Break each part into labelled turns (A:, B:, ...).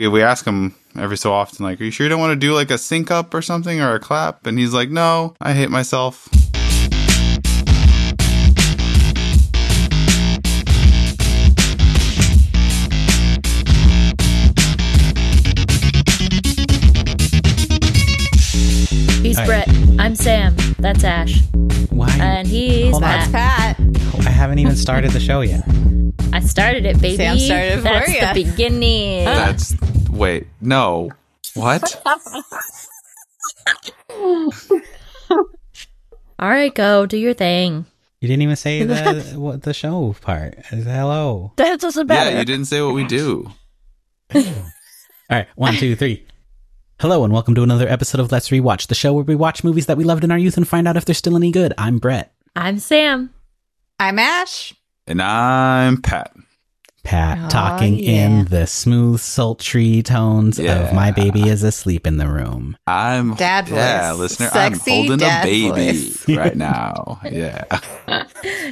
A: we, we ask him every so often, like, are you sure you don't want to do like a sync up or something or a clap? And he's like, no, I hate myself.
B: He's
C: All right.
B: Brett. I'm Sam. That's Ash.
C: Why?
B: And he's
C: Hold
B: Matt.
C: on.
D: Pat.
C: I haven't even started the show yet.
B: I started it, baby.
D: Sam started it
B: That's
D: for ya.
B: the beginning.
A: That's wait, no. What?
B: All right, go do your thing.
C: You didn't even say the what the show part. Hello.
E: That doesn't matter.
A: yeah, you didn't say what we do.
C: All right, one, two, three. Hello and welcome to another episode of Let's Rewatch, the show where we watch movies that we loved in our youth and find out if they're still any good. I'm Brett.
B: I'm Sam.
D: I'm Ash.
A: And I'm Pat.
C: Pat
D: Aw,
C: talking
D: yeah.
C: in the smooth, sultry tones
A: Yeah.
C: of "My baby is asleep in the room."
A: I'm
D: Dad
A: Yeah,
D: voice.
A: listener.
D: Sexy
A: I'm holding
D: dad
A: a baby
D: voice.
A: right now. Yeah.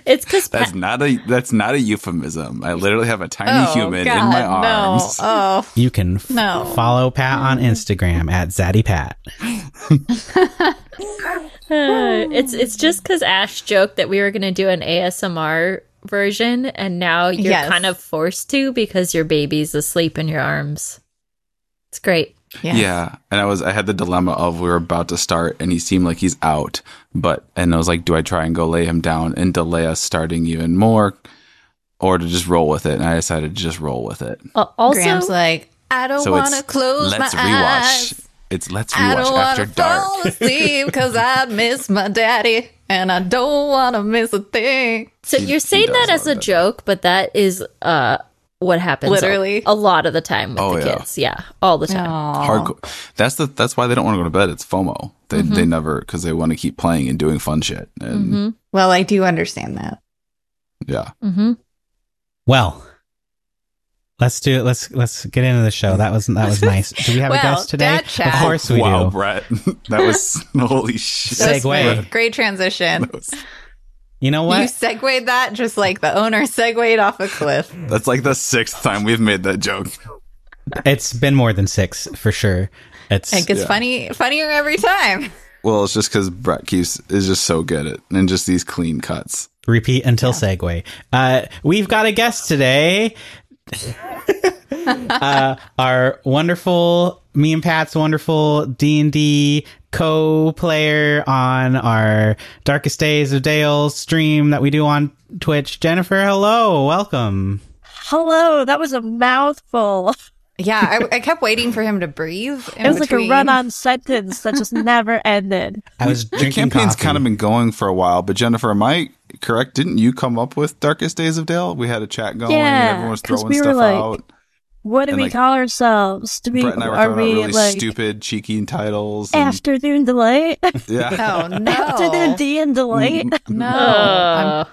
B: It's because
A: That's not a that's not a euphemism. I literally have a tiny human in my arms.
D: Oh, No. Oh.
C: You can f-
D: No.
C: follow Pat on Instagram at Zaddy Pat.
B: it's it's just because Ash joked that we were gonna do an ASMR version, and now you're
D: Yes.
B: kind of forced to because your baby's asleep in your arms. It's great.
D: Yes.
A: Yeah. And I was I had the dilemma of we were about to start and he seemed like he's out, but and I was like, do I try and go lay him down and delay us starting even more or to just roll with it? And I decided to just roll with it.
B: Uh, also,
D: Graham's like, I don't
A: so
D: want to
A: it's
D: close
A: let's
D: my
A: rewatch.
D: eyes.
A: It's let's
D: I
A: rewatch
D: don't
A: after
D: want to
A: dark.
D: fall asleep because I miss my daddy and I don't want to miss a thing.
B: so
A: He-
B: you're
A: he
B: saying
A: does
B: that as
A: love
B: a
A: that.
B: joke, but that is uh what happens a-
D: Literally.
B: a, lot of the time with
A: Oh,
B: the
A: yeah.
B: kids. Yeah, all the time.
A: Hardcore. That's the that's why they don't want to go to bed. It's FOMO. They they
D: Mm-hmm.
A: never because they want to keep playing and doing fun shit. And
D: Well, I do understand that.
A: yeah,
B: Mm-hmm.
C: Well, let's do it. Let's let's get into the show. That was that was nice. Do we have a
D: Well,
C: guest today?
D: Dad chat.
C: Of course we
A: wow,
C: do.
A: Brett, that was holy shit.
D: That was
C: Segue.
D: smooth. Great transition.
C: You know
D: You
C: what?
D: segued that just like the owner segued off a cliff.
A: That's like the sixth time we've made that joke.
C: It's been more than six for sure. It's
D: It gets
A: Yeah.
D: funny, funnier every time.
A: Well, it's just because Brett keeps is just so good at and just these clean cuts.
C: repeat until segue. Uh, we've got a guest today. uh, our wonderful me and Pat's wonderful D and D co-player on our Darkest Days of Dale stream that we do on Twitch. Jennifer, hello, welcome.
E: Hello, that was a mouthful.
D: Yeah, I, I kept waiting for him to breathe. in
E: It was like a
D: between.
E: run-on sentence that just never ended.
C: I was
A: The
C: drinking
A: campaign's
C: coffee.
A: kind of been going for a while, but Jennifer, am I correct? Didn't you come up with Darkest Days of Dale? We had a chat going,
E: Yeah,
A: and everyone was
E: 'cause
A: throwing
E: we were
A: stuff
E: like-
A: out.
E: What do
A: And,
E: we
A: like,
E: call ourselves? Do we
A: Brett and I were
E: are
A: throwing out
E: we
A: really
E: like
A: stupid, cheeky titles. and-
E: afternoon delight?
A: yeah, Mm,
D: Oh no!
E: afternoon D and delight?
A: Mm-hmm.
D: no, I'm,
E: Oh.
B: Uh,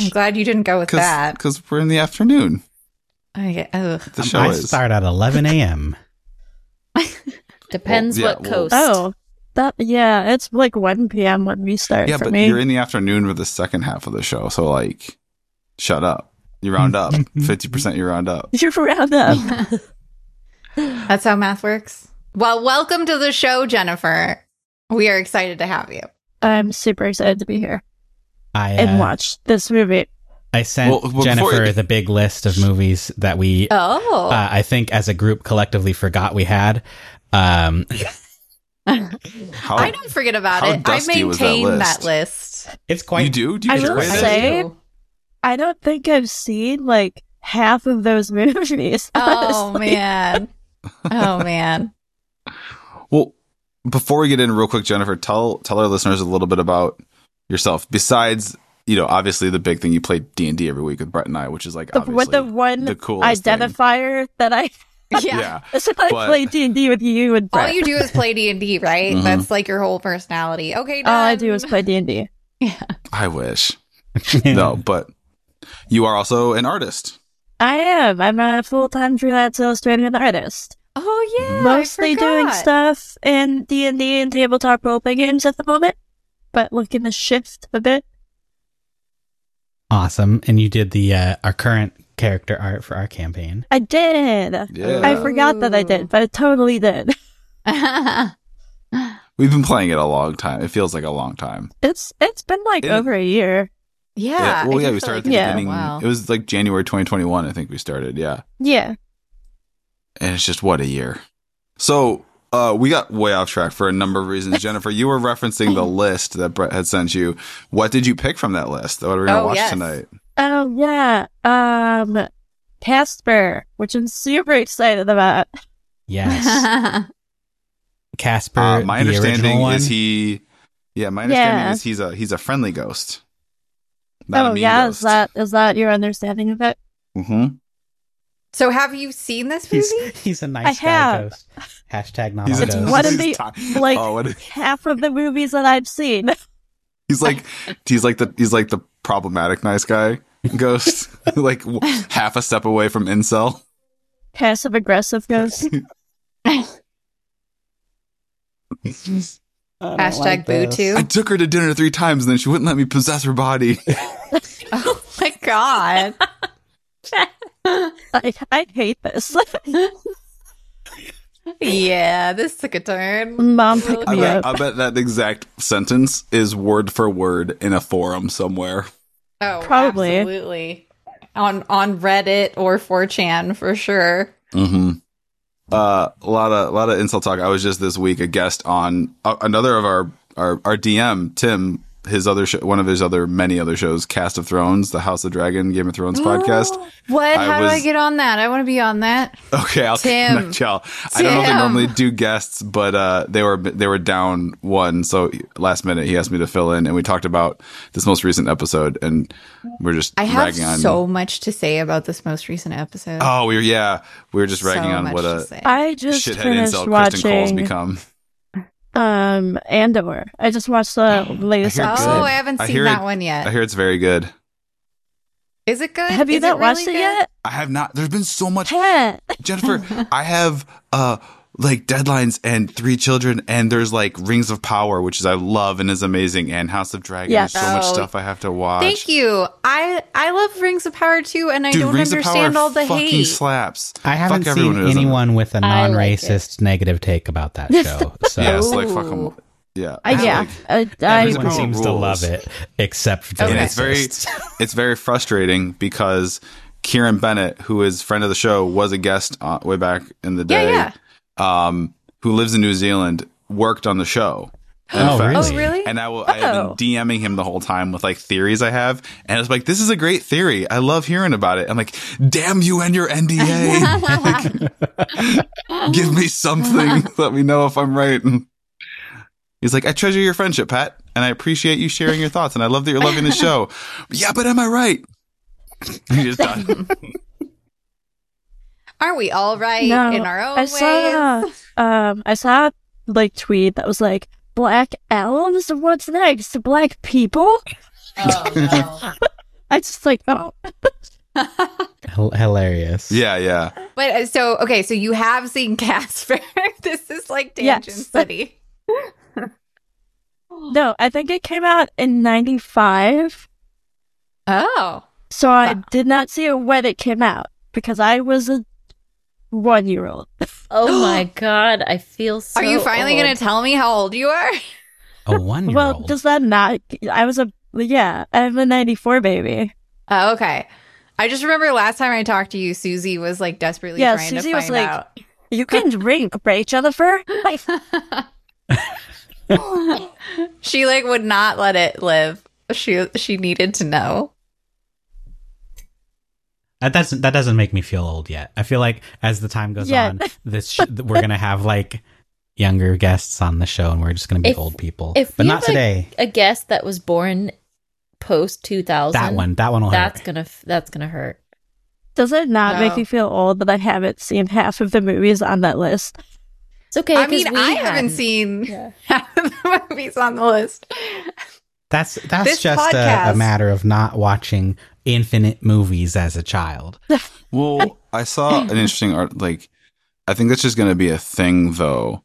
D: I'm glad you didn't go with that.
A: because we're in the afternoon.
D: Okay, ugh.
A: The
C: Um,
A: show
C: I
A: is.
C: start at 11 a.m.
B: depends
A: Well, yeah,
B: what
A: well-
B: coast.
E: Oh, that yeah, it's like one p.m. when we start
A: yeah,
E: for
A: but
E: me.
A: you're in the afternoon with the second half of the show, so like, shut up. You round up fifty percent. You round up.
E: You round up.
D: That's how math works. Well, welcome to the show, Jennifer. We are excited to have you.
E: I'm super excited to be here
C: I
E: and
C: uh,
E: watch this movie.
C: I sent
A: Well, before-
C: Jennifer the big list of movies that we
D: Oh,
C: uh, I think as a group collectively forgot we had. Um,
A: How
D: I don't forget about
A: how
D: it. I
A: dusty was that
D: maintain
A: list?
D: that list.
C: it's quite
A: you do? Do you
E: I
A: enjoy
E: will
A: this?
E: say-
D: Ew.
E: I don't think I've seen like half of those movies.
D: Oh man. Oh man.
A: Well, before we get in real quick, Jennifer, tell tell our listeners a little bit about yourself. Besides, you know, obviously the big thing you play D and D every week with Brett and I, which is like
E: The-
A: obviously
E: what the one
A: the coolest thing.
E: identifier that I
D: Yeah.
A: Yeah.
E: is that I
A: But-
E: play D and D with you and
D: All
E: Brett.
D: you do is play D and D, right?
A: Mhm.
D: That's like your whole personality. Okay. Done.
E: All I do is play D and D.
A: I wish. no, but you are also an artist.
E: I am. I'm a full time freelance illustrator and artist.
D: Oh yeah. I
E: Mostly doing
D: forgot.
E: stuff in D and D and tabletop role play games at the moment, but looking to shift a bit.
C: awesome. And you did the uh, our current character art for our campaign.
E: I did.
A: Yeah.
E: I forgot that I
D: Ooh.
E: did, but I totally did.
A: We've been playing it a long time. It feels like a long time.
E: It's it's been like
A: Yeah.
E: over a year.
D: yeah.
A: Well,
D: I
A: yeah,
D: do
A: we
D: feel
A: started at
D: like
A: the
E: Yeah.
A: beginning.
D: Wow.
A: It was like January 2021, I think we started. Yeah.
E: Yeah.
A: and it's just what a year. So uh, we got way off track for a number of reasons. Jennifer, you were referencing the list that Brett had sent you. What did you pick from that list? What are we gonna
D: Oh,
A: watch
D: yes.
A: tonight?
E: Oh yeah. Um Casper, which I'm super excited about.
C: Yes, Casper.
A: Uh, my
C: the original
A: understanding
C: one.
A: is he. Yeah, my understanding
E: Yeah.
A: is he's a he's a friendly ghost.
E: oh yeah, is that is that your understanding of it?
A: hmm
D: so have you seen this movie?
C: He's he's a nice
E: I
C: guy
E: have.
C: ghost. Hashtag not
A: He's
C: all
A: a
E: It's
C: ghosts.
E: one of the
A: He's ti-
E: like
A: oh, what-
E: half of the movies that I've seen.
A: he's like he's like the he's like the problematic nice guy ghost, like w- half a step away from incel.
E: Passive aggressive ghost.
D: Hashtag boo too.
A: I took her to dinner three times, and then she wouldn't let me possess her body.
D: Oh my god.
E: I, I hate this.
D: yeah, this took a turn.
E: Mom picked
A: I
E: me
A: bet,
E: up.
A: I bet that exact sentence is word for word in a forum somewhere.
D: Oh,
E: Probably.
D: absolutely. On on Reddit or 4chan for sure.
A: Mm-hmm. Uh, a lot of a lot of insult talk. I was just this week a guest on uh, another of our, our our DM Tim. His other show, one of his other many other shows, Cast of Thrones, the House of Dragon, Game of Thrones podcast.
D: What?
A: I
D: How do I
A: was-
D: get on that? I want to be on that.
A: Okay, I'll
D: Tim.
A: connect y'all. I don't know if they
D: Tim.
A: normally do guests, but uh, they were they were down one, so last minute he asked me to fill in, and we talked about this most recent episode, and we're just
D: I have
A: ragging on.
D: so much to say about this most recent episode.
A: oh, we were yeah, we were just
D: so
A: ragging on
D: much
A: what
D: to
A: a
D: say.
E: I just
A: shithead
E: finished
A: insult Kristen Cole's
E: watching
A: become.
E: um Andor. I just watched the latest
A: hear it's
D: Oh,
A: good.
E: episode.
D: I haven't
A: I
D: seen
A: hear
D: that
A: it-
D: one
A: I
D: yet.
A: hear it's very good.
D: Is it good?
E: Have you
D: Is
E: not
D: really
E: watched it
D: good?
E: yet? Uh,
A: I have not. There's been so much,
E: Pat.
A: Jennifer. I have uh like deadlines and three children, and there's like Rings of Power, which is I love and is amazing, and House of Dragon.
E: Yeah.
A: There's so much
D: Oh.
A: stuff I have to watch.
D: Thank you. I I love Rings of Power too, and I
A: Dude,
D: don't
A: Rings of Power
D: understand all the
A: fucking
D: hate.
A: slaps.
C: I haven't
A: Fuck everyone who
C: seen
A: doesn't.
C: anyone with a
B: I like it.
C: non-racist negative take about that show. So
A: Yeah, it's like fuck 'em.
D: Ooh.
A: Yeah,
E: Uh, yeah,
A: like-
E: I,
A: Rings of
E: I,
C: everyone
A: Power
C: seems to
A: rules.
C: love it except the
D: Okay.
A: and
D: Yeah,
A: it's very
C: racists.
A: it's very frustrating because Kieran Bennett, who is friend of the show, was a guest uh, way back in the
D: Yeah,
A: day.
D: yeah.
A: Um, who lives in New Zealand worked on the show. in
C: Oh,
A: fact.
C: really?
D: Oh, really?
A: And I will. I have
E: Oh.
A: been DMing him the whole time with like theories I have, and it's like this is a great theory. I love hearing about it. I'm like, damn you and your NDA. Like, give me something. Let me know if I'm right. And he's like, I treasure your friendship, Pat, and I appreciate you sharing your thoughts, and I love that you're loving the show. yeah, but am I right? He just done.
D: Aren't we all right
E: No,
D: in our own
E: I saw,
D: ways?
E: um, I saw like tweet that was like black elves. What's next? Black people.
D: Oh,
E: I just like oh
D: no.
C: Hil- hilarious.
A: yeah, yeah.
D: but uh, so okay, so you have seen Casper. this is like Tangent
E: Yes.
D: City.
E: no. I think it came out in '95,
D: Oh,
E: so I did not see it when it came out because I was a one year old.
B: Oh my god, I feel so.
D: are you finally
B: old.
D: going to tell me how old you are?
C: A one-year-old.
E: Well, does that not? I was a yeah. I'm a '94 baby.
D: Oh, okay. I just remember last time I talked to you, Susie was like desperately
E: Yeah,
D: trying
E: Susie
D: to
E: was
D: find
E: like-
D: out.
E: You can drink, Rach Otherfer. Like,
D: She like would not let it live. She she needed to know.
C: That doesn't that doesn't make me feel old yet. I feel like as the time goes
E: Yeah.
C: on, this sh- we're gonna have like younger guests on the show, and we're just gonna be
B: If-
C: old people.
B: if
C: but
B: you
C: not
B: like-
C: today.
B: A guest that was born post 2000.
C: That one, that one will
B: That's
C: hurt.
B: gonna. f- That's gonna hurt.
E: Does it not
D: No.
E: make you feel old that I haven't seen half of the movies on that list?
B: It's okay.
D: I
B: 'cause
D: mean,
B: we
D: I haven't
B: hadn't.
D: seen
B: Yeah.
D: half of the movies on the list.
C: That's that's
D: this
C: just a, a
D: podcast-
C: matter of not watching infinite movies as a child.
A: Well, I saw an interesting art. Like, I think that's just going to be a thing, though.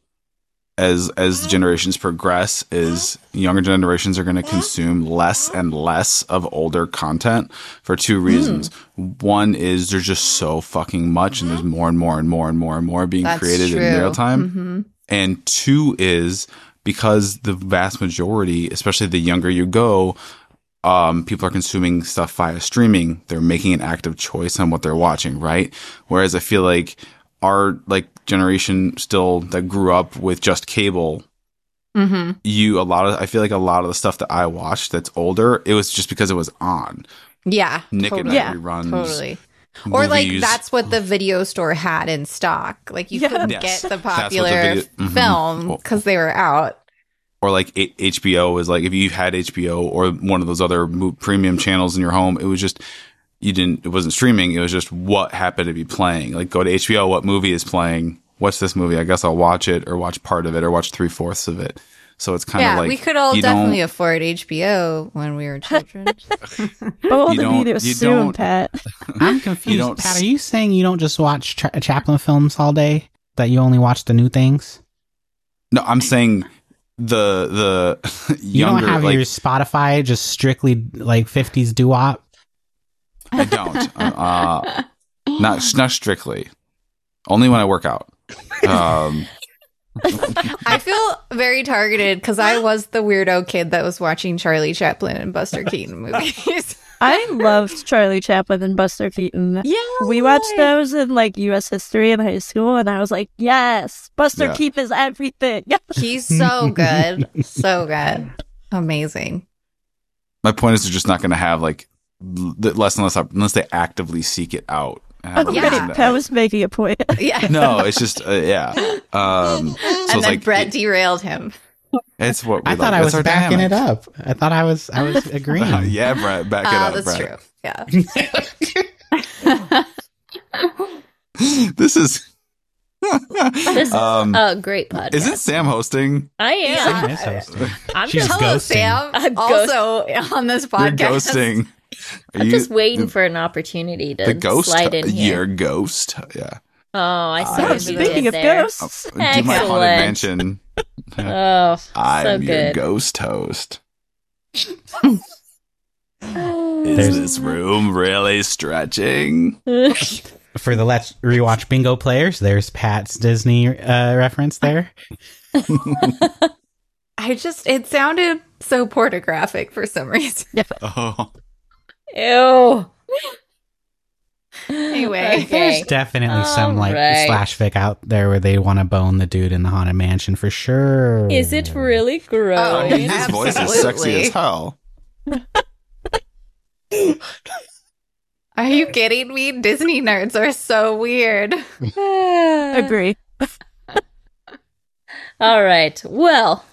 A: as as generations progress is younger generations are going to consume less and less of older content for two
D: Hmm.
A: reasons. One is there's just so fucking much and there's more and more and more and more and more being
D: That's
A: created in
D: true.
A: real time.
D: Mm-hmm.
A: And two is because the vast majority, especially the younger you go, um, people are consuming stuff via streaming. They're making an active choice on what they're watching, right? Whereas I feel like our like generation still that grew up with just cable,
D: Mm-hmm.
A: you a lot of I feel like a lot of the stuff that I watched that's older, it was just because it was on.
D: Yeah.
A: Nick
D: totally.
A: and I
E: Yeah,
A: reruns.
D: totally. Or like
A: movies.
D: that's what the video store had in stock. Like you
E: Yeah.
D: couldn't
A: Yes.
D: get the
A: That's what the
D: popular
A: video- Mhm.
D: film because they were out.
A: or like it, HBO is like if you had HBO or one of those other mo- premium channels in your home, it was just you didn't it wasn't streaming. It was just what happened to be playing. Like go to HBO, what movie is playing? What's this movie? I guess I'll watch it or watch part of it or watch three fourths of it. So it's kind of
D: yeah,
A: like
D: we could all
A: you
D: definitely
A: don't-
D: afford HBO when we were children.
E: But all
A: You
E: the
A: don't-
E: videos
A: you
E: soon,
A: don't-
E: Pat.
C: I'm confused.
A: don't
C: Pat,
A: s-
C: are you saying you don't just watch tra- Chaplin films all day? That you only watch the new things?
A: no. I'm saying the the
C: You
A: younger
C: don't have
A: like
C: your Spotify just strictly like 50s doo wop?
A: I don't uh, not not strictly only when I work out. Um,
D: I feel very targeted because I was the weirdo kid that was watching Charlie Chaplin and Buster Keaton movies.
E: I loved Charlie Chaplin and Buster Keaton.
D: yeah,
E: We watched those in like U.S. history in high school, and I was like, "Yes, Buster
A: Yeah.
E: Keaton is everything."
D: He's so good, so good, amazing.
A: my point is they're just not going to have like l- less and less up unless they actively seek it out. And I don't
D: Yeah.
A: imagine
E: Right,
A: that-
E: Pat was making a point.
D: Yeah,
A: no, it's just uh, yeah. Um, so
D: and
A: it's
D: then
A: like
D: Brett
A: it-
D: derailed him.
A: it's what we
C: I thought
A: like.
C: I was
A: That's our
C: backing
A: dynamic.
C: it up. I thought I was I was agreeing.
A: Uh, yeah, Brett, back it
D: Ah,
A: up.
D: that's
A: Brett.
D: true. Yeah.
A: This is.
B: This
A: um,
B: is a great podcast.
A: isn't Sam hosting?
B: I am.
D: Yeah.
C: Miss hosting.
B: I'm
C: She's
B: just,
C: go-
D: Hello,
C: ghosting.
D: Uh, Sam.
B: I'm
D: also on this podcast.
A: You're ghosting. Are
B: I'm
A: you
B: just waiting for an opportunity to
A: the ghost.
B: slide in
A: Your
B: here.
A: ghost. Yeah.
B: Oh, I see.
A: Yeah,
B: what you
E: Speaking
B: did
E: of
B: there.
E: ghosts,
C: Oh,
A: Do my haunted
B: Excellent.
A: mansion.
B: Oh,
A: I'm
B: so
A: your
B: good.
A: ghost host.
C: There's-
A: Is this room really stretching?
C: For the Let's Rewatch Bingo players, there's Pat's Disney uh, reference there.
D: I just it sounded so pornographic for some reason.
A: Oh,
B: Ew.
D: Anyway.
B: Okay.
C: Definitely some like
B: Alright.
C: slash fic out there where they want to bone the dude in the haunted mansion for sure.
B: Is it really
D: Oh,
B: gross?
A: I mean, his
D: yeah.
A: voice is sexy
D: Absolutely.
A: as hell.
D: Are you kidding me? Disney nerds are so weird.
B: Uh,
E: Agree.
B: All right. Well,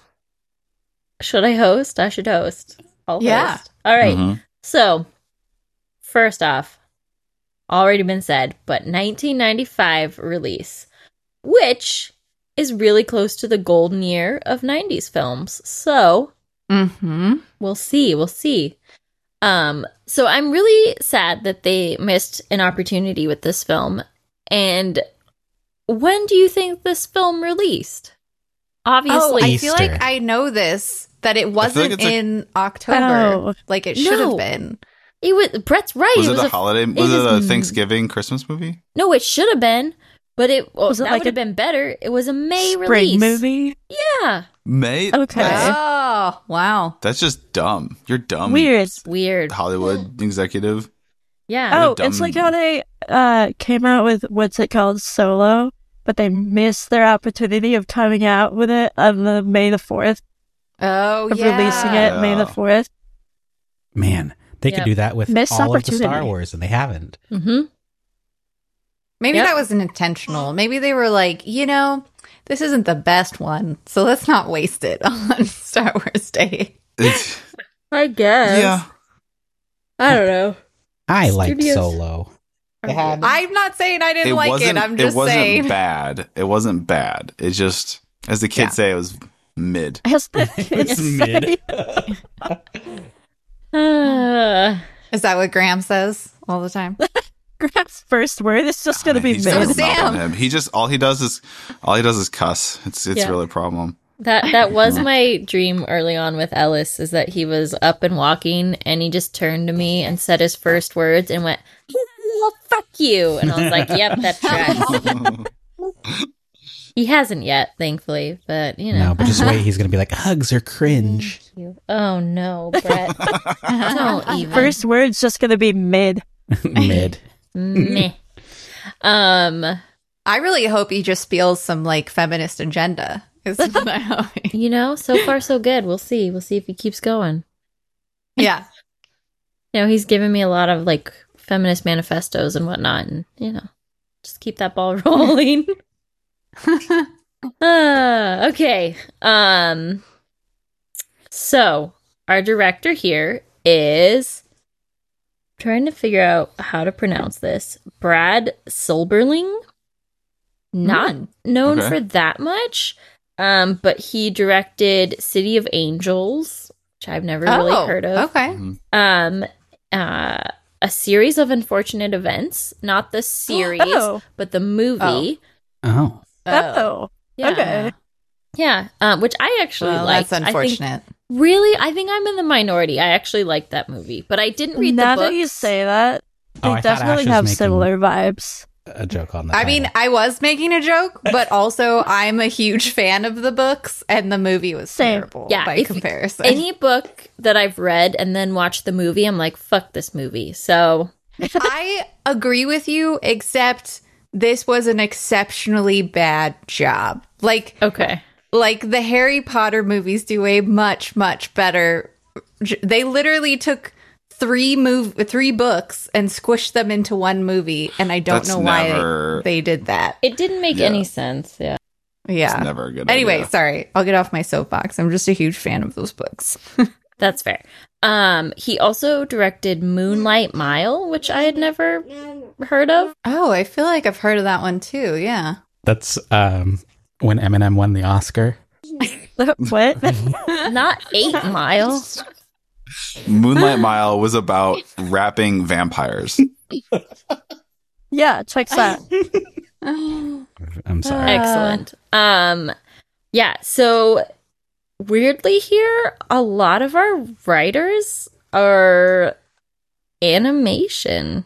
B: should I host? I should host. I'll
D: Yeah.
B: host. All right.
A: Mhm.
B: So, first off, already been said, but 1995 release, which is really close to the golden year of 90s films. So,
D: Mm-hmm.
B: we'll see. We'll see. Um, so I'm really sad that they missed an opportunity with this film. And when do you think this film released?
D: Oh,
B: Obviously,
D: I feel
C: Easter.
D: like I know this that it wasn't
A: it's a-
D: in October
E: Oh.
D: like it should have
B: No.
D: been.
B: it was Brett's right.
A: Was it,
B: was
A: a
B: a-
A: holiday? Was
B: is
A: it a
B: m-
A: Thanksgiving Christmas movie?
B: No, it should have been, but it well,
E: Was it
B: that
E: like
B: would have
E: a-
B: been better. It was a May
E: Spring
B: release.
E: movie.
B: Yeah,
A: May.
E: Okay.
A: That's,
D: Oh, wow.
A: that's just dumb. You're
C: Um,
A: dumb.
E: Weird.
B: weird.
A: Hollywood executive.
B: Yeah,
E: Oh,
A: dumb-
E: it's like how they uh, came out with what's it called, Solo, but they missed their opportunity of coming out with it on the May the fourth
D: Oh,
E: of
D: yeah.
E: releasing it May
A: Yeah.
E: the fourth.
C: Man, they
B: Yep.
C: could do that with
E: Missed
C: all of the Star
E: opportunity.
C: Wars, and they haven't.
B: hmm
D: Maybe
B: Yep.
D: that wasn't intentional. Maybe they were like, you know, this isn't the best one, so let's not waste it on Star Wars Day.
A: It's-
B: I guess.
A: yeah.
B: I don't know.
C: I liked
B: Studios.
C: Solo. They had-
D: I'm not saying I didn't
A: It
D: like it.
A: wasn't.
D: I'm just
A: it wasn't
D: saying.
A: bad. It wasn't bad. It just, as the kids
D: Yeah.
A: say, it was mid.
E: As the kids say.
B: Uh,
D: Is that what Graham says all the time?
E: Graf's first word is
C: Ah,
E: just going to be
F: He's got a
E: mid.
D: so-
F: mouth on
D: Sam.
F: him. He just all he does is all he does is cuss. It's it's
B: Yeah.
F: really a problem.
B: That that was my dream early on with Ellis is that he was up and walking and he just turned to me and said his first words and went, "Well, fuck you," and I was like, "Yep, that tracks." he hasn't yet, thankfully, but you know.
C: No, but just wait. He's going to be like, hugs are cringe.
B: You- Oh no, Brett! Don't even.
E: First word's just going to be mid.
C: Mid.
B: Meh. Um,
D: I really hope he just feels some like feminist agenda. Is what I'm hoping.
B: you know, so far so good. We'll see. We'll see if he keeps going.
D: Yeah.
B: You know, he's given me a lot of like feminist manifestos and whatnot, and you know, just keep that ball rolling. Uh, okay. Um so our director here is trying to figure out how to pronounce this. Brad Silberling. Not known
F: Okay.
B: for that much. Um, but he directed City of Angels, which I've never really heard of
D: Oh, Okay.
F: Mhm.
B: um uh a series of unfortunate events not the series
E: Oh.
B: but the movie
C: Oh.
E: Oh.
B: yeah
E: okay.
B: yeah um which i actually
D: Well,
B: liked.
D: that's
B: I think,
D: unfortunate.
B: really i think i'm in the minority i actually liked that movie but i didn't read
E: now
B: the book
E: that you say that, they
C: Oh, I thought Ash
E: definitely
C: was
E: have
C: making
E: similar vibes.
C: A joke on that.
D: I mean, I was making a joke, but also I'm a huge fan of the books, and the movie was
E: Same.
D: terrible
B: Yeah,
D: by
B: if-
D: comparison.
B: any book that i've read and then watched the movie i'm like fuck this movie so
D: I agree with you, except this was an exceptionally bad job. Like,
B: okay
D: like the Harry Potter movies do a much much better. j- They literally took three move three books and squished them into one movie, and I don't
F: That's
D: know why
F: never-
D: they did that.
B: it didn't make
F: Yeah.
B: any sense yeah
D: Yeah.
F: It's never a good
D: anyway,
F: idea.
D: sorry. I'll get off my soapbox. I'm just a huge fan of those books.
B: That's fair. Um, he also directed Moonlight Mile, which I had never heard of.
D: Oh, I feel like I've heard of that one too. Yeah.
C: that's um, when Eminem won the Oscar.
E: what?
B: Not Eight Mile.
F: Moonlight Mile was about rapping vampires.
E: yeah, checks out.
D: Oh,
C: I'm sorry.
B: Excellent. Um, yeah. So weirdly, here a lot of our writers are animation,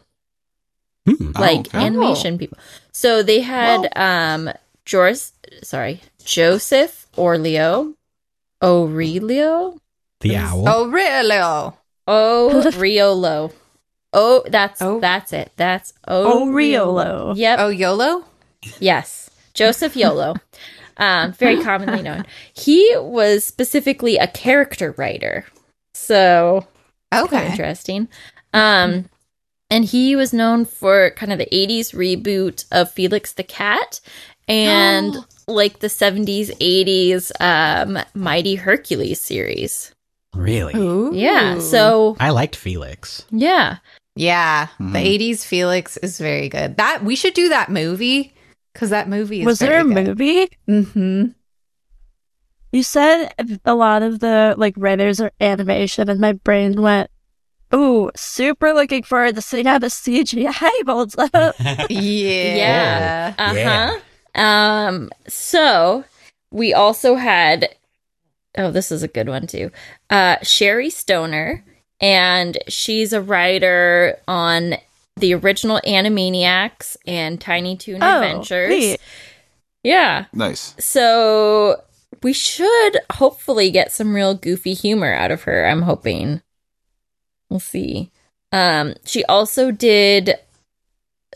C: Hmm.
A: Oh,
B: like
F: okay.
B: animation people. So they had um, Joris, sorry, Joseph Orleo, Aurelio,
C: The owl.
D: Oh, really?
B: Oh, Riolo. Oh, that's
D: Oh.
B: that's it. That's
E: Oh,
B: oh,
E: Riolo.
B: Yep.
D: Oh, YOLO?
B: Yes. Joseph Yolo. um, very commonly known. He was specifically a character writer. So kind of
D: Okay.
B: interesting. Um, and he was known for kind of the 80s reboot of Felix the Cat and like the 70s, 80s um, Mighty Hercules series.
C: really?
B: Yeah. So,
C: I liked Felix.
B: yeah.
D: Yeah.
F: Mhm.
D: The 80s Felix is very good. That we should do that movie cuz that movie is
E: Was there a movie?
D: Mhm.
E: You said a lot of the like writers are animation, and my brain went, "Ooh, super looking forward to seeing how the CGI holds up."
D: Yeah.
B: Yeah. Uh
C: Yeah.
B: huh. Um. So we also had. Oh, this is a good one too. Uh, Sherry Stoner, and she's a writer on the original Animaniacs and Tiny Toon
E: Oh,
B: Adventures.
E: neat.
B: Yeah.
F: Nice.
B: So we should hopefully get some real goofy humor out of her. I'm hoping. We'll see. Um, she also did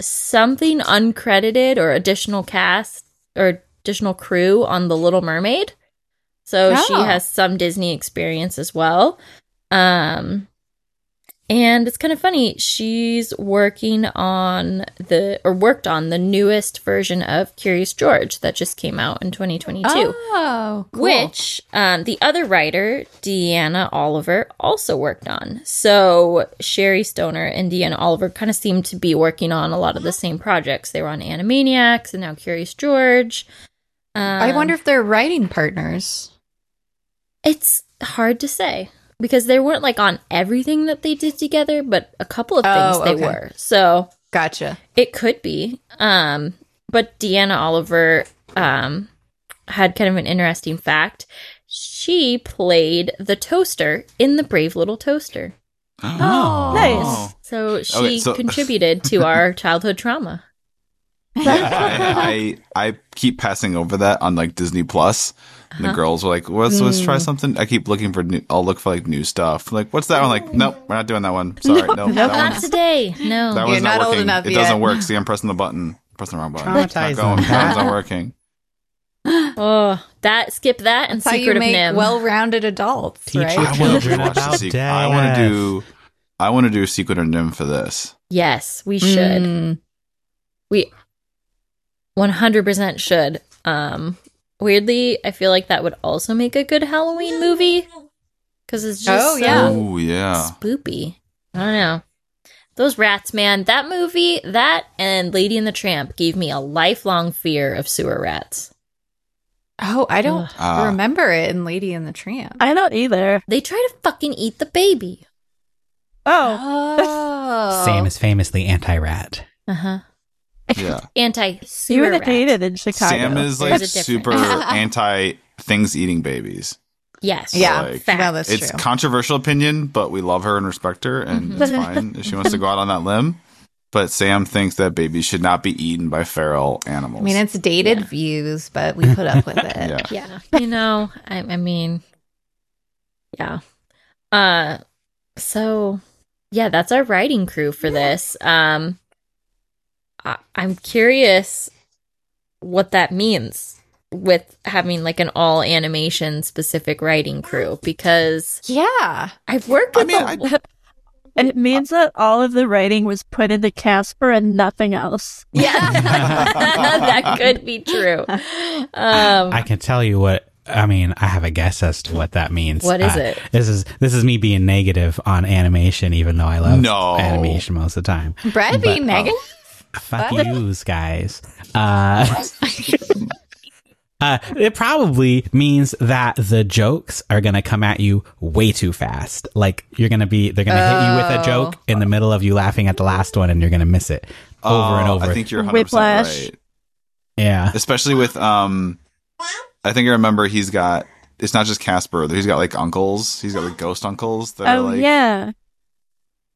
B: something uncredited or additional cast or additional crew on The Little Mermaid. So she
D: Oh.
B: has some Disney experience as well. Um, and it's kind of funny. She's working on the or worked on the newest version of Curious George that just came out in 2022.
D: Oh, cool.
B: Which um, the other writer, Deanna Oliver, also worked on. So Sherry Stoner and Deanna Oliver kind of seemed to be working on a lot of the same projects. They were on Animaniacs and now Curious George. Um,
D: I wonder if they're writing partners.
B: It's hard to say because they weren't like on everything that they did together, but a couple of things
D: Oh,
B: they
D: okay.
B: were. So
D: Gotcha.
B: It could be. Um, but Deanna Oliver um, had kind of an interesting fact. She played the toaster in The Brave Little Toaster.
E: Oh, nice.
B: So she
A: Okay, so-
B: contributed to our childhood trauma.
A: I, I I keep passing over that on like Disney Plus. And the
B: Uh-huh. Hmm.
A: girls were like, let's, let's try something. I keep looking for new, I'll look for like new stuff. Like, what's that one? Like, nope, we're not doing that one. Sorry, no, that
B: Not
A: one's,
B: today. No.
A: that one's
D: You're
A: not,
D: not old
A: working.
D: enough
A: it doesn't
D: yet.
A: work. See, I'm pressing the button. Pressing the wrong button. It's not
C: Traumatize
A: going.
C: them.
A: That one's not working.
B: oh, that skip that and
D: That's how you
B: Secret of
D: make
B: Nim.
D: well-rounded adults,
C: Teach
D: right?
A: I
C: your
A: want to
C: Children
A: watch the
C: about
A: sequel. I want to do. I want to do Secret of Nim for this.
B: yes, we should.
D: Mm.
B: We 100% should. Um weirdly, I feel like that would also make a good Halloween movie cuz it's just
D: Oh,
B: so
D: Yeah.
A: Oh yeah.
B: spoopy. I don't know. Those rats, man. That movie, that and Lady and the Tramp gave me a lifelong fear of sewer rats.
D: Oh, I don't
A: Ah.
D: remember it in Lady and the Tramp.
E: I don't either.
B: They try to fucking eat the baby.
E: Oh,
D: Oh,
C: Sam is famously anti-rat.
B: Uh-huh.
A: Yeah.
B: Anti
E: you
B: sewer
E: would have
B: rat.
E: hated in Chicago.
A: Sam is
B: There's
A: like
B: a difference.
A: super anti things eating babies.
B: Yes.
D: yeah.
A: like,
B: fact.
D: no, that's
A: it's
D: true. Mm-hmm.
A: controversial opinion, but we love her and respect her, and
E: Mhm.
A: it's fine if she wants to go out on that limb. But Sam thinks that babies should not be eaten by feral animals.
D: I mean, it's dated views, but we put up with it.
A: yeah.
B: yeah you know I, I mean yeah uh so yeah that's our writing crew for this um I, i'm curious what that means with having like an all animation specific writing crew because
D: Yeah.
B: i've worked
A: I
B: with
A: mean,
B: a-
A: I-
E: It means that all of the writing was put into Casper and nothing else.
B: yeah that could be true um
C: I can tell you what I mean. I have a guess as to what that means.
B: What is
C: Uh,
B: it?
C: This is this is me being negative on animation, even though I love
A: No.
C: animation most of the time. But,
D: Brad be
C: uh,
D: negative.
C: Fuck
D: What?
C: yous, guys. Uh, uh, it probably means that the jokes are gonna come at you way too fast. Like you're gonna be, they're gonna hit you with a
D: Oh.
C: joke in the middle of you laughing at the last one, and you're gonna miss it over and
A: Oh,
C: over.
A: I think you're 100%
E: Whiplash.
A: right.
C: yeah,
A: Especially with, um, I think I remember he's got, it's not just Casper, he's got like uncles. He's got like ghost uncles that are
E: oh
A: like
E: yeah,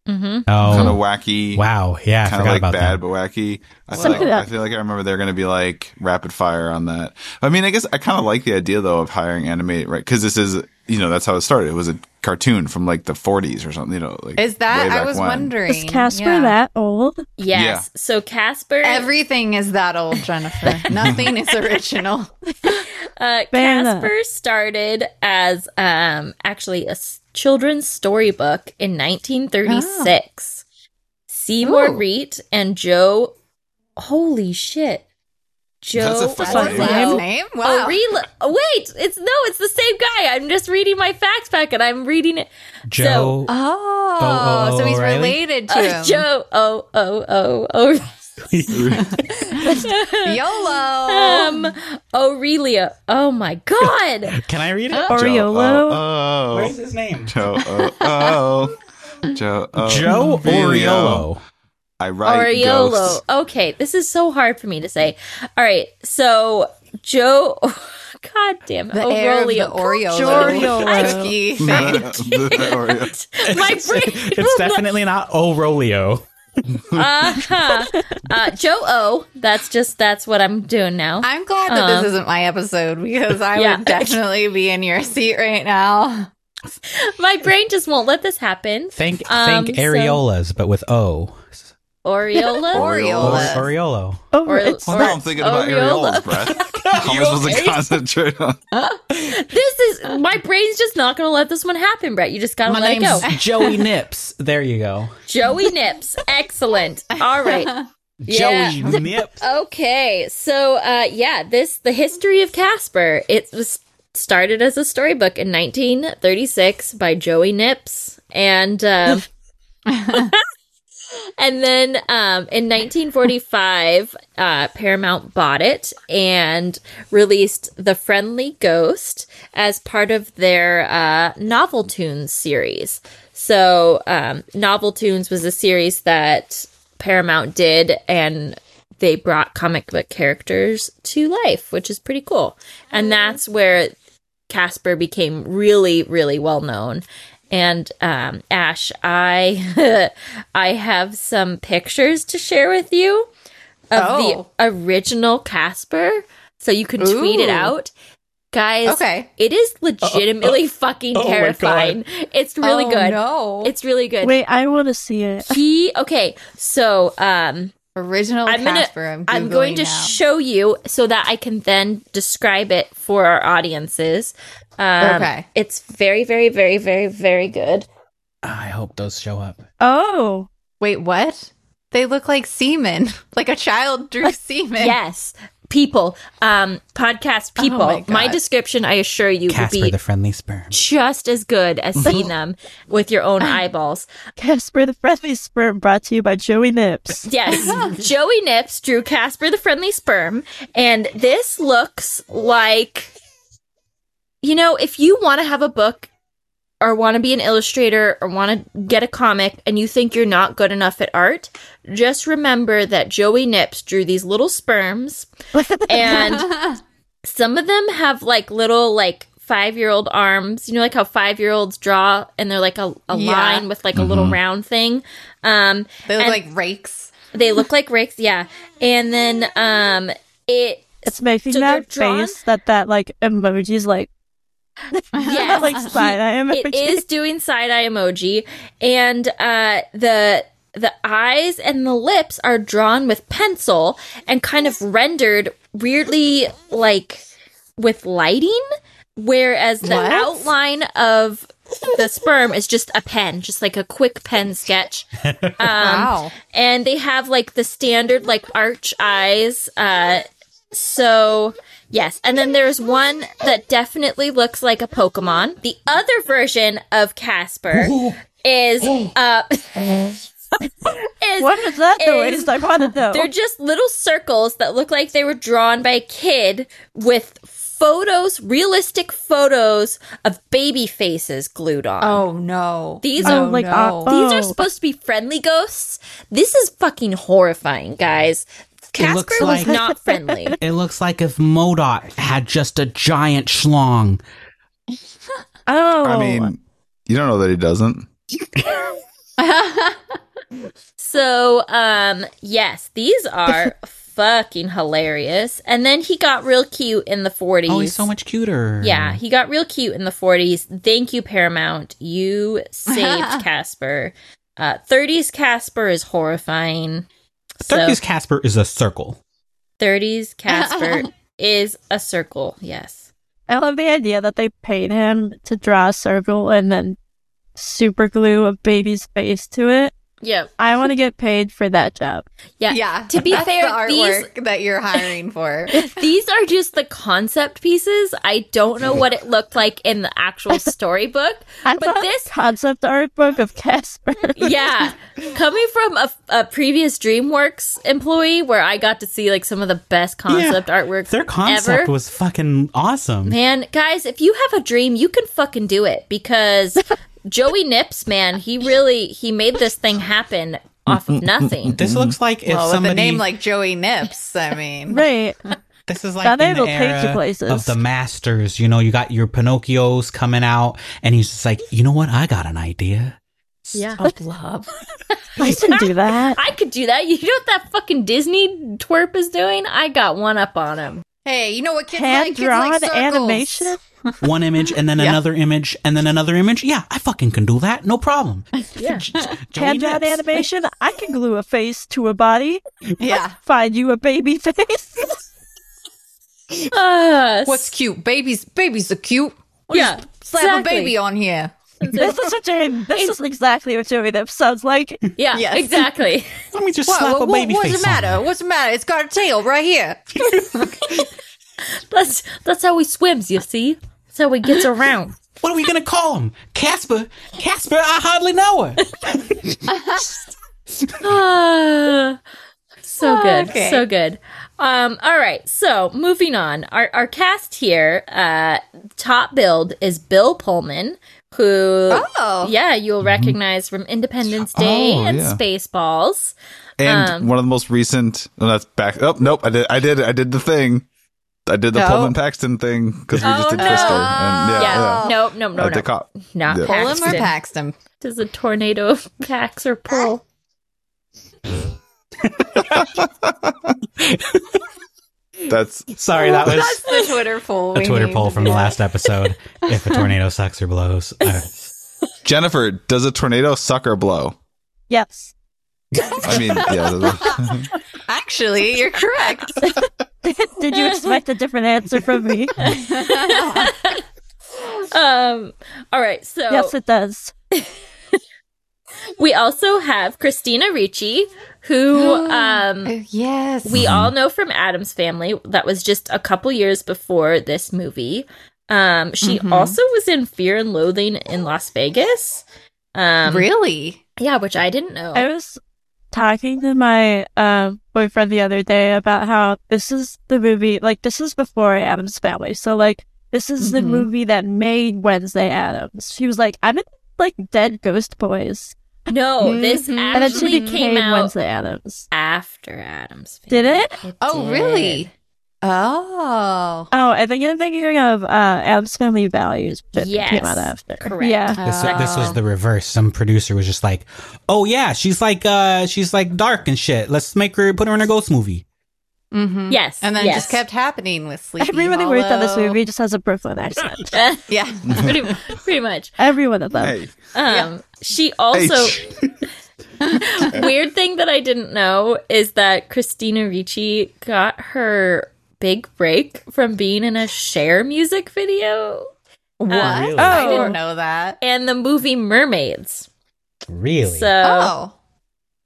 B: mhm.
A: kind of
C: oh
A: wacky.
C: wow, yeah, I
A: kind
C: forgot
A: of like
C: about
A: bad
C: that.
A: but wacky. I feel,
E: Something
A: like, I
E: that-
A: feel like I remember they're going to be like rapid fire on that. I mean, I guess I kind of like the idea though of hiring animated, right? Because this is, you know, that's how it started. It was a cartoon from like the 40s or something. You know, like
D: Is
A: way
D: that I
A: back
D: was
A: when.
D: wondering.
E: is Casper
D: Yeah.
E: that old?
B: yes so casper
D: Everything is that old, Jennifer. Nothing is original.
B: Uh,
E: Fair enough.
B: Casper started as um, actually a s- children's storybook in 1936. Seymour
D: Ooh.
B: Reet and Joe. Holy shit.
A: That's a
B: Joe.
A: fucking
D: That's
A: Wow.
D: his last name. Wow.
B: Orelo- oh, wait, it's no, it's the same guy. I'm just reading my facts back and I'm reading it.
C: Joe,
D: Oh,
C: Oh, oh,
D: so he's
C: O'Reilly?
D: related to
B: Uh,
D: him.
B: Joe. Oh, oh, oh, oh.
D: YOLO.
B: Um, Aurelia. Oh my god.
C: can I read it?
B: Oh.
A: uh,
E: Oriolo.
A: Joe,
C: Where's his name?
A: oh, Joe, oh, oh. Joe, oh,
C: Joe
A: Aurelio.
C: Oriolo.
A: I write
B: Oriolo.
A: ghosts.
B: Okay, this is so hard for me to say. All right, so Joe. God damn it.
D: The heir of the Oreo.
E: Jordio.
D: Ricky.
A: Oreo.
B: My brain.
C: It's definitely not Orolio.
B: uh-huh. uh, Joe O. That's just, that's what I'm doing now.
D: I'm glad that
B: Um,
D: this isn't my episode because I
B: Yeah.
D: would definitely be in your seat right now.
B: My brain just won't let this happen.
C: Think
B: Um,
C: think
B: so-
C: areolas, but with O.
B: Oriola.
A: Oreo.
C: Or,
D: Oriola.
C: Oriolo.
E: Oh,
B: Or-
E: it's
B: or-
A: Well, now I'm thinking about
B: Oreo.
A: areolas, Brett. How am I supposed to concentrate on
B: This is, my brain's just not going to let this one happen, Brett. You just got to let it go.
C: Joey Nips. There you go.
B: Joey Nips. Excellent. All right. Yeah.
C: Joey Nips.
B: Okay, so uh, yeah, this the history of Casper. It was started as a storybook in 1936 by Joey Nips, and um, and then um, in 1945, uh, Paramount bought it and released The Friendly Ghost as part of their uh, Novel Tunes series. So, um, Novel Tunes was a series that Paramount did, and they brought comic book characters to life, which is pretty cool. And that's where Casper became really, really well known. And um, Ash, I I have some pictures to share with you of
D: Oh.
B: the original Casper, so you can tweet it
D: Ooh.
B: out, guys.
D: Okay.
B: It is legitimately fucking
A: oh my God.
B: terrifying. It's really
D: Oh,
B: good.
D: No,
B: It's really good.
E: Wait, I want to see it.
B: He okay, so um
D: original
B: I'm gonna-
D: Casper. I'm,
B: I'm going
D: Googling
B: to
D: now.
B: show you so that I can then describe it for our audiences. Um,
D: Okay.
B: It's very, very, very, very, very good.
C: I hope those show up.
E: Oh,
D: Wait, what? They look like semen, like a child drew semen.
B: Yes. People, um, podcast people.
D: Oh my
B: my,
D: God.
B: description, I assure you,
C: Casper
B: would be
C: the friendly sperm.
B: just as good as seeing them with your own eyeballs.
E: Casper the Friendly Sperm brought to you by Joey Nips.
B: Yes. Joey Nips drew Casper the Friendly Sperm, and this looks like you know, if you want to have a book or want to be an illustrator or want to get a comic and you think you're not good enough at art, just remember that Joey Nips drew these little sperms and some of them have like little like five year old arms you know like how five year olds draw and they're like a, a
D: Yeah.
B: line with like a little round thing um
D: they look
B: And-
D: like rakes.
B: they look like rakes, yeah. And then um it
E: It's making
B: So they're
E: that
B: drawn-
E: face that that like emoji's like
B: yeah,
E: like side eye emoji.
B: it is doing side eye emoji and uh the the eyes and the lips are drawn with pencil and kind of rendered weirdly like with lighting whereas the
D: What?
B: outline of the sperm is just a pen just like a quick pen sketch um,
D: Wow.
B: and they have like the standard like arch eyes uh so yes and then there's one that definitely looks like a pokemon the other version of casper is uh is
E: What is that
B: is-
E: noise? I want to know.
B: they're just little circles that look like they were drawn by a kid with photos realistic photos of baby faces glued on
D: Oh no.
B: These
D: oh,
E: are like,
D: no.
E: uh,
B: These are
E: Oh.
B: supposed to be friendly ghosts. This is fucking horrifying, guys. Casper
C: looks
B: was
C: like-
B: not friendly.
C: It looks like if Modot had just a giant schlong.
E: oh,
F: I mean, you don't know that he doesn't.
B: So, um, yes, these are fucking hilarious. And then he got real cute in the 40s.
C: Oh, he's so much cuter.
B: yeah, he got real cute in the 40s. Thank you, Paramount. You saved Casper. Uh, 30s Casper is horrifying.
C: Turkey's
B: so,
C: Casper is a circle.
B: 30s Casper is a circle. Yes.
E: I love the idea that they paid him to draw a circle and then super glue a baby's face to it.
B: Yep.
E: I want to get paid for that job.
B: Yeah.
D: yeah.
B: To be
D: that's
B: fair,
D: the artwork that you're hiring for.
B: these these are just the concept pieces. I don't know what it looked like in the actual storybook,
E: I
B: but
E: love
B: this
E: concept art book of Casper.
B: yeah, coming from a, a previous DreamWorks employee where I got to see like some of the best concept artwork
C: Their concept
B: ever.
C: was fucking awesome.
B: Man, guys, if you have a dream, you can fucking do it because Joey Nips, man, he really he made this thing happen off
C: Mm,
B: of nothing.
C: This looks like if
D: well, with
C: somebody
D: a name like Joey Nips, I mean,
E: right.
C: This is like
E: Now they
C: in the
E: will take you
C: era
E: places.
C: of the masters. You know, you got your Pinocchios coming out, and he's just like, you know what? I got an idea.
B: Yeah.
D: love.
E: I can do that.
B: I could do that. You know what that fucking Disney twerp is doing? I got one up on him.
D: Hey, you know what kids like?
E: Hand
D: Kids like
E: drawn
D: circles.
E: animation.
C: One image, and then
D: Yeah.
C: another image, and then another image. Yeah, I fucking can do that. No problem.
B: Yeah.
C: Joey
E: Hand drawn
C: Nips.
E: animation. I can glue a face to a body.
D: Yeah.
E: Find you a baby face.
B: Uh,
D: What's cute? Babies. Babies are cute.
B: yeah,
D: Slap
B: exactly.
D: a baby on here.
E: this is what Joey, this is exactly what Joey Nips sounds like.
B: Yeah,
D: Yes.
B: exactly.
C: Let me just
D: What,
C: slap
D: what,
C: a baby
D: what's
C: face.
D: the matter?
C: On.
D: What's the matter? It's got a tail right here.
B: That's that's how he swims. You see, that's how he gets around.
C: What are we gonna call him? Casper. Casper. I hardly know her.
B: Ah, so good,
D: Uh, Okay.
B: so good. Um, all right. So moving on, our our cast here, uh, top build is Bill Pullman, who
D: Oh.
B: yeah you'll recognize from Independence Day
F: Mm-hmm. Oh,
B: and
F: yeah.
B: Spaceballs.
F: And
B: Um,
F: one of the most recent. Oh, that's back. Oh nope, I did. I did. I did the thing. I did the
D: No.
F: Pullman Paxton thing because we
D: Oh,
F: just did
D: no.
F: Twister. And yeah,
B: yeah.
F: yeah.
B: Nope. Nope. No.
F: Like
B: No.
F: the cop.
B: Not
F: Uh, yeah.
D: Pull him or
B: Paxton.
D: Paxton?
B: It is a tornado of packs or pull.
F: That's
C: Sorry, that was
D: That's the Twitter poll.
C: a
D: we
C: Twitter
D: need
C: poll
D: to
C: from
D: do.
C: the last episode. if a tornado sucks or blows. Uh,
F: Jennifer. Does a tornado suck or blow?
E: Yes.
F: I mean, yeah. that's-
D: Actually, you're correct.
E: Did you expect a different answer from me?
B: Um. All right. So
E: Yes, it does.
B: we also have Christina Ricci, who um
D: Oh, yes.
B: we all know from Adam's Family. That was just a couple years before this movie. Um, she
E: Mm-hmm.
D: Mhm.
B: also was in Fear and Loathing in Las Vegas. Um,
D: really?
B: Yeah, which I didn't know.
E: I was talking to my um, boyfriend the other day about how this is the movie, like, this is before Adam's Family. So, like, this is
B: Mm-hmm.
E: the
D: Mhm.
E: movie that made Wednesday Adams. She was like, I'm in, like, Dead Ghost Boys.
B: no, this
D: Mhm.
E: Mm-hmm. And then
B: actually
E: she became
B: came out
E: Wednesday Adams.
B: after Adam's.
E: Did
B: Family.
E: it?
D: Oh,
B: did.
D: really? Oh.
E: Oh, I think I'm thinking of uh, Adam's Family Values, but it
B: Yes,
E: came out after.
B: correct.
E: Yeah.
C: this, this
D: Oh.
B: Uh,
C: was the reverse. Some producer was just like, "Oh yeah, she's like, uh, she's like dark and shit. Let's make her put her in a ghost movie."
D: Mhm.
B: Yes,
D: And then it just
B: yes.
D: kept happening with Sleepy
E: Everyone who worked on this
D: Hollow.
E: movie just has a Brooklyn accent.
D: Yeah.
B: pretty, pretty much.
E: Every one of them.
F: hey,
B: Um, She also.
F: H.
B: Weird thing that I didn't know is that Christina Ricci got her big break from being in a share music video
D: What?
C: really?
D: I
E: Oh.
D: didn't know that.
B: and the movie Mermaids.
C: Really?
B: So
D: Oh.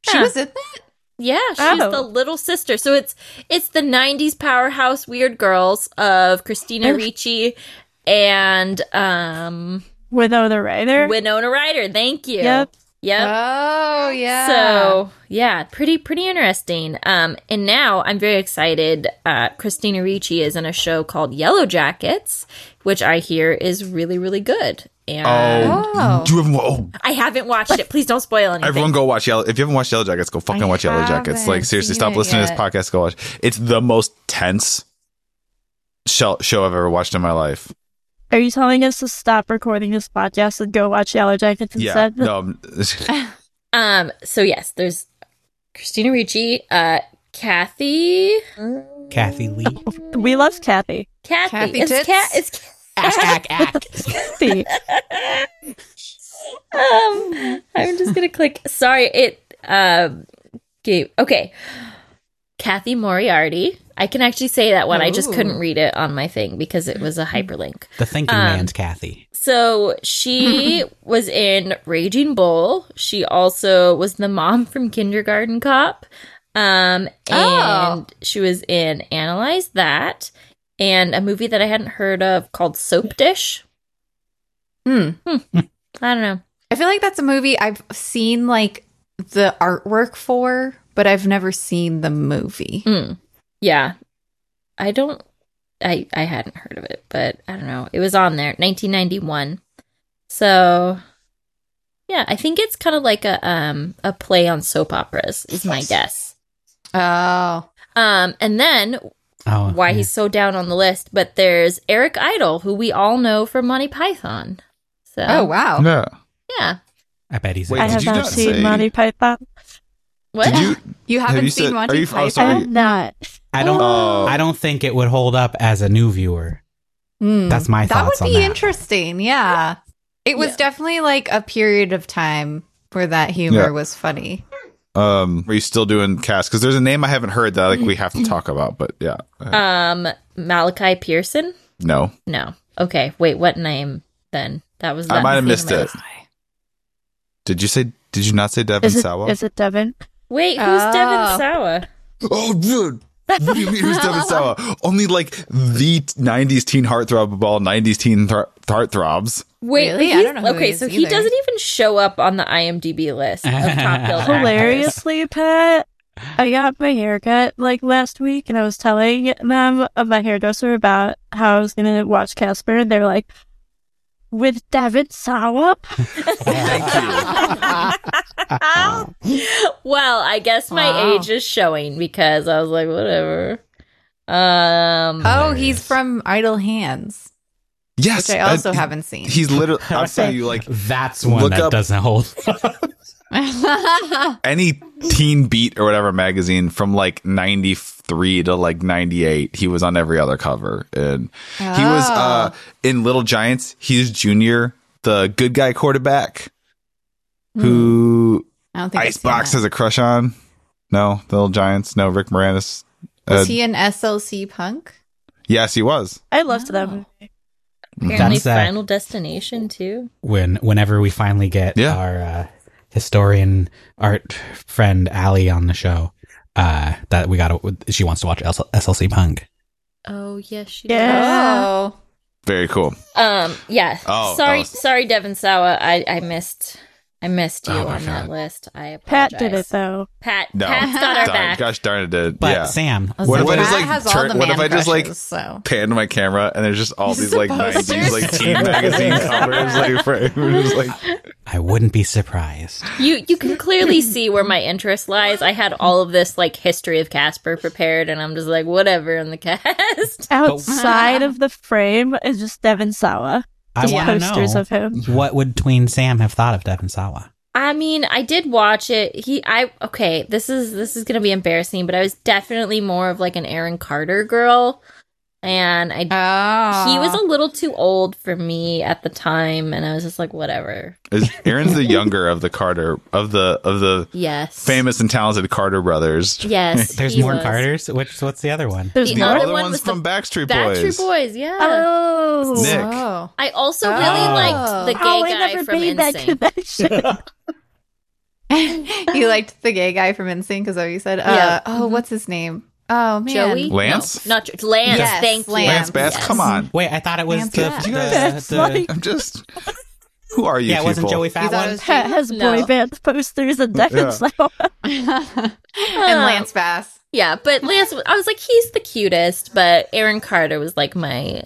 D: She
B: Yeah.
D: was in that?
B: yeah, she's
E: Oh.
B: the little sister. So it's it's the '90s powerhouse weird girls of Christina
E: Oh.
B: Ricci and um
E: Winona Ryder.
B: Winona Ryder. Thank you.
E: Yep.
B: Yep.
D: Oh, yeah.
B: So yeah, pretty pretty interesting. Um, and now I'm very excited. Uh, Christina Ricci is in a show called Yellow Jackets, which I hear is really really good. And
F: oh,
D: Oh.
F: do you have? Oh,
B: I haven't watched it. Please don't spoil anything.
F: Everyone go watch Yellow. If you haven't watched Yellow Jackets, go fucking
D: I
F: watch Yellow Jackets.
D: haven't
F: Like seriously,
D: seen
F: stop
D: it
F: listening
D: yet.
F: to this podcast. Go watch. It's the most tense show, show I've ever watched in my life.
E: Are you telling us to stop recording this podcast and go watch Yellow Jackets
F: Yeah.
E: instead?
F: No. I'm-
B: Um. So yes, there's Christina Ricci. Uh, Kathy.
C: Kathy Lee.
E: We love Kathy.
B: Kathy.
D: Kathy
B: it's
D: Tits.
B: Cat. It's. Ca-
E: Kathy.
B: um, I'm just gonna click. Sorry, it um gave. Okay, Kathy Moriarty. I can actually say that one. I just
D: Ooh.
B: couldn't read it on my thing because it was a hyperlink.
C: The thinking
B: Um,
C: man's Kathy.
B: So she was in Raging Bull. She also was the mom from Kindergarten Cop. Um, and
D: Oh.
B: she was in Analyze That and a movie that I hadn't heard of called Soap Dish.
D: Hmm.
B: I don't know.
D: I feel like that's a movie I've seen like the artwork for, but I've never seen the movie.
B: Mm. Yeah. I don't I I hadn't heard of it, but I don't know. It was on there, 1991. So yeah, I think it's kind of like a um a play on soap operas is my guess.
D: Oh.
B: Um and then
C: Oh,
B: why
C: yeah.
B: he's so down on the list, but there's Eric Idle who we all know from Monty Python. So
D: Oh wow.
F: yeah.
B: yeah.
C: I bet he's.
F: Wait,
E: I
F: did
E: have
F: you
E: not
F: not
E: seen
F: say-
E: Monty Python.
B: What?
F: Did you?
D: You haven't
F: you
D: seen
F: said-
D: Monty
F: are you- oh,
D: Python?
E: I
F: sorry.
E: have not.
C: I don't.
F: Oh.
C: I don't think it would hold up as a new viewer.
B: Mm.
D: Hmm.
C: That's my
D: that
C: thoughts
D: would
C: on
D: be
C: that.
D: interesting. Yeah. It was
B: Yeah.
D: definitely like a period of time where that humor
F: Yeah.
D: was funny.
F: Um. Are you still doing cast? Because there's a name I haven't heard that like we have to talk about. But yeah. Uh,
B: Um Malachi Pearson?
F: no.
B: No. Okay, wait, what name then? That was
F: I
B: that
F: might have
B: scene
F: missed
B: in my-
F: it. Did you say? Did you not say Devin
E: Is it,
F: Sawa?
E: is it Devin?
B: Wait, who's
D: Oh.
B: Devin Sawa?
F: Oh, dude. What do you mean who's Devin Sawa? Only like the t- 90s teen heartthrob of all 90s teen th- heartthrobs.
B: Wait,
D: Really? I
B: he's-
D: don't know who
B: okay,
D: he is
B: so he
D: either.
B: doesn't even show up on the IMDb list of top billed actors.
E: Hilariously, Pat. I got my haircut like last week, and I was telling them of my hairdresser about how I was gonna watch Casper, and they were like, with Devin Sawa.
B: well, I guess my
D: Oh. Wow.
B: age is showing because I was like, whatever. Um,
D: Oh, he's from Idle Hands,
A: Yes,
D: which I also
A: uh,
D: haven't seen.
A: He's literally. I'm telling you, like
C: That's one
A: Look
C: that
A: up-
C: doesn't hold.
A: any Teen Beat or whatever magazine from like '93 to like '98, he was on every other cover, and he was uh,
D: Oh.
A: in Little Giants. He's Junior, the good guy quarterback, who
D: Hmm. I don't think I've seen
A: Icebox
D: that.
A: has a crush on. No, the Little Giants. No, Rick Moranis.
D: Was
A: Uh,
D: he an SLC punk?
A: yes, he was. Mm-hmm.
E: I loved them.
B: apparently,
C: That's, uh,
B: Final Destination too.
C: when whenever we finally get
A: Yeah.
C: our uh, historian art friend Allie on the show, uh, that we got to she wants to watch SL- SLC Punk.
B: Oh yes, she
E: Yeah.
D: Oh,
A: Very cool.
B: did. Um, yeah.
A: Oh,
B: sorry,
A: that was-
B: sorry, Devin Sawa. I I missed. I missed you
A: Oh, my
B: on that
A: God.
B: list. I apologize.
E: Pat did it though.
B: Pat,
A: No,
B: Pat's got our
A: darn-
B: back.
A: gosh darn it, did
C: But
A: yeah.
C: Sam,
D: I was
A: What if I
D: Matt
A: just, like,
D: has
A: turn-
D: all the
A: what if
D: man
A: I just, like-
D: crushes, so
A: panned my camera and there's just all these like
D: The
A: 90s like
D: posters.
A: teen magazine covers like for everyone's like
C: I wouldn't be surprised.
B: You you can clearly see where my interest lies. I had all of this like history of Casper prepared, and I'm just like whatever in the cast.
E: Outside of the frame is just Devin Sawa.
C: I
E: Just
C: want to
E: posters
C: know
E: of him.
C: what would tween Sam have thought of Devin Sawa.
B: I mean, I did watch it. He I okay. This is this is gonna be embarrassing, but I was definitely more of like an Aaron Carter girl, and I
D: oh,
B: he was a little too old for me at the time, and I was just like whatever.
A: is Aaron's the younger of the Carter of the of the
B: Yes,
A: famous and talented Carter brothers.
B: Yes,
C: There's
B: he
C: more
B: was.
C: Carters. Which what's the other one?
E: There's
B: The
A: The
E: more.
B: other
A: other
B: one
A: one's
B: was
A: from Backstreet Boys.
B: Backstreet Boys. Yeah.
E: Oh.
A: Nick.
D: Oh.
B: I also really
C: Oh.
B: liked the gay
E: How I
B: guy
E: never
B: from
E: made that
B: NSYNC.
E: connection.
D: Oh. you liked the gay guy from Insync, is that what you said?
B: Yeah. Mm-hmm.
D: Uh, oh, what's his name? Oh man,
B: Joey,
A: Lance?
B: no, not Jo- Lance.
D: Yes,
B: thank you,
A: Lance
D: Lance
A: Bass,
B: Yes.
A: come on.
C: Wait, I thought it was
D: Sam
C: the,
D: Pat.
C: the-
E: That's
C: the-
E: funny.
A: I'm just who are you?
C: yeah. It wasn't
A: people?
C: Joey
D: You
C: Fat
D: thought it
C: one?
D: was
E: Pat has
B: No.
E: boy band posters and Devin
A: Yeah.
E: Sawa.
D: and Lance Bass.
B: Yeah, but Lance, I was like, he's the cutest, but Aaron Carter was like my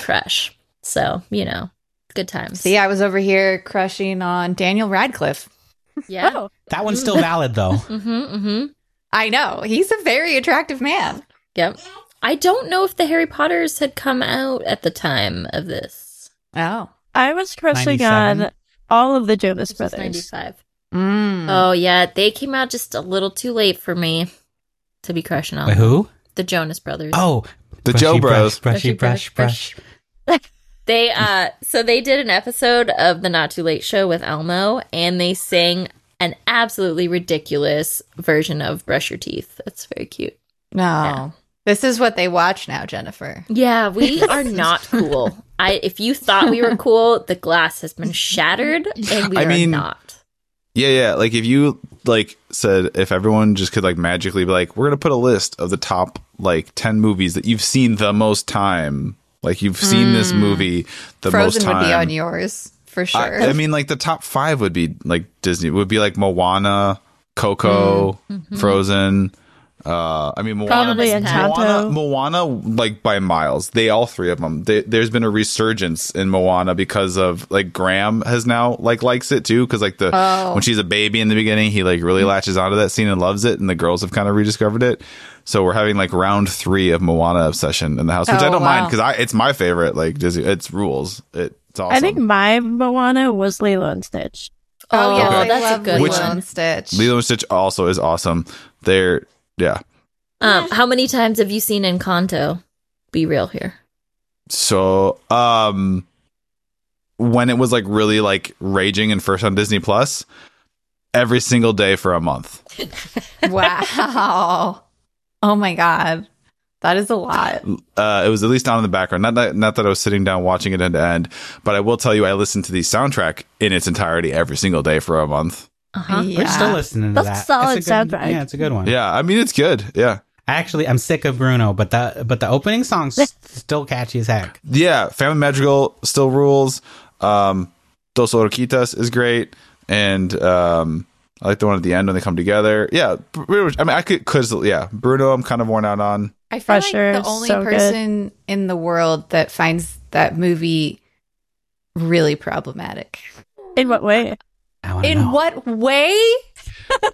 B: crush. So, you know, good times.
D: See, I was over here crushing on Daniel Radcliffe.
B: yeah.
E: Oh.
C: That one's still valid though.
B: Mm hmm. Mm hmm.
D: I know he's a very attractive man.
B: Yep. I don't know if the Harry Potters had come out at the time of this.
D: Oh,
E: I was crushing
C: 97?
E: on all of the Jonas
B: This was
E: Brothers.
B: 95.
D: mm.
B: Oh, yeah. They came out just a little too late for me to be crushing
D: Oh.
B: on.
C: Wait, who?
B: The Jonas Brothers.
C: Oh,
A: The
C: brushy
A: Joe
C: brush,
A: Bros.
C: Brushy brush brush.
B: They uh so they did an episode of the Not Too Late show with Elmo and they sang an absolutely ridiculous version of Brush Your Teeth. That's very cute.
D: no,
B: Yeah.
D: this is what they watch now, Jennifer.
B: Yeah, we are not cool. I if you thought we were cool, the glass has been shattered and we
A: I
B: are
A: mean-
B: not.
A: Yeah, yeah. Like if you like said if everyone just could like magically be like, we're gonna put a list of the top like ten movies that you've seen the most time. Like you've seen this movie the most
D: Hmm. Frozen
A: time.
D: would be on yours for sure.
A: I, I mean, like the top five would be like Disney would be like Moana, Coco,
D: Mm-hmm.
A: Frozen. Uh, I mean, Moana,
E: Probably
A: Moana,
E: Encanto.
A: Moana, like by miles. They all three of them. They, there's been a resurgence in Moana because of like Graham has now like likes it too because like the
D: Oh.
A: when she's a baby in the beginning, he like really latches onto that scene and loves it, and the girls have kind of rediscovered it. So we're having like round three of Moana obsession in the house, which
D: Oh,
A: I don't
D: wow.
A: mind because I it's my favorite. Like Disney, it's rules. It, it's awesome.
E: I think my Moana was Lilo and Stitch.
B: Oh, yeah,
A: Okay.
B: that's a good
A: Which-
D: Lilo
B: one.
D: and Stitch.
A: Lilo and Stitch also is awesome. They're yeah,
B: Um how many times have you seen Encanto? Be real here.
A: so um when it was like really like raging and first on Disney Plus, every single day for a month.
D: wow. Oh my god, that is a lot.
A: Uh, it was at least on in the background. Not that, not that I was sitting down watching it end to end, but I will tell you, I listened to the soundtrack in its entirety every single day for a month.
B: Uh-huh.
D: Yeah.
C: We're still listening to
E: That's a
C: that.
E: solid
C: It's a good-
E: soundtrack.
C: Yeah, it's a good one.
A: Yeah, I mean it's good. Yeah,
C: Actually, I'm sick of Bruno, but the but the opening song's still catchy as heck.
A: yeah. Family Madrigal still rules. Um, Dos Oroquitas is great, and um, I like the one at the end when they come together. Yeah, pretty much- I mean, I could because yeah, Bruno, I'm kind of worn out on.
D: I feel like
E: Pressure
D: the
E: is
D: only
E: so good.
D: person in the world that finds that movie really problematic.
E: In what way?
C: I wanna
D: In
C: know.
D: what way?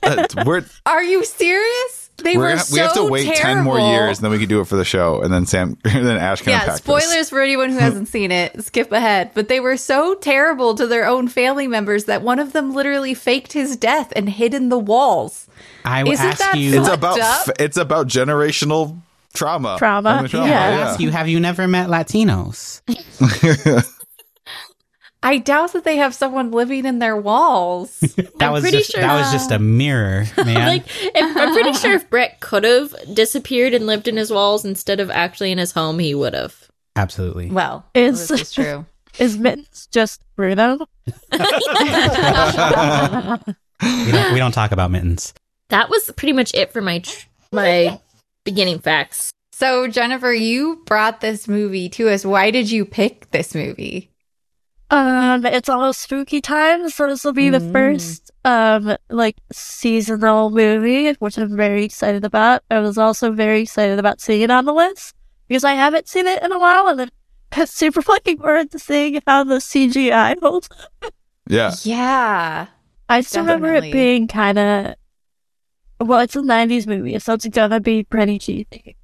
A: That's- we're
D: Are you serious? They
A: we're
D: were
A: gonna,
D: so
A: we have to wait ten more
D: terrible.
A: years, and then we can do it for the show, and then Sam, and then Ash can
D: Yeah,
A: unpack
D: spoilers
A: This.
D: for anyone who hasn't seen it. Skip ahead. But they were so terrible to their own family members that one of them literally faked his death and hid in the walls.
C: I will
D: Isn't
C: ask
D: that
C: you.
D: fun?
A: It's
D: What
A: about
D: up?
A: f- it's about generational trauma.
E: Trauma,
A: Family
E: yeah.
C: I will ask you. Have you never met Latinos?
D: I doubt that they have someone living in their walls.
C: That
B: I'm
C: was
B: pretty
C: just,
B: sure-
C: that was just a mirror, man.
B: Like, if, I'm pretty sure if Brett could have disappeared and lived in his walls instead of actually in his home, he would have.
C: Absolutely.
D: well,
B: Oh,
E: It's-
D: this is true.
E: Is Mittens just Bruno?
C: We don't, we don't talk about mittens.
B: That was pretty much it for my tr- my beginning facts.
D: So, Jennifer, you brought this movie to us. Why did you pick this movie?
E: Um, it's almost spooky time, so this will be the
D: Mm.
E: first um like seasonal movie, which I'm very excited about. I was also very excited about seeing it on the list because I haven't seen it in a while, and I'm super looking forward to seeing how the CGI holds. up.
A: Yeah,
D: Yeah.
E: I still remember it
D: Definitely.
E: being kind of well, it's a '90s movie, so it's gonna be pretty cheesy,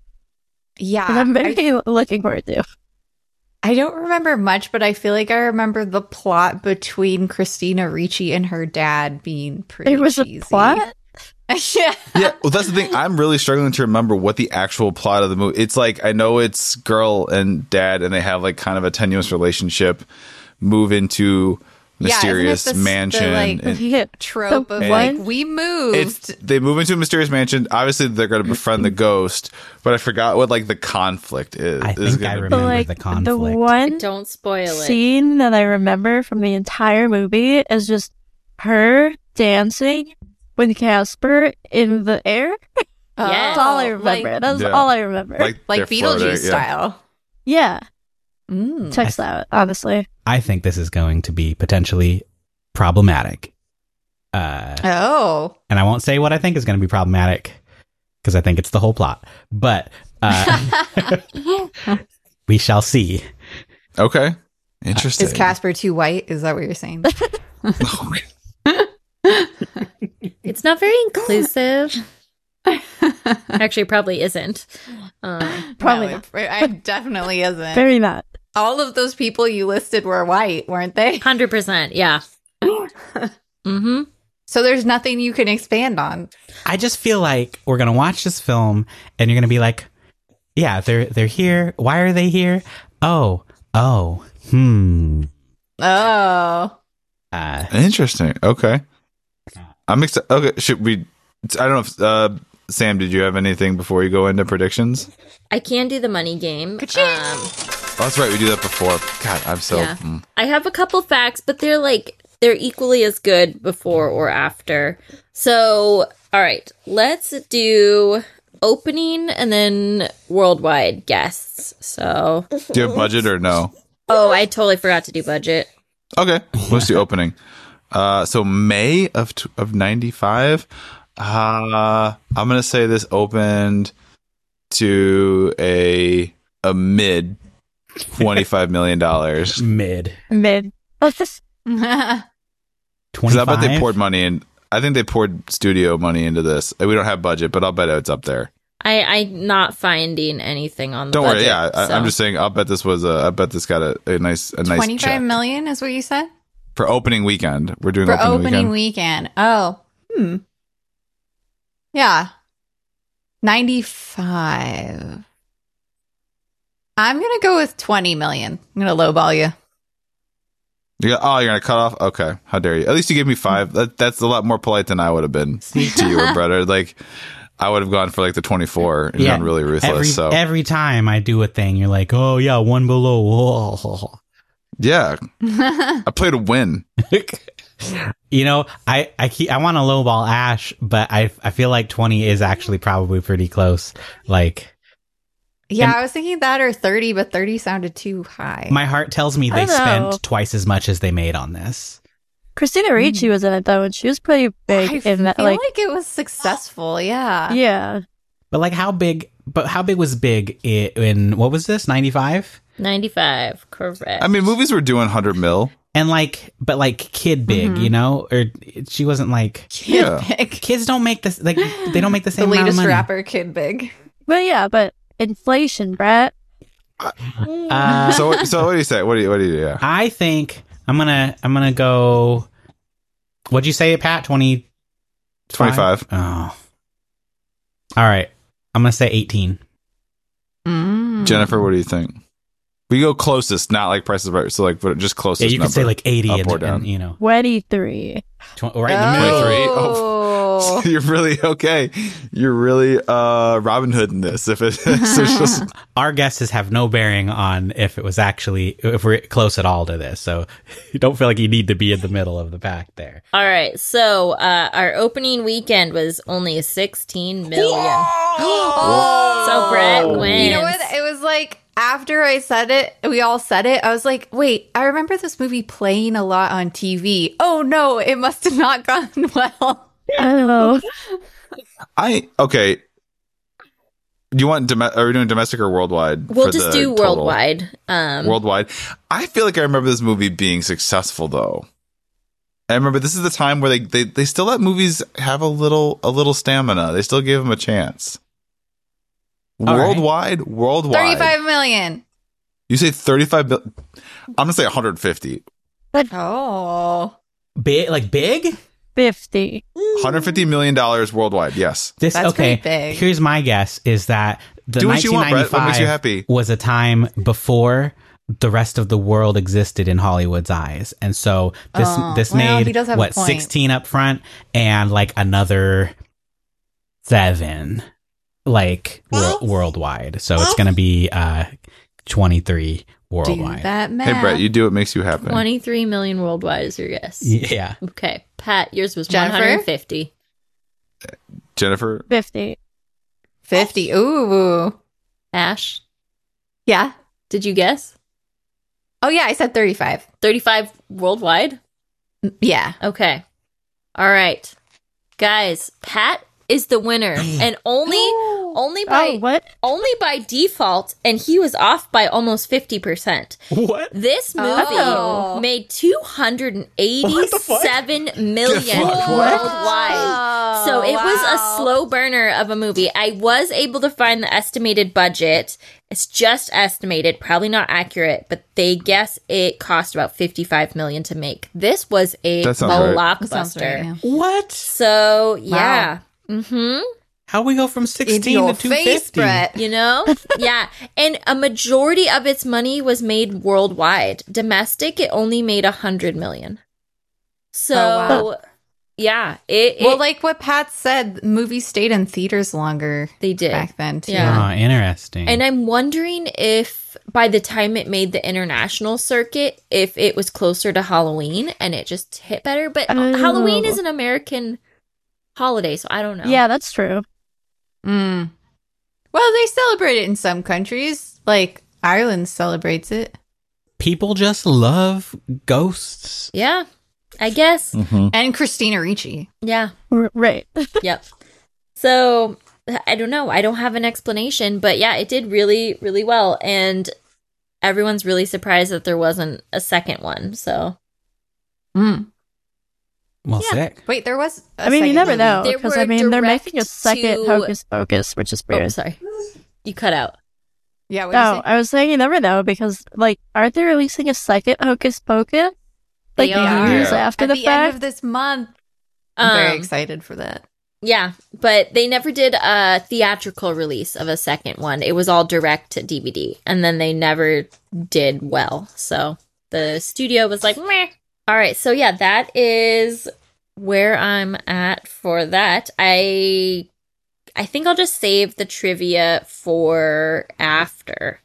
D: Yeah.
E: and I'm
D: Ah, I-
E: very looking forward to.
D: I don't remember much, but I feel like I remember the plot between Christina Ricci and her dad being pretty.
E: It was
D: cheesy.
E: a plot.
D: yeah.
A: yeah. Well, that's the thing. I'm really struggling to remember what the actual plot of the movie. It's like I know it's girl and dad, and they have like kind of a tenuous relationship. Move into
D: Yeah, isn't it
A: mysterious
D: the s- the,
A: mansion.
D: like-
A: and-
E: Yeah.
D: Trope
E: The
D: of like
E: one-
D: we moved.
A: it's they move into a mysterious mansion. Obviously, they're going to befriend the ghost, but I forgot what like the conflict is.
C: I
A: is
C: think I
A: gonna be.
E: But,
C: Remember
E: like
C: the
E: the
C: conflict.
E: one
B: Don't spoil it.
E: scene that I remember from the entire movie is just her dancing with Casper in the air. That's all I remember.
D: Like,
E: That's
A: Yeah.
E: all I remember.
D: like
A: they're floating,
D: Beetlejuice
A: yeah.
D: style.
E: yeah,
D: Mm.
E: checks out honestly.
C: I think this is going to be potentially problematic. Uh,
D: Oh,
C: and I won't say what I think is going to be problematic because I think it's the whole plot. But uh, we shall see. Uh,
A: Okay, interesting. Oh,
D: is Casper too white? Is that what you're saying?
B: It's not very inclusive. Actually, probably isn't. Um,
E: Probably
D: no,
E: not.
D: it, it definitely isn't.
E: Very not.
D: all of those people you listed were white, weren't they?
B: Hundred percent. Yeah. Mm-hmm.
D: So there's nothing you can expand on.
C: I just feel like we're gonna watch this film and you're gonna be like, "Yeah, they're they're here. Why are they here? Oh, oh, hmm."
D: Oh,
C: Uh,
A: interesting. Okay, I'm excited. Okay, should we? I don't know. if uh, Sam, did you have anything before you go into predictions?
B: I can do the money game. Um,
A: Oh, that's right. We do that before. God, I'm so.
B: Yeah.
A: mm.
B: I have a couple facts, but they're like they're equally as good before or after. So, all right, let's do opening and then worldwide guests. So,
A: Do you have budget or no?
B: oh, I totally forgot to do budget.
A: Okay, let's do opening. Uh, so May of t- of ninety five. Uh, I'm gonna say this opened to a a mid twenty five million dollars.
C: mid
E: Mid. Let's just
C: twenty
A: I bet they poured
C: five.
A: money in. I think they poured studio money into this. We don't have budget, but I'll bet it's up there.
B: I I'm not finding anything on the
A: Don't worry.
B: budget,
A: Yeah, I,
B: so.
A: I'm just saying. I'll bet this was a. I bet this got a, a nice a nice
D: twenty five
A: check.
D: million is what you said
A: for opening weekend. We're doing
D: for
A: opening,
D: opening
A: weekend.
D: weekend. Oh, hmm. Yeah, ninety five. I'm gonna go with twenty million. I'm gonna lowball you.
A: Yeah. Oh, you're gonna cut off. Okay. How dare you? At least you gave me five. That, that's a lot more polite than I would have been to you, brother. Like, I would have gone for like the twenty four and
C: Yeah.
A: been really ruthless.
C: Every
A: so
C: every time I do a thing, you're like, "Oh yeah, one below." Oh.
A: yeah, I played a win.
C: you know, I I keep, I want to lowball Ash, but I I feel like twenty is actually probably pretty close. Like
D: Yeah,
C: And-
D: I was thinking that or thirty, but thirty sounded too high.
C: my heart tells me
E: I
C: they
E: don't know.
C: spent twice as much as they made on this.
E: Christina Ricci was in it though, and she was pretty big
D: I
E: in that.
D: feel
E: Like,
D: like, it was successful. Yeah.
E: yeah,
C: But like, how big? But how big was big i- in what was this? Ninety five.
B: 95, correct.
F: I mean, movies were doing 100 mil.
C: and like but like kid big you know or she wasn't like
D: Kid
F: Yeah.
D: Big.
C: kids don't make this like they don't make the
D: The
C: same amount of
D: latest
C: money.
D: rapper, Kid Big.
E: But yeah, but inflation, Brett.
C: Uh,
F: So, so what do you say? What do you, what do you, yeah.
C: i think i'm gonna i'm gonna go what'd you say pat 20
F: 25.
C: oh all right i'm gonna say 18 Hmm.
F: Jennifer, what do you think? We go closest, not like prices right. So like, but just closest.
C: yeah you
F: number.
C: could say like 80
F: Up
C: and,
F: or down.
C: and, you know
E: 23.
C: tw- right in the middle
F: Oh.
D: Oh.
F: You're really okay. You're really uh Robin Hood in this. If it, it's just
C: our guesses have no bearing on if it was actually if we're close at all to this so you don't feel like you need to be in the middle of the pack there
B: All right. So uh, our opening weekend was only 16 million.
D: Oh.
B: So Brett wins.
D: You know what? It was like after I said it, we all said it. I was like, wait, I remember this movie playing a lot on TV. Oh no, it must have not gone well.
E: I don't know.
F: I okay. Do you want dom- are we doing domestic or worldwide?
B: We'll
F: for
B: just
F: the
B: do
F: total?
B: worldwide. Um,
F: Worldwide. I feel like I remember this movie being successful though. I remember this is the time where they, they, they still let movies have a little a little stamina. They still give them a chance.
C: All right.
F: worldwide, worldwide.
D: 35 million.
F: You say 35 bil- I'm going to say 150.
D: Oh.
C: big like big
E: 50.
F: 150 million dollars worldwide. Yes.
C: this
D: That's
C: okay
D: pretty big.
C: here's my guess is that the
F: Do what you want, Brett.
C: 1995
F: What makes you happy?
C: was a time before the rest of the world existed in Hollywood's eyes, and so this
D: Oh,
C: this
D: well, he
C: made
D: does have a
C: what
D: point.
C: sixteen up front and like another seven, like wor- worldwide. So it's gonna be uh twenty three
D: Do
C: worldwide.
D: that math.
F: Hey Brett, you do what makes you happy.
B: 23 million worldwide is your guess.
C: Yeah,
B: Okay. Pat, yours was
D: Jennifer?
B: 150.
F: Jennifer,
E: 50.
D: 50. Ooh.
B: Ash,
D: Yeah.
B: did you guess?
D: Oh yeah, I said 35.
B: 35 worldwide?
D: Yeah.
B: Okay. All right. Guys, Pat is the winner and only only by
E: Oh, what?
B: only by default and he was off by almost 50%.
C: what?
B: This movie
D: Oh.
B: made 287 million
F: The fuck?
B: worldwide.
F: What?
D: Oh,
B: So it was a
D: slow.
B: slow burner of a movie. I was able to find the estimated budget. It's just estimated, probably not accurate, but they guess it cost about 55 million to make. This was a
F: That sounds right.
D: Sounds
B: blockbuster.
D: right, yeah.
C: What?
B: So, yeah. Mhm.
C: How we go from
D: Into
C: sixteen
D: your
C: to two
D: face,
C: fifty?
D: Brett.
B: You know? yeah. And a majority of its money was made worldwide. Domestic, it only made a hundred million. So
D: Oh,
B: yeah, it,
D: Well,
B: it-
D: like what Pat said, movies stayed in theaters longer
B: they did.
D: back then too.
B: Yeah.
C: Oh,
E: Mm.
C: interesting.
B: And I'm wondering if by the time it made the international circuit, if it was closer to Halloween and it just hit better. But
E: Oh.
B: Halloween is an American holiday, so I don't know.
E: Yeah, that's true.
D: Mm. Well, they celebrate it in some countries. Like Ireland celebrates it.
C: People just love ghosts.
B: Yeah. I
E: Mm.
B: guess.
D: And Christina Ricci.
B: Yeah.
E: R- right.
B: Yep. So I don't know. I don't have an explanation, but yeah, it did really, really well. And everyone's really surprised that there wasn't a second one. So
D: Mm.
C: Well,
B: Yeah.
C: sick.
D: Wait, there was I
E: I mean, you never know.
B: There
E: Because,
B: were
E: I mean, they're
B: direct
E: making a second
B: to-
E: Hocus Pocus, which is
B: oh,
E: weird.
B: sorry. You cut out.
D: Yeah, what
E: No, I was saying you never know because, like, aren't they releasing a second Hocus Pocus? Like,
B: They are.
E: years
F: Yeah.
E: after
D: At
E: the,
D: the end
E: fact?
D: of this month. I'm very
B: Um,
D: excited for that.
B: yeah, but they never did a theatrical release of a second one. It was all direct to DVD, and then they never did well. So the studio was like, meh. All right, so yeah, that is where I'm at for that. I I think I'll just save the trivia for after.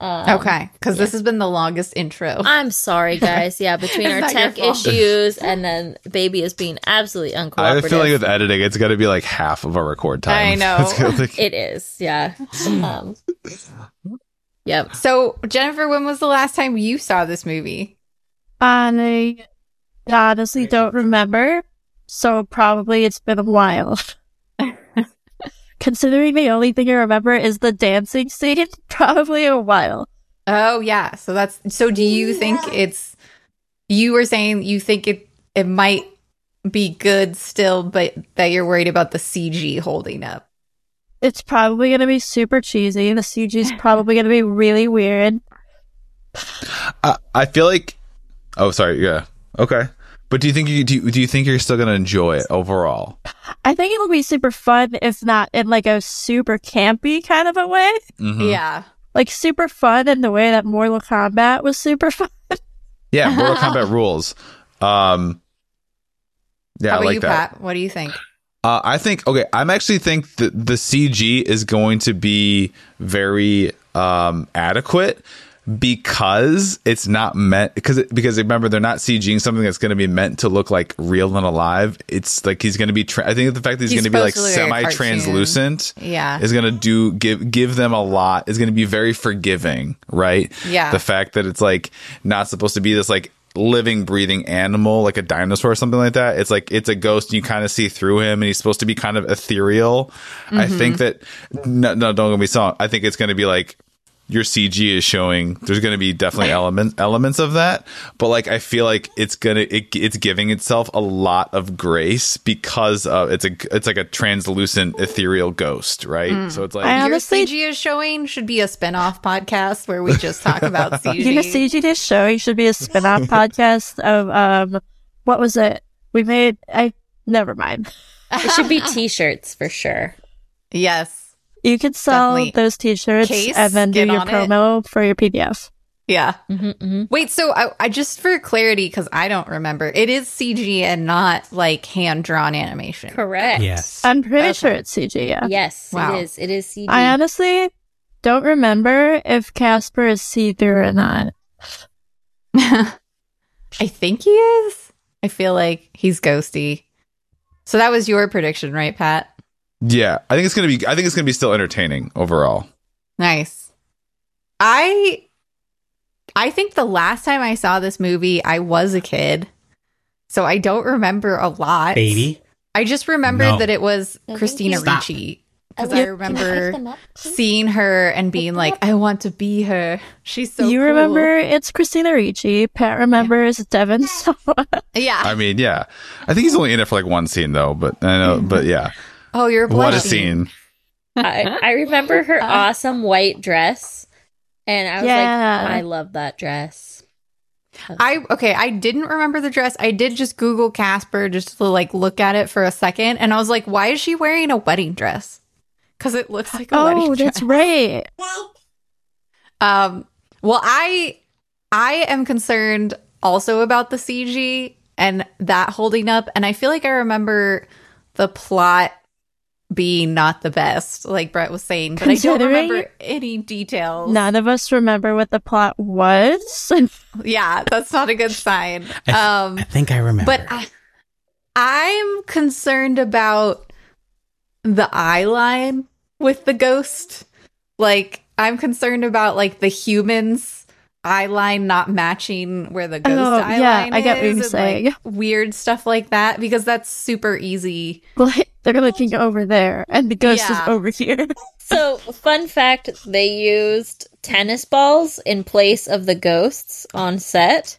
B: Um,
D: Okay, because this has been the longest intro.
B: I'm sorry, guys. Yeah, between
D: It's
B: our
D: not your
B: tech
D: fault.
B: issues and then baby is being absolutely uncooperative.
F: I have a feeling with editing, it's got to be like half of our record time.
D: I know.
F: It's gonna, like-
B: It is, yeah. Um, yep.
D: so, Jennifer, when was the last time you saw this movie?
E: I honestly don't remember, so probably it's been a while. Considering the only thing I remember is the dancing scene, probably a while.
D: Oh yeah. So that's so do you think it's you were saying you think it it might be good still, but that you're worried about the CG holding up.
E: It's probably going to be super cheesy. The CG's probably going to be really weird.
A: I, I feel like. Oh, sorry. Yeah. Okay. But do you think you do? You, do you think you're still gonna enjoy it overall?
E: I think it'll be super fun, if not in like a super campy kind of a way.
A: Mhm.
D: Yeah.
E: Like super fun in the way that Mortal Kombat was super fun.
A: Yeah. Mortal Kombat rules. Um. Yeah,
D: How
A: I
D: about
A: like
D: you,
A: that.
D: Pat? What do you think?
A: Uh, I think okay. I'm actually think that the CG is going to be very um, adequate because it's not meant because it, because remember they're not CGing something that's going to be meant to look like real and alive. It's like he's going to be. Tra- I think the fact that he's,
D: He's
A: going to be like
D: supposed to look like a
A: semi translucent
D: Yeah.
A: is going to do give give them a lot. Is going to be very forgiving, right?
D: Yeah.
A: The fact that it's like not supposed to be this like living breathing animal like a dinosaur or something like that. It's like it's a ghost and you kind of see through him and he's supposed to be kind of ethereal. I think that
D: Mm-hmm.
A: no, no don't get me wrong. I think it's going to be like your CG is showing there's going to be definitely elements elements of that, but like I feel like it's gonna it, it's giving itself a lot of grace because of it's a it's like a translucent ethereal ghost, right? So it's like
E: I
D: Your
E: honestly-
D: CG is showing should be a spin-off podcast where we just talk about CG.
E: You know, CG Dish Show should be a spin-off podcast of um, what was it? We made I never mind.
B: It should be t-shirts for sure.
D: Yes.
E: You could sell
D: Definitely.
E: those T-shirts
D: Case,
E: and then do
D: get
E: your
D: on it.
E: promo for your PDF.
D: Yeah.
B: hmm hmm
D: Wait, so I, I just for clarity, because I don't remember, it is CG and not like hand drawn animation.
B: Correct.
C: Yes.
E: I'm pretty
D: Okay.
E: sure it's CG. Yeah.
B: Yes,
D: Wow.
B: it is. It is CD.
E: I honestly don't remember if Casper is see-through or not.
D: I think he is. I feel like he's ghosty. So that was your prediction, right, Pat?
A: Yeah, I think it's gonna be. I think it's gonna be still entertaining overall.
D: Nice. I I think the last time I saw this movie, I was a kid. So I don't remember a lot.
C: Baby.
D: I just remember
C: No.
D: that it was
B: I think
D: Christina
B: you- Stop.
D: Ricci. Because I remember
B: up?
D: seeing her and being like, I want to be her. She's so
E: you
D: cool."
E: remember it's Christina Ricci. Pat remembers Devin Sawa.
D: Yeah.
A: I mean, yeah, I think he's only in it for like one scene though. But I know, but yeah,
D: oh, Mm-hmm. you're
A: what a
D: blushing.
A: scene!
B: I, I remember her
D: Uh.
B: awesome white dress, and I was
E: Yeah.
B: like, I love that dress.
D: I okay, I didn't remember the dress. I did just Google Casper just to like look at it for a second, and I was like, why is she wearing a wedding dress? Because it looks like a wedding
E: Oh,
D: dress.
E: that's right.
D: Um, well, I I am concerned also about the CG and that holding up, and I feel like I remember the plot being not the best, like Brett was saying, but I don't
E: Considering-
D: remember any details.
E: None of us remember what the plot was.
D: Yeah, that's not a good sign.
C: I th-
D: Um,
C: I think I remember.
D: but I, I'm concerned about the eye line with the ghost. Like, I'm concerned about like the humans. Eye line not matching where the ghost
E: Oh,
D: eye
E: yeah,
D: line
E: I get what
D: is
E: you're
D: and, like,
E: saying.
D: weird stuff like that because that's super easy.
E: like, they're looking over there, and the ghost
D: Yeah.
E: is over here.
B: So, fun fact they used tennis balls in place of the ghosts on set.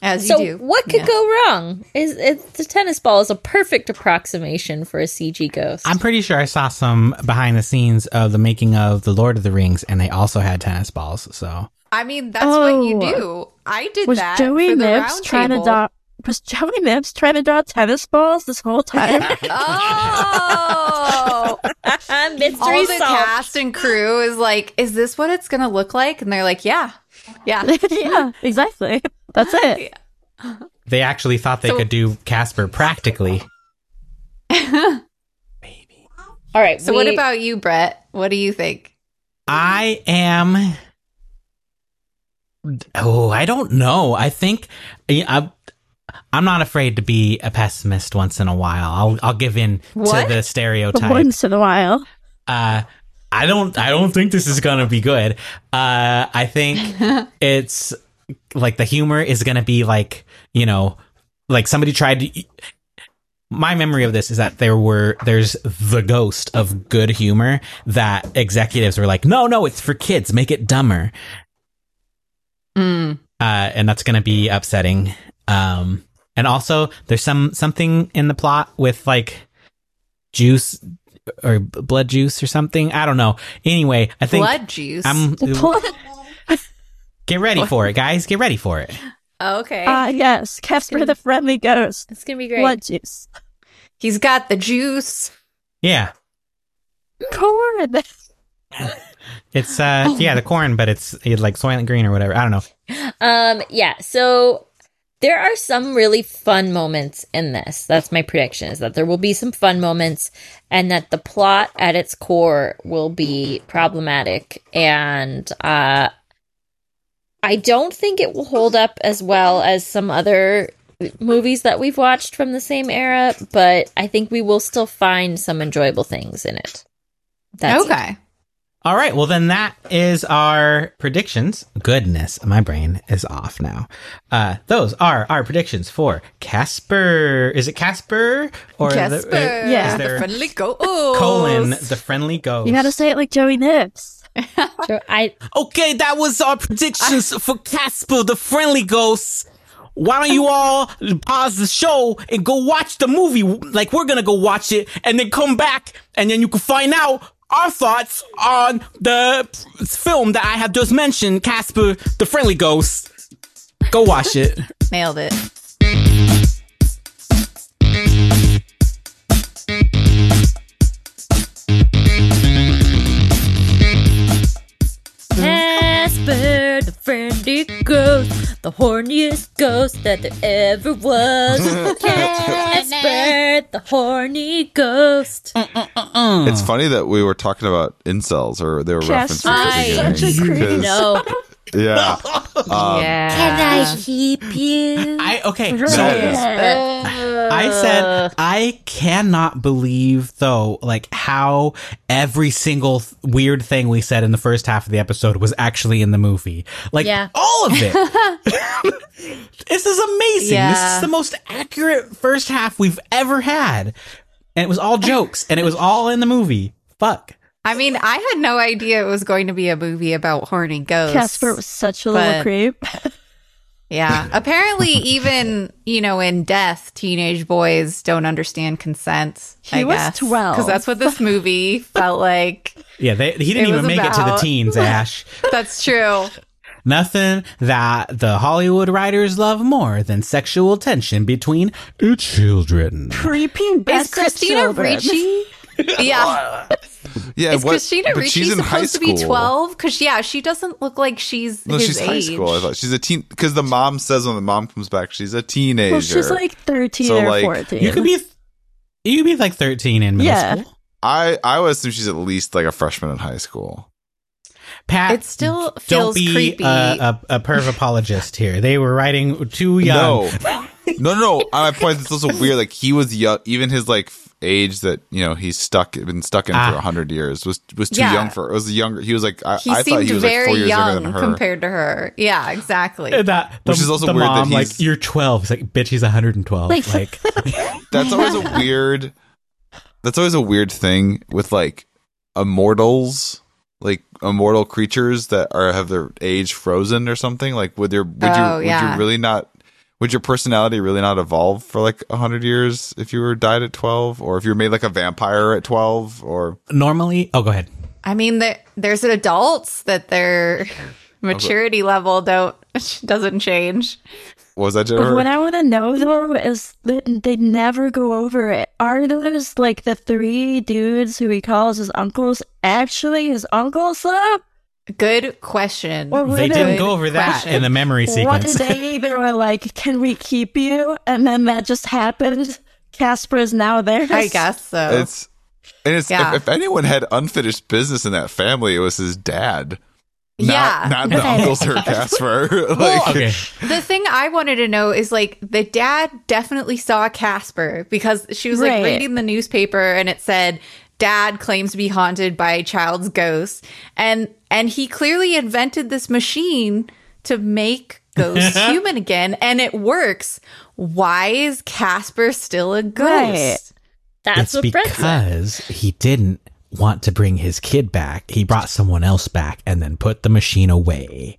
D: As
B: so,
D: you do.
B: what could
D: Yeah.
B: go wrong? Is it, The tennis ball is a perfect approximation for a CG ghost.
C: I'm pretty sure I saw some behind the scenes of the making of The Lord of the Rings, and they also had tennis balls. So
D: I mean, that's what you
E: Oh.
D: do. I did
E: Was
D: that.
E: Joey
D: for the
E: Nibs
D: round
E: trying
D: table.
E: to draw? Was Joey Nibs trying to draw tennis balls this whole time?
D: Oh, all
B: Mystery
D: the
B: solved.
D: cast and crew is like, is this what it's gonna look like? And they're like, yeah, yeah.
E: yeah, exactly. That's it.
C: they actually thought they
D: So-
C: could do Casper practically.
B: All right.
D: So what
B: we-
D: about you, Brett? What do you think?
C: I am. Oh, I don't know. I think I- I'm. I'm not afraid to be a pessimist once in a while. I'll I'll give in
D: What?
C: to the stereotype.
E: Once in a while.
C: uh, I don't I don't think this is gonna be good. Uh, I think
D: Hmm.
C: it's like the humor is gonna be like you know like somebody tried to. My memory of this is that there were there's the ghost of good humor that executives were like, no, no, it's for kids, make it dumber. uh, and that's going to be upsetting. Um, and also, there's some something in the plot with like juice or b- blood juice or something. I don't know. Anyway, I think
D: Blood juice.
C: I'm
E: Blood-
C: get ready for it, guys. Get ready for it.
D: okay.
E: Ah, yes. Casper the friendly ghost.
B: It's gonna be great.
E: Blood juice.
D: He's got the juice.
C: Yeah,
E: Corn.
C: it's
E: Oh.
C: uh, yeah, the corn, but it's, it's like soylent green or whatever. I don't know.
B: Um, yeah, so there are some really fun moments in this. That's my prediction is that there will be some fun moments and that the plot at its core will be problematic and uh I don't think it will hold up as well as some other movies that we've watched from the same era, but I think we will still find some enjoyable things in it. That's okay.
D: okay.
C: All right. Well, then that is our predictions. Goodness, my brain is off now. Uh, those are our predictions for Casper. Is it Casper or the-
D: Casper.
C: uh,
E: Yeah.
C: Is
D: the
C: there
D: friendly ghost.
C: colon the friendly ghost?
E: You gotta say it like Joey Nibs.
B: So I
C: Okay, that was our predictions for Casper the Friendly Ghost. Why don't you all pause the show and go watch the movie? Like we're gonna go watch it, and then come back, and then you can find out our thoughts on the film that I have just mentioned, Casper the Friendly Ghost. Go watch it.
D: Nailed it.
B: Casper, the friendly ghost, the horniest ghost that there ever was. Casper, the horny ghost.
D: Hmm.
A: It's funny that we were talking about incels or they were
E: Casper
B: referencing
E: is such
A: referencing.
E: a creep.
B: No,
A: Yeah.
B: can I keep you?
C: I okay.
B: Casper.
C: I said I cannot believe though like how every single th- weird thing we said in the first half of the episode was actually in the movie. Like
B: Yeah.
C: all of it. this is amazing. This
D: Yeah.
C: is the most accurate first half we've ever had. And it was all jokes and it was all in the movie. Fuck.
D: I mean, I had no idea it was going to be a movie about horny ghosts.
E: Casper was such a little
D: But-
E: creep.
D: Yeah. Apparently, even you know, in death, teenage boys don't understand consent.
E: He
D: I
E: was
D: guess
E: 12.
D: because that's what this movie felt like.
C: Yeah, they, he didn't
D: It
C: even
D: was
C: make it to the
D: about-
C: teens, Ash.
D: That's true.
C: Nothing that the Hollywood writers love more than sexual tension between children.
E: Creeping
D: Is Christina Ricci? Yeah,
A: Yeah.
D: is
A: what-
D: Christina
A: but
D: Ricci
A: she's in high
D: supposed to be
A: school.
D: twelve? Because yeah, she doesn't look like she's
A: No,
D: his
A: she's
D: age.
A: high school. I thought she's a teen because the mom says when the mom comes back, she's a teenager.
E: Well, she's like 13
A: So,
E: or
A: like,
E: 14.
C: You could be, you could be like thirteen in middle
E: Yeah.
C: school.
A: I I would assume she's at least like a freshman in high school.
C: Pat,
D: It still
C: don't
D: feels
C: be
D: creepy.
C: A, a, a perv apologist here. They were writing too
A: No,
C: young.
A: no, no. no. I- My point is it's also weird. Like he was young, even his like f- age that you know he's stuck been stuck in
C: Ah.
A: for hundred years was was too
D: Yeah.
A: young for. It was younger. He was like I,
D: he
A: I thought
D: seemed
A: he was like
D: very
A: four years younger
D: young
A: than her.
D: compared to her. Yeah, exactly.
C: And That, the,
A: Which is also
C: the
A: weird that
C: mom, like
A: he's-
C: you're 12. It's like bitch, he's 112. Like,
E: Like-
A: that's always a weird. That's always a weird thing with like immortals, like immortal creatures that are have their age frozen or something. Like would your would
D: Oh,
A: your would
D: yeah.
A: you really not? Would your personality really not evolve for like hundred years if you were died at twelve, or if you were made like a vampire at twelve, or
C: normally, oh, go ahead.
D: I mean, there, there's adults that their maturity level don't doesn't change.
A: what was that Jennifer?
E: What I want to know though is that they never go over it. Are those like the three dudes who he calls his uncles actually his uncles though?
D: Good question.
E: Or were
C: They didn't
D: good
C: go over that
D: question.
C: in the memory
E: What
C: sequence.
E: did they even were like? Can we keep you? And then that just happened. Casper is now there.
D: I guess so.
A: It's and it's
D: Yeah.
A: if, if anyone had unfinished business in that family, it was his dad. Not,
D: yeah.
A: not the uncles or Casper. like,
C: okay.
D: the thing I wanted to know is like the dad definitely saw Casper because she was
E: Right.
D: like reading the newspaper and it said dad claims to be haunted by a child's ghost and and he clearly invented this machine to make ghosts human again and it works. Why is Casper still a ghost?
E: Right.
B: That's what
C: it's
B: Brett said.
C: because he didn't want to bring his kid back. He brought someone else back and then put the machine away.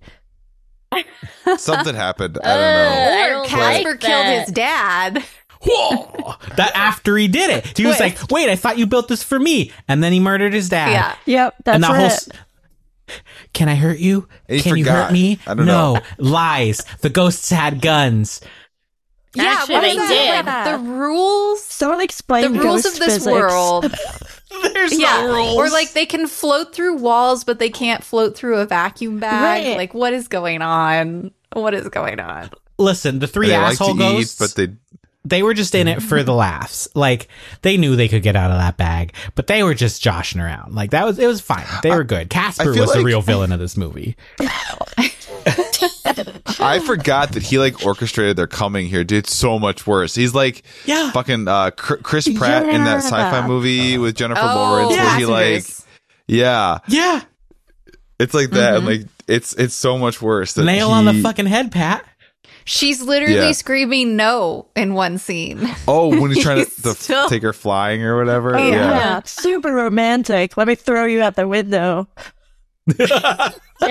A: Something happened. I don't know.
B: I
D: Or
B: don't
D: Casper
B: like
D: killed
B: that.
D: his dad.
C: Whoa! That after he did it, he was like, "Wait, I thought you built this for me," and then he murdered his dad.
D: Yeah.
E: Yep, that's
C: and that whole.
E: it.
C: s- Can I hurt you?
A: He
C: Can you
A: forgot.
C: hurt me?
A: I don't
C: no
A: know.
C: lies. The ghosts had guns.
B: Actually,
D: what
B: they
D: is
B: did.
D: that? Like, the rules.
E: Someone
D: The
E: explain
D: rules of
E: ghost
D: this
E: physics.
D: world.
C: There's
D: yeah.
C: no rules.
D: Or like they can float through walls, but they can't float through a vacuum bag.
E: Right.
D: Like, what is going on? What is going on?
C: listen, the three
A: They like to
C: asshole ghosts.
A: eat, but they
C: they were just in it for the laughs. Like they knew they could get out of that bag, but they were just joshing around. Like that was it was fine. They were good. Casper
A: feel
C: was the
A: like-
C: real villain of this movie.
A: I forgot that he like orchestrated their coming here. Did so much worse. He's like
C: Yeah.
A: fucking uh, Cr- Chris Pratt in that
E: Yeah.
A: sci-fi movie with Jennifer
D: Oh,
A: Lawrence where he like
D: passengers.
A: yeah,
C: Yeah.
A: it's like that.
D: Mm-hmm.
A: and Like it's it's so much worse. That
C: Nail
A: he-
C: on the fucking head, Pat.
D: she's literally
A: Yeah.
D: screaming no in one scene.
A: Oh, when he's trying to
D: He's
A: the,
D: still-
A: take her flying or whatever.
E: Oh,
A: yeah.
E: yeah. super romantic. Let me throw you out the window.
B: Yeah.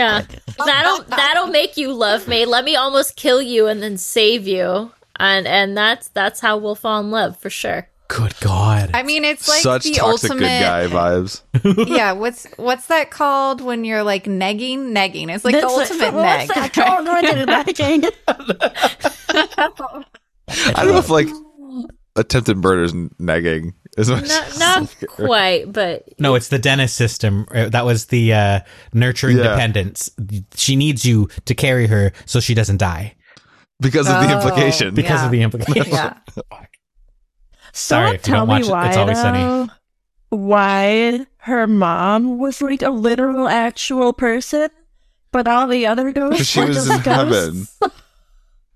B: That'll that'll make you love me. Let me almost kill you and then save you. And and that's that's how we'll fall in love for sure.
C: Good God.
D: I mean, it's like
A: Such
D: the
A: toxic
D: ultimate.
A: good guy vibes.
D: yeah, what's what's that called when you're like negging? Negging. It's like the
E: That's
D: ultimate
E: what's
D: neg.
E: that called? I did it back again.
A: I don't know if like attempted murder is nagging as much.
B: Not not quite, but
C: no, it's the Dennis system. Uh, That was the uh, nurturing
A: Yeah.
C: dependence. She needs you to carry her so she doesn't die
A: because of the
D: Oh,
A: implication.
C: because
D: Yeah.
C: of the implication.
D: Yeah.
C: Sorry if
E: Someone
C: you don't
E: tell me
C: watch it.
E: why,
C: It's Always Sunny.
E: though, why her mom was like a literal actual person, but all the other ghosts
A: she
E: were
A: was
E: just
A: in heaven.
E: ghosts.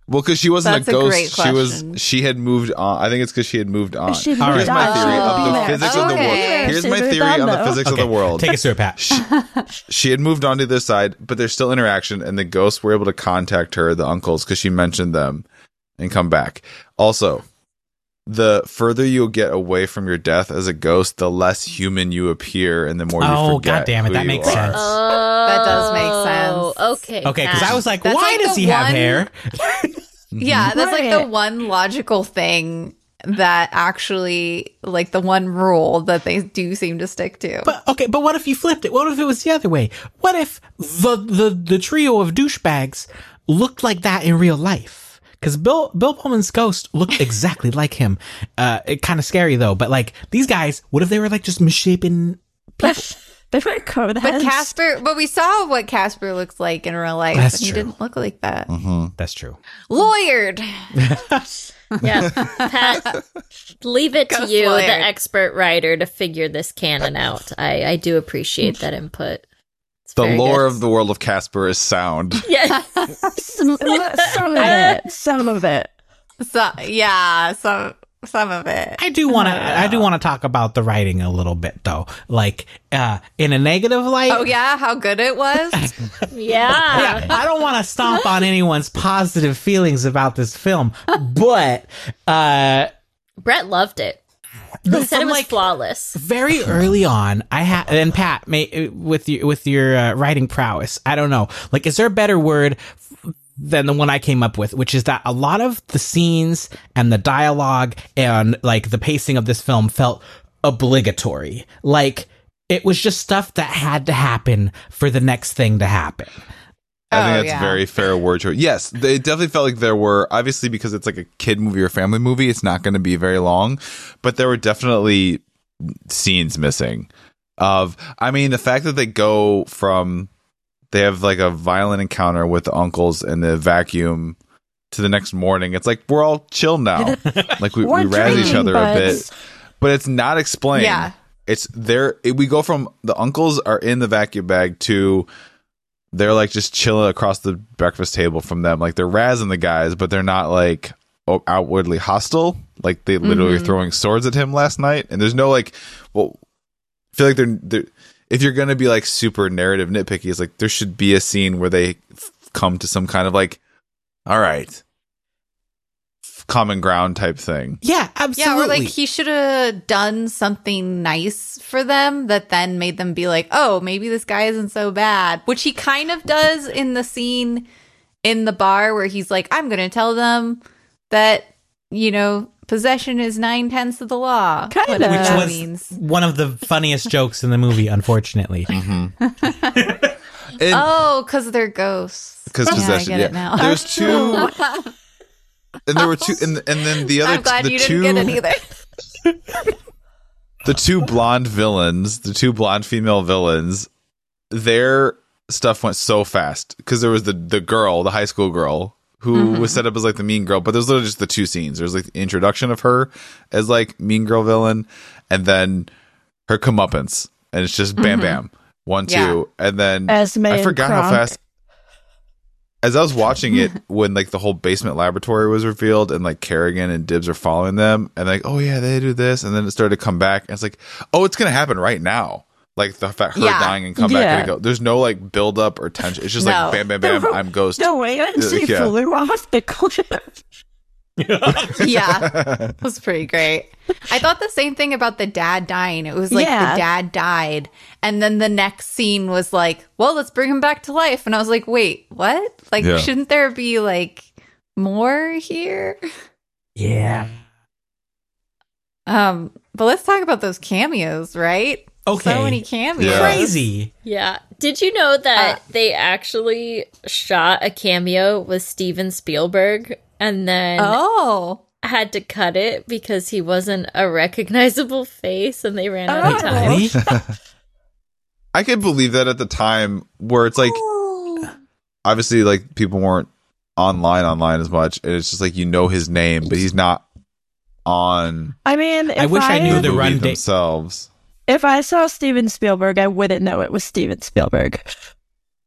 A: Well, because she wasn't
D: That's
A: a
D: a
A: ghost.
D: great
A: she was.
D: question.
A: She had moved on. I think it's because she had moved on.
E: She
C: All
E: moved
A: Here's my
E: on.
A: theory
E: She
A: of
E: moved
A: the
E: on.
A: physics
E: She
A: of the
E: moved
D: Okay.
E: on.
A: world. Here's
E: She
A: my
E: moved
A: theory
E: on,
A: on the
E: though.
A: physics of the world.
C: Take us through it, Pat.
A: she, she had moved on to this side, but there's still interaction, and the ghosts were able to contact her, the uncles, because she mentioned them, and come back. Also, the further you get away from your death as a ghost, the less human you appear, and the more you
C: Oh,
A: forget.
C: goddammit,
A: who
C: that
A: you
C: makes
A: are.
C: sense.
B: oh,
D: That does make sense.
B: Okay.
C: Okay, because
B: Pat.
C: I was like,
D: That's
C: why
D: like
C: does
D: the
C: he have
D: one-
C: hair?
D: Yeah, that's like
E: Right.
D: the one logical thing that actually like the one rule that they do seem to stick to.
C: But okay, but what if you flipped it? What if it was the other way? What if the the the trio of douchebags looked like that in real life? Because Bill Bill Pullman's ghost looked exactly like him. Uh, it kind of scary though. But like these guys, what if they were like just misshapen?
E: They were code
D: But
E: heads.
D: Casper, but we saw what Casper looks like in real life,
C: That's
D: and he
C: true. Mm-hmm.
D: didn't look like that.
C: That's true.
D: Lawyered.
B: yeah. Pat, leave it to
D: Ghost
B: you,
D: lawyer.
B: the expert writer, to figure this canon out. I I do appreciate that input. It's
A: The
B: very
A: lore
B: good.
A: of the world of Casper is sound.
B: yeah.
E: some, some of it, some of it.
D: So yeah, some some of it.
C: I do want to. I do want to talk about the writing a little bit though. Like uh, in a negative light.
D: Oh yeah, how good it was.
B: yeah.
C: yeah, I don't want to stomp on anyone's positive feelings about this film, but uh,
B: Brett loved it. He said it
C: from,
B: was
C: like,
B: flawless.
C: very early on, I had and Pat, may, with your with your uh, writing prowess, I don't know. Like, is there a better word f- than the one I came up with, which is that a lot of the scenes and the dialogue and like the pacing of this film felt obligatory. Like, it was just stuff that had to happen for the next thing to happen.
A: I think
D: Oh,
A: that's
D: yeah.
A: very fair word choice. Yes, they it definitely felt like there were obviously because it's like a kid movie or family movie, it's not going to be very long, but there were definitely scenes missing. Of, I mean, the fact that they go from they have like a violent encounter with the uncles and the vacuum to the next morning. It's like we're all chill now, like we, we
E: We're
A: razz each
E: drinking
A: other a
E: buds.
A: bit but it's not explained.
D: Yeah.
A: It's there. We go from the uncles are in the vacuum bag to they're like just chilling across the breakfast table from them. Like they're razzing the guys, but they're not like o- outwardly hostile. Like they literally
D: Mm-hmm.
A: were throwing swords at him last night. And there's no like, well, I feel like they're, they're if you're going to be like super narrative nitpicky, it's like there should be a scene where they f- come to some kind of like, all right, f- common ground type thing.
C: Yeah, absolutely.
D: Yeah, or like he should have done something nice for them that then made them be like, oh, maybe this guy isn't so bad, which he kind of does in the scene in the bar where he's like, I'm going to tell them that, you know, possession is nine tenths of the law.
E: Kinda.
D: Whatever
E: Which
D: that
C: was
D: means.
C: one of the funniest jokes in the movie, unfortunately.
D: Oh, because they're ghosts.
A: Because
D: Yeah, I
A: possession,
D: get
A: yeah.
D: it now.
A: There's two, and there were two, and, and then the other,
D: I'm glad
A: the
D: you
A: 2
D: didn't get it either.
A: the two blonde villains, the two blonde female villains, their stuff went so fast because there was the the girl, the high school girl who
D: Mm-hmm.
A: was set up as like the mean girl, but there's literally just the two scenes. There's like the introduction of her as like mean girl villain, and then her comeuppance, and it's just bam bam one
D: Mm-hmm. Yeah.
A: two, and then
E: Esme
A: I
E: and
A: forgot how
E: Kronk.
A: fast. As I was watching it, when like the whole basement laboratory was revealed, and like Kerrigan and Dibs are following them, and like, oh yeah, they do this, and then it started to come back, and it's like, oh, it's gonna happen right now. Like the fact her
D: Yeah.
A: dying and come back
E: Yeah.
A: and go. There's no like build up or tension. It's just
D: No.
A: like bam, bam, bam. I'm ghost.
E: No way, I'm
A: Yeah,
E: she
A: yeah.
E: flew off the cliff.
D: yeah. It was pretty great. I thought the same thing about the dad dying. It was like
E: Yeah.
D: the dad died. And then the next scene was like, well, let's bring him back to life. And I was like, wait, what? Like,
A: Yeah.
D: shouldn't there be like more here?
C: yeah.
D: Um, but let's talk about those cameos, right?
C: Okay.
D: So many cameos.
A: Yeah.
C: Crazy.
B: Yeah. Did you know
D: Uh.
B: that they actually shot a cameo with Steven Spielberg and then
D: Oh.
B: had to cut it because he wasn't a recognizable face and they ran out
E: Oh.
B: of
C: Wait,
B: time?
C: really?
A: I could believe that at the time where it's like
C: Oh.
A: obviously like people weren't online online as much, and it's just like you know his name, but he's not on
E: I mean, if
C: I wish I
A: the
C: knew the
A: movie
C: run date.
A: themselves.
E: If I saw Steven Spielberg, I wouldn't know it was Steven Spielberg.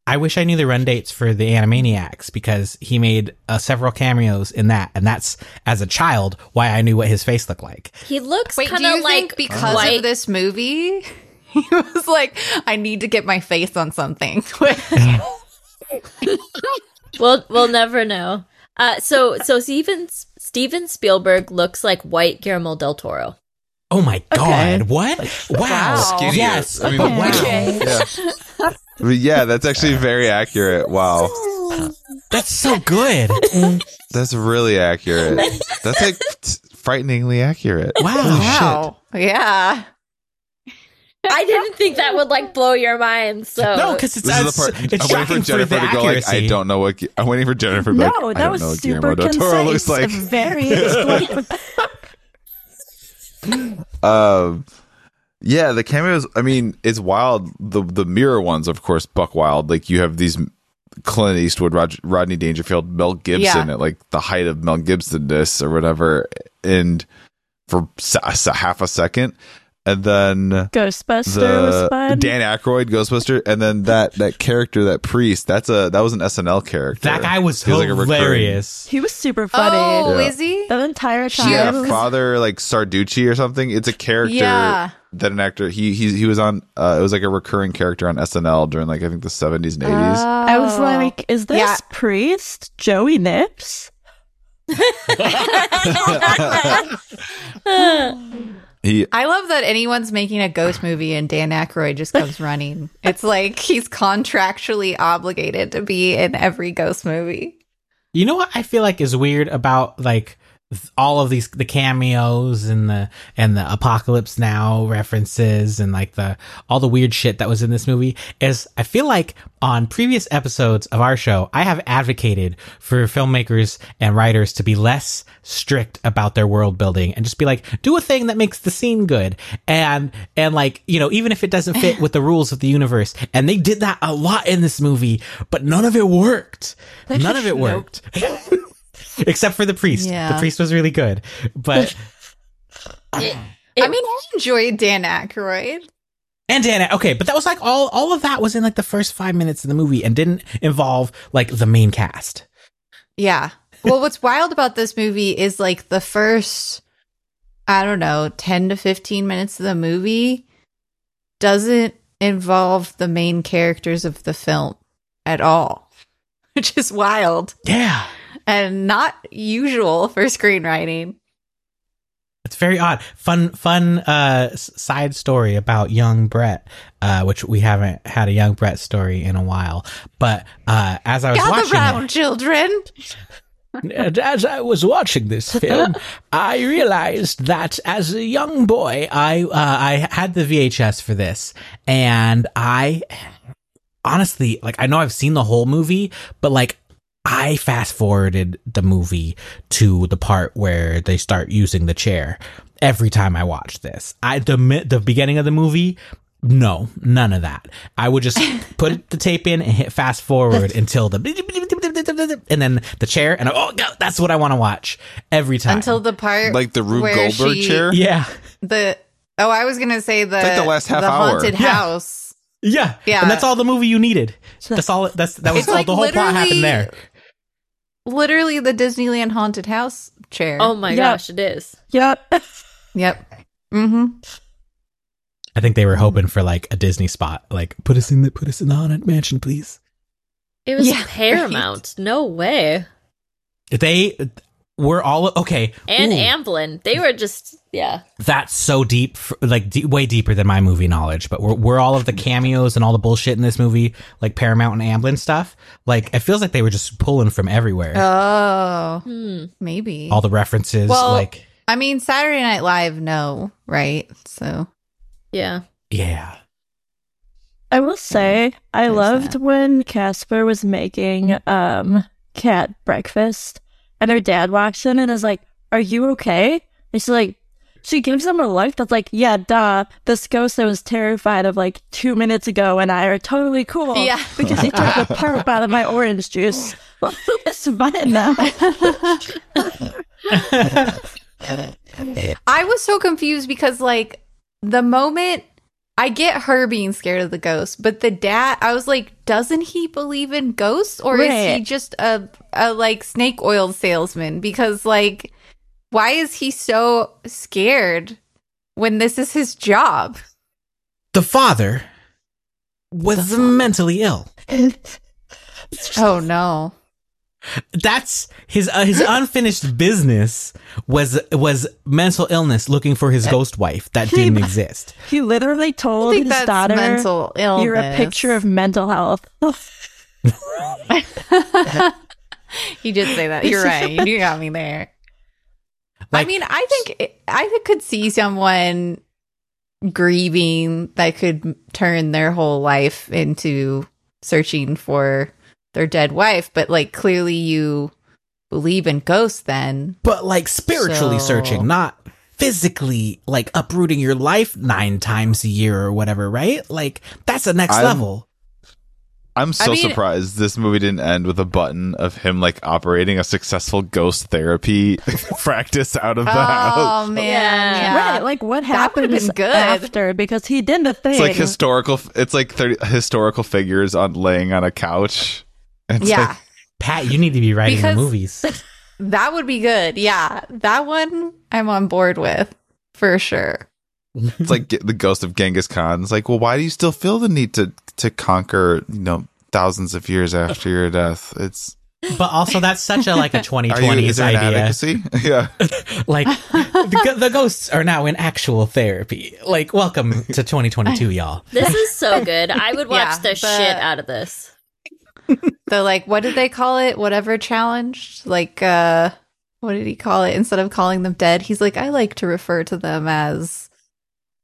C: I wish I knew the run dates for the Animaniacs because he made uh, several cameos in that, and that's as a child why I knew what his face looked like.
B: He looks
D: Wait,
B: kind
D: do
B: of
D: you
B: like
D: think because
B: white-
D: of this movie, he was like, I need to get my face on something.
B: We'll we'll never know. Uh, so so Steven Steven Spielberg looks like white Guillermo del Toro.
C: Oh my
E: Okay.
C: god! What? Wow.
D: wow. Skinnier.
C: Yes.
A: I mean,
C: wow.
E: Okay.
A: Yeah. Oh. But yeah, that's actually very accurate. Wow.
C: That's so good.
A: That's really accurate. That's like t- frighteningly accurate.
C: Oh, Wow.
D: Yeah.
B: I didn't think that would like blow your mind. So
C: No, because it's,
A: This is
C: it's,
A: the part
C: it's
A: I'm waiting
C: shocking
A: for Jennifer
C: the
A: to go like,
C: accuracy.
A: I don't know what Gu- I'm waiting for Jennifer to be
E: No,
A: like, I
E: that
A: don't
E: was
A: know what Guillermo
E: super
A: del
E: concise.
A: Toro looks like.
E: and Very explainable.
A: Um yeah, the cameos I mean, it's wild. The the mirror ones, of course, buck wild. Like you have these Clint Eastwood, Rod- Rodney Dangerfield, Mel Gibson
D: Yeah.
A: at like the height of Mel Gibsonness or whatever, and for s- s- half a second, and then
E: Ghostbuster was
A: the
E: fun.
A: Dan Aykroyd Ghostbuster, and then that that character, that priest. That's a that was an SNL character.
C: that guy was
A: He like a recurring-
C: hilarious.
E: he was super funny.
D: Oh,
A: Yeah.
D: is he?
E: That entire time.
A: yeah, Father like Sarducci or something. It's a character
D: Yeah.
A: that an actor he he he was on. Uh, it was like a recurring character on SNL during like I think the seventies
D: Uh,
A: and eighties.
E: I was like, is this
D: Yeah.
E: priest Joey Nips?
A: he
D: I love that anyone's making a ghost movie and Dan Aykroyd just comes running. It's like he's contractually obligated to be in every ghost movie.
C: You know what I feel like is weird about like th- all of these the cameos and the and the apocalypse now references and like the all the weird shit that was in this movie is I feel like on previous episodes of our show I have advocated for filmmakers and writers to be less strict about their world building and just be like do a thing that makes the scene good and and like you know even if it doesn't fit with the rules of the universe and they did that a lot in this movie but none of it worked none of it worked except for the priest
D: Yeah.
C: the priest was really good but
D: I mean, I enjoyed Dan Aykroyd.
C: and Dan okay but that was like all all of that was in like the first 5 minutes of the movie and didn't involve like the main cast
D: Yeah. Well, what's wild about this movie is like the first, I don't know, 10 to 15 minutes of the movie doesn't involve the main characters of the film at all, which is wild
C: yeah
D: and not usual for screenwriting.
C: It's very odd. Fun, fun uh, s- side story about young Brett, uh, which we haven't had a young Brett story in a while. But uh, as I was
D: Gather
C: watching,
D: round, children.
C: and as I was watching this film, I realized that as a young boy, I uh, I had the VHS for this, and I honestly like I know I've seen the whole movie, but like I fast forwarded the movie to the part where they start using the chair every time I watch this. I the mi- the beginning of the movie. No, none of that. I would just put the tape in and hit fast forward until the and then the chair and oh, God, that's what I want to watch every time.
D: Until the part
F: Like the Rube
D: where
F: Goldberg
D: she-
F: chair?
C: yeah,
D: The oh, I was gonna say the
F: like the last half
D: the
F: hour.
D: haunted
C: Yeah.
D: house.
C: yeah,
D: Yeah.
C: And that's all the movie you needed.
E: So-
C: That's all. That's that was
D: It's
C: all,
D: like
C: the whole plot happened there.
D: Literally the Disneyland haunted house chair.
B: Oh my
E: Yeah.
B: gosh, it is.
E: Yep.
D: yep. Mm-hmm.
C: I think they were hoping for like a Disney spot, like put us in the put us in the haunted mansion, please.
B: It was
D: Yeah, right.
B: Paramount. No way.
C: They were all okay.
B: And
C: Ooh,
B: Amblin. They were just yeah.
C: that's so deep, for, like de- way deeper than my movie knowledge. But we're, we're all of the cameos and all the bullshit in this movie, like Paramount and Amblin stuff. Like it feels like they were just pulling from everywhere.
D: Oh,
B: Hmm.
D: maybe.
C: all the references,
D: Well-
C: like
D: I mean, Saturday Night Live, no, right? So
B: Yeah.
C: yeah,
E: I will say I
D: There's
E: loved
D: that. Mm-hmm.
E: when Casper was making um cat breakfast and her dad walks in and is like, Are you okay? And she's like she gives him a look that's like, Yeah, duh. This ghost I was terrified of like two minutes ago and I are totally cool.
D: Yeah.
E: Because he took the pulp out of my orange juice. it's fine now.
D: I was so confused because, like, the moment I get her being scared of the ghost, but the dad, I was like, doesn't he believe in ghosts or is he
E: Right.
D: just a, a like snake oil salesman? Because, like, why is he so scared when this is his job?
C: the father was mentally ill.
D: Oh, no.
C: That's his uh, his unfinished business was was mental illness looking for his ghost wife that didn't exist.
E: He literally
D: I
E: told
D: think
E: his
D: that's
E: daughter
D: mental illness.
E: you're a picture of mental health.
D: You did say that. You're right. You got me there.
C: Like-
D: I mean, I think it- I think could see someone grieving that could m- turn their whole life into searching for their dead wife, but like clearly you believe in ghosts then.
C: But like spiritually
D: So-
C: searching, not physically like uprooting your life nine times a year or whatever, right? Like that's the next
A: I'm-
C: level.
A: I'm so
D: mean-
A: surprised this movie didn't end with a button of him like operating a successful ghost therapy practice out of the house.
D: Oh man. Yeah.
E: Right, like what
D: That would've
E: happened
D: been good.
E: after because he did the thing.
A: It's like historical. It's like 30, historical figures on laying on a couch. It's
D: Yeah.
A: like-
C: Pat, you need to be writing
D: Because-
C: the movies.
D: That would be good. Yeah. That one I'm on board with for sure.
A: it's like get- the ghost of Genghis Khan. It's like, well, why do you still feel the need to to conquer? You know, thousands of years after your death. It's
C: but also that's such a like a
A: are you,
C: 2020s
A: is there an
C: idea.
A: advocacy? yeah.
C: Like the, go- the ghosts are now in actual therapy. Like welcome to 2022, y'all.
B: This is so good. I would watch
D: Yeah,
B: the
D: but-
B: shit out of this.
D: the like what did they call it whatever challenge like uh what did he call it instead of calling them dead he's like i like to refer to them as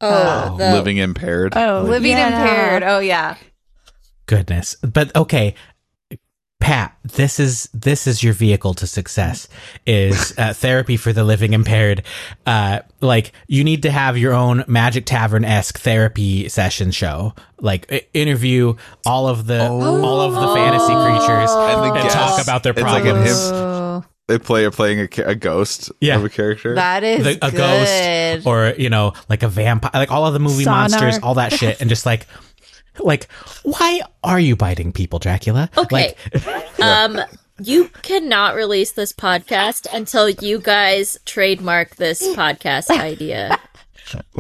D: Oh,
A: Oh, living impaired.
E: Oh,
A: Like,
D: living
E: Yeah.
D: impaired oh yeah
C: goodness but okay pat this is this is your vehicle to success is uh, therapy for the living impaired uh like you need to have your own magic tavern-esque therapy session show like i- interview all of the
A: Oh.
C: all of the fantasy creatures
A: and the
C: and
A: guests.
C: talk about their
A: It's like an
C: problems
A: imp-
D: Oh,
A: they play are playing a, ca- a ghost
C: Yeah.
A: of a character.
D: that is
C: The- a
D: good.
C: ghost or you know like a vampire like all of the movie
E: Sonar.
C: monsters all that shit and just like like why are you biting people dracula
B: Okay.
C: like
B: Um you cannot release this podcast until you guys trademark this podcast idea.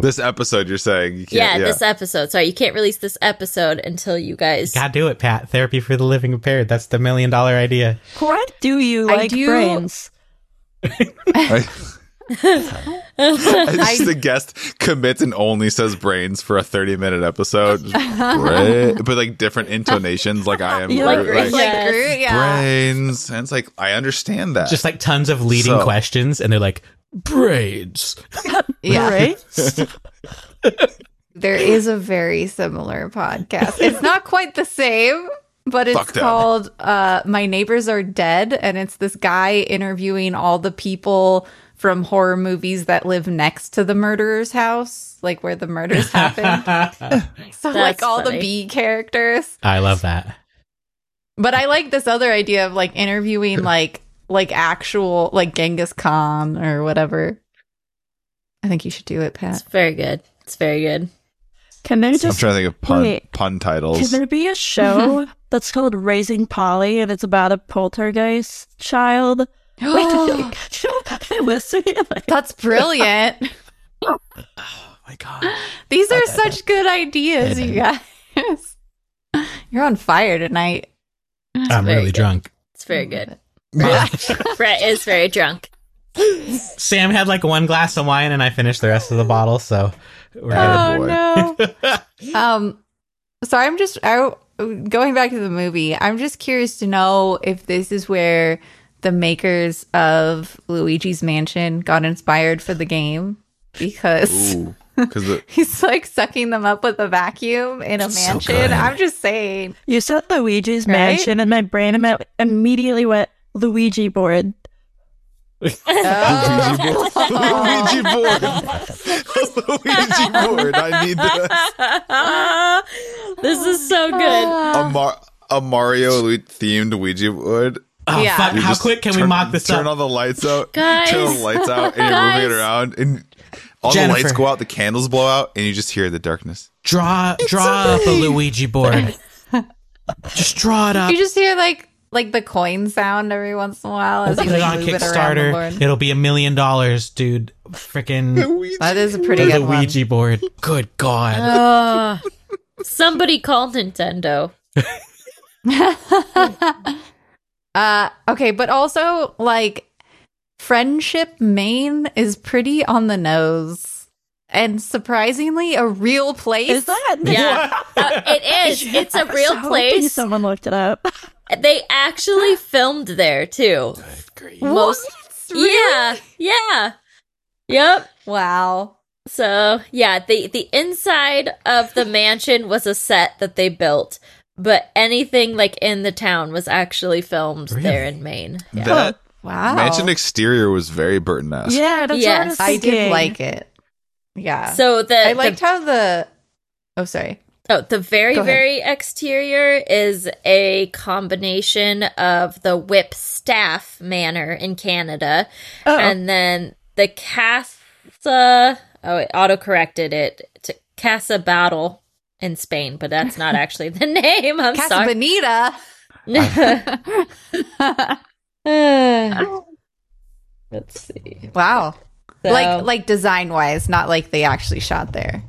A: this episode, you're saying, you
B: Yeah,
A: can't,
B: this episode. Sorry, you can't release this episode until you guys
C: Gotta do it, Pat. Therapy for the living impaired. That's the million dollar idea.
E: Why do you
D: I
E: like
D: do-
E: brains?
A: I- Just the guest commits and only says brains for a 30 minute episode. Bra- but like different intonations, like I am
E: You like
A: Groot,
E: Groot?
A: like,
B: Yes.
D: Like Groot, yeah.
A: brains. And it's like, I understand that.
G: Just like tons of leading
A: So-
G: questions, and they're like, braids.
D: Yeah.
E: Right?
D: There is a very similar podcast. It's not quite the same, but it's
A: Fuck them.
D: called uh, My Neighbors Are Dead. And it's this guy interviewing all the people from horror movies that live next to the murderer's house, like where the murders happen. so,
B: That's
D: like all
B: funny.
D: the B characters.
G: I love that.
D: But I like this other idea of like interviewing like like actual like Genghis Khan or whatever. I think you should do it,
B: It's
D: Pat.
B: very good. It's very good.
E: Can there
A: I'm
E: just
A: trying to think of pun,
E: wait.
A: pun
E: Can
A: titles.
E: there be a show that's called Raising Polly and it's about a poltergeist child? Wait, listen.
D: That's brilliant.
G: Oh my God.
D: These are such good ideas, you guys. You're on fire tonight.
G: I'm
B: very
G: really
B: good.
G: drunk.
B: It's very good. Brett is very drunk.
G: Sam had like one glass of wine, and I finished the rest of the bottle, so we're good.
A: Oh, boy.
D: no. um so I'm just I going back to the movie. I'm just curious to know if this is where the makers of Luigi's Mansion got inspired for the game because
A: Because
D: He's like sucking them up with a vacuum in a
G: So
D: mansion.
G: good.
D: I'm just saying.
E: You said Luigi's
D: Right?
E: Mansion, and my brain imme- immediately went Luigi board.
A: Luigi board. Luigi board. I need this.
B: this is so good.
A: A, Mar- a Mario Lu- themed Ouija board.
G: Oh,
D: Yeah.
G: fuck.
A: You
G: How
A: just
G: quick can we
A: turn-
G: mock this
A: turn
G: up?
A: all the lights out.
B: Guys.
A: Turn all the lights out, and you're moving it
B: Guys.
A: around, and all
G: Jennifer.
A: the lights go out, the candles blow out, and you just hear the darkness.
G: draw draw up a Luigi board. Just draw it up.
D: You just hear like like the coin sound every once in a while as
G: Put
D: you
G: it on
D: like, move it around the
G: Kickstarter.
D: board.
G: It'll be a million dollars, dude. Freaking
D: That is a pretty
G: the
D: good one.
G: Ouija board. Good
B: Oh,
G: God.
B: somebody call Nintendo.
D: Uh, okay, but also like friendship main is pretty on the nose and surprisingly a real place.
E: Is that?
B: Yeah, Uh, it is. It's a
E: I was
B: real
E: hoping
B: place.
E: Someone looked it up.
B: They actually filmed there too.
D: What?
B: Yeah, yeah, yep.
D: Wow.
B: So yeah, the the inside of the mansion was a set that they built, but anything like in the town was actually filmed there in Maine. Yeah.
A: That
D: Oh, Wow.
A: mansion exterior was very Burton-esque.
E: Yeah, that's what I was
B: Yes.
D: I did
E: thinking.
D: like it. Yeah.
B: So the
D: I liked how the Oh sorry.
B: the, oh, the very
D: Go ahead.
B: very exterior is a combination of the Whip Staff Manor in Canada,
E: Oh.
B: and then the Casa. Oh, it auto corrected it to Casa Battle in Spain, but that's not actually the name. I'm
D: Casa
B: sorry.
D: Bonita.
B: Uh, Let's see.
D: Wow.
B: So,
D: Like like design wise, not like they actually shot there.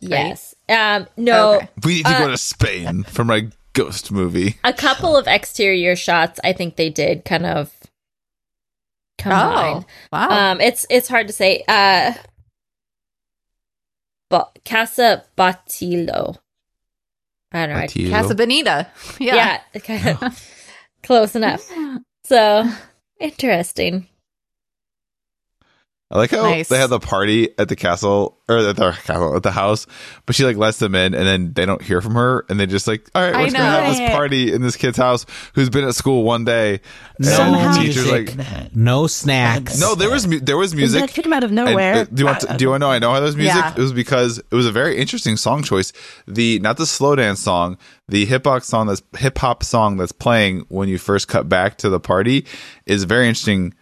B: yes. Um no,
D: Oh, Okay.
A: We need to go to Spain for my ghost movie.
B: a couple of exterior shots I think they did kind of combine.
D: wow.
B: Um it's it's hard to say. Uh Ba- Casa Batillo. I don't know. I-
A: Matilo.
D: Casa Bonita. Yeah.
B: yeah. okay. Close enough. So interesting.
A: I like how
D: Nice.
A: they have the party at the castle or at the castle at the house, but she like lets them in and then they don't hear from her and they just like, all right,
D: I
A: we're just gonna
D: know.
A: have this party in this kid's house who's been at school one day. And
G: No
A: the teacher's
G: music.
A: like,
G: No snacks.
A: no, there was mu- there was music.
E: That came out of
A: And,
E: nowhere.
A: uh, do you want? To, do you want to know? I know how there's music.
D: Yeah.
A: It was because it was a very interesting song choice. The not the slow dance song, the hip hop song that's hip hop song that's playing when you first cut back to the party is a very interesting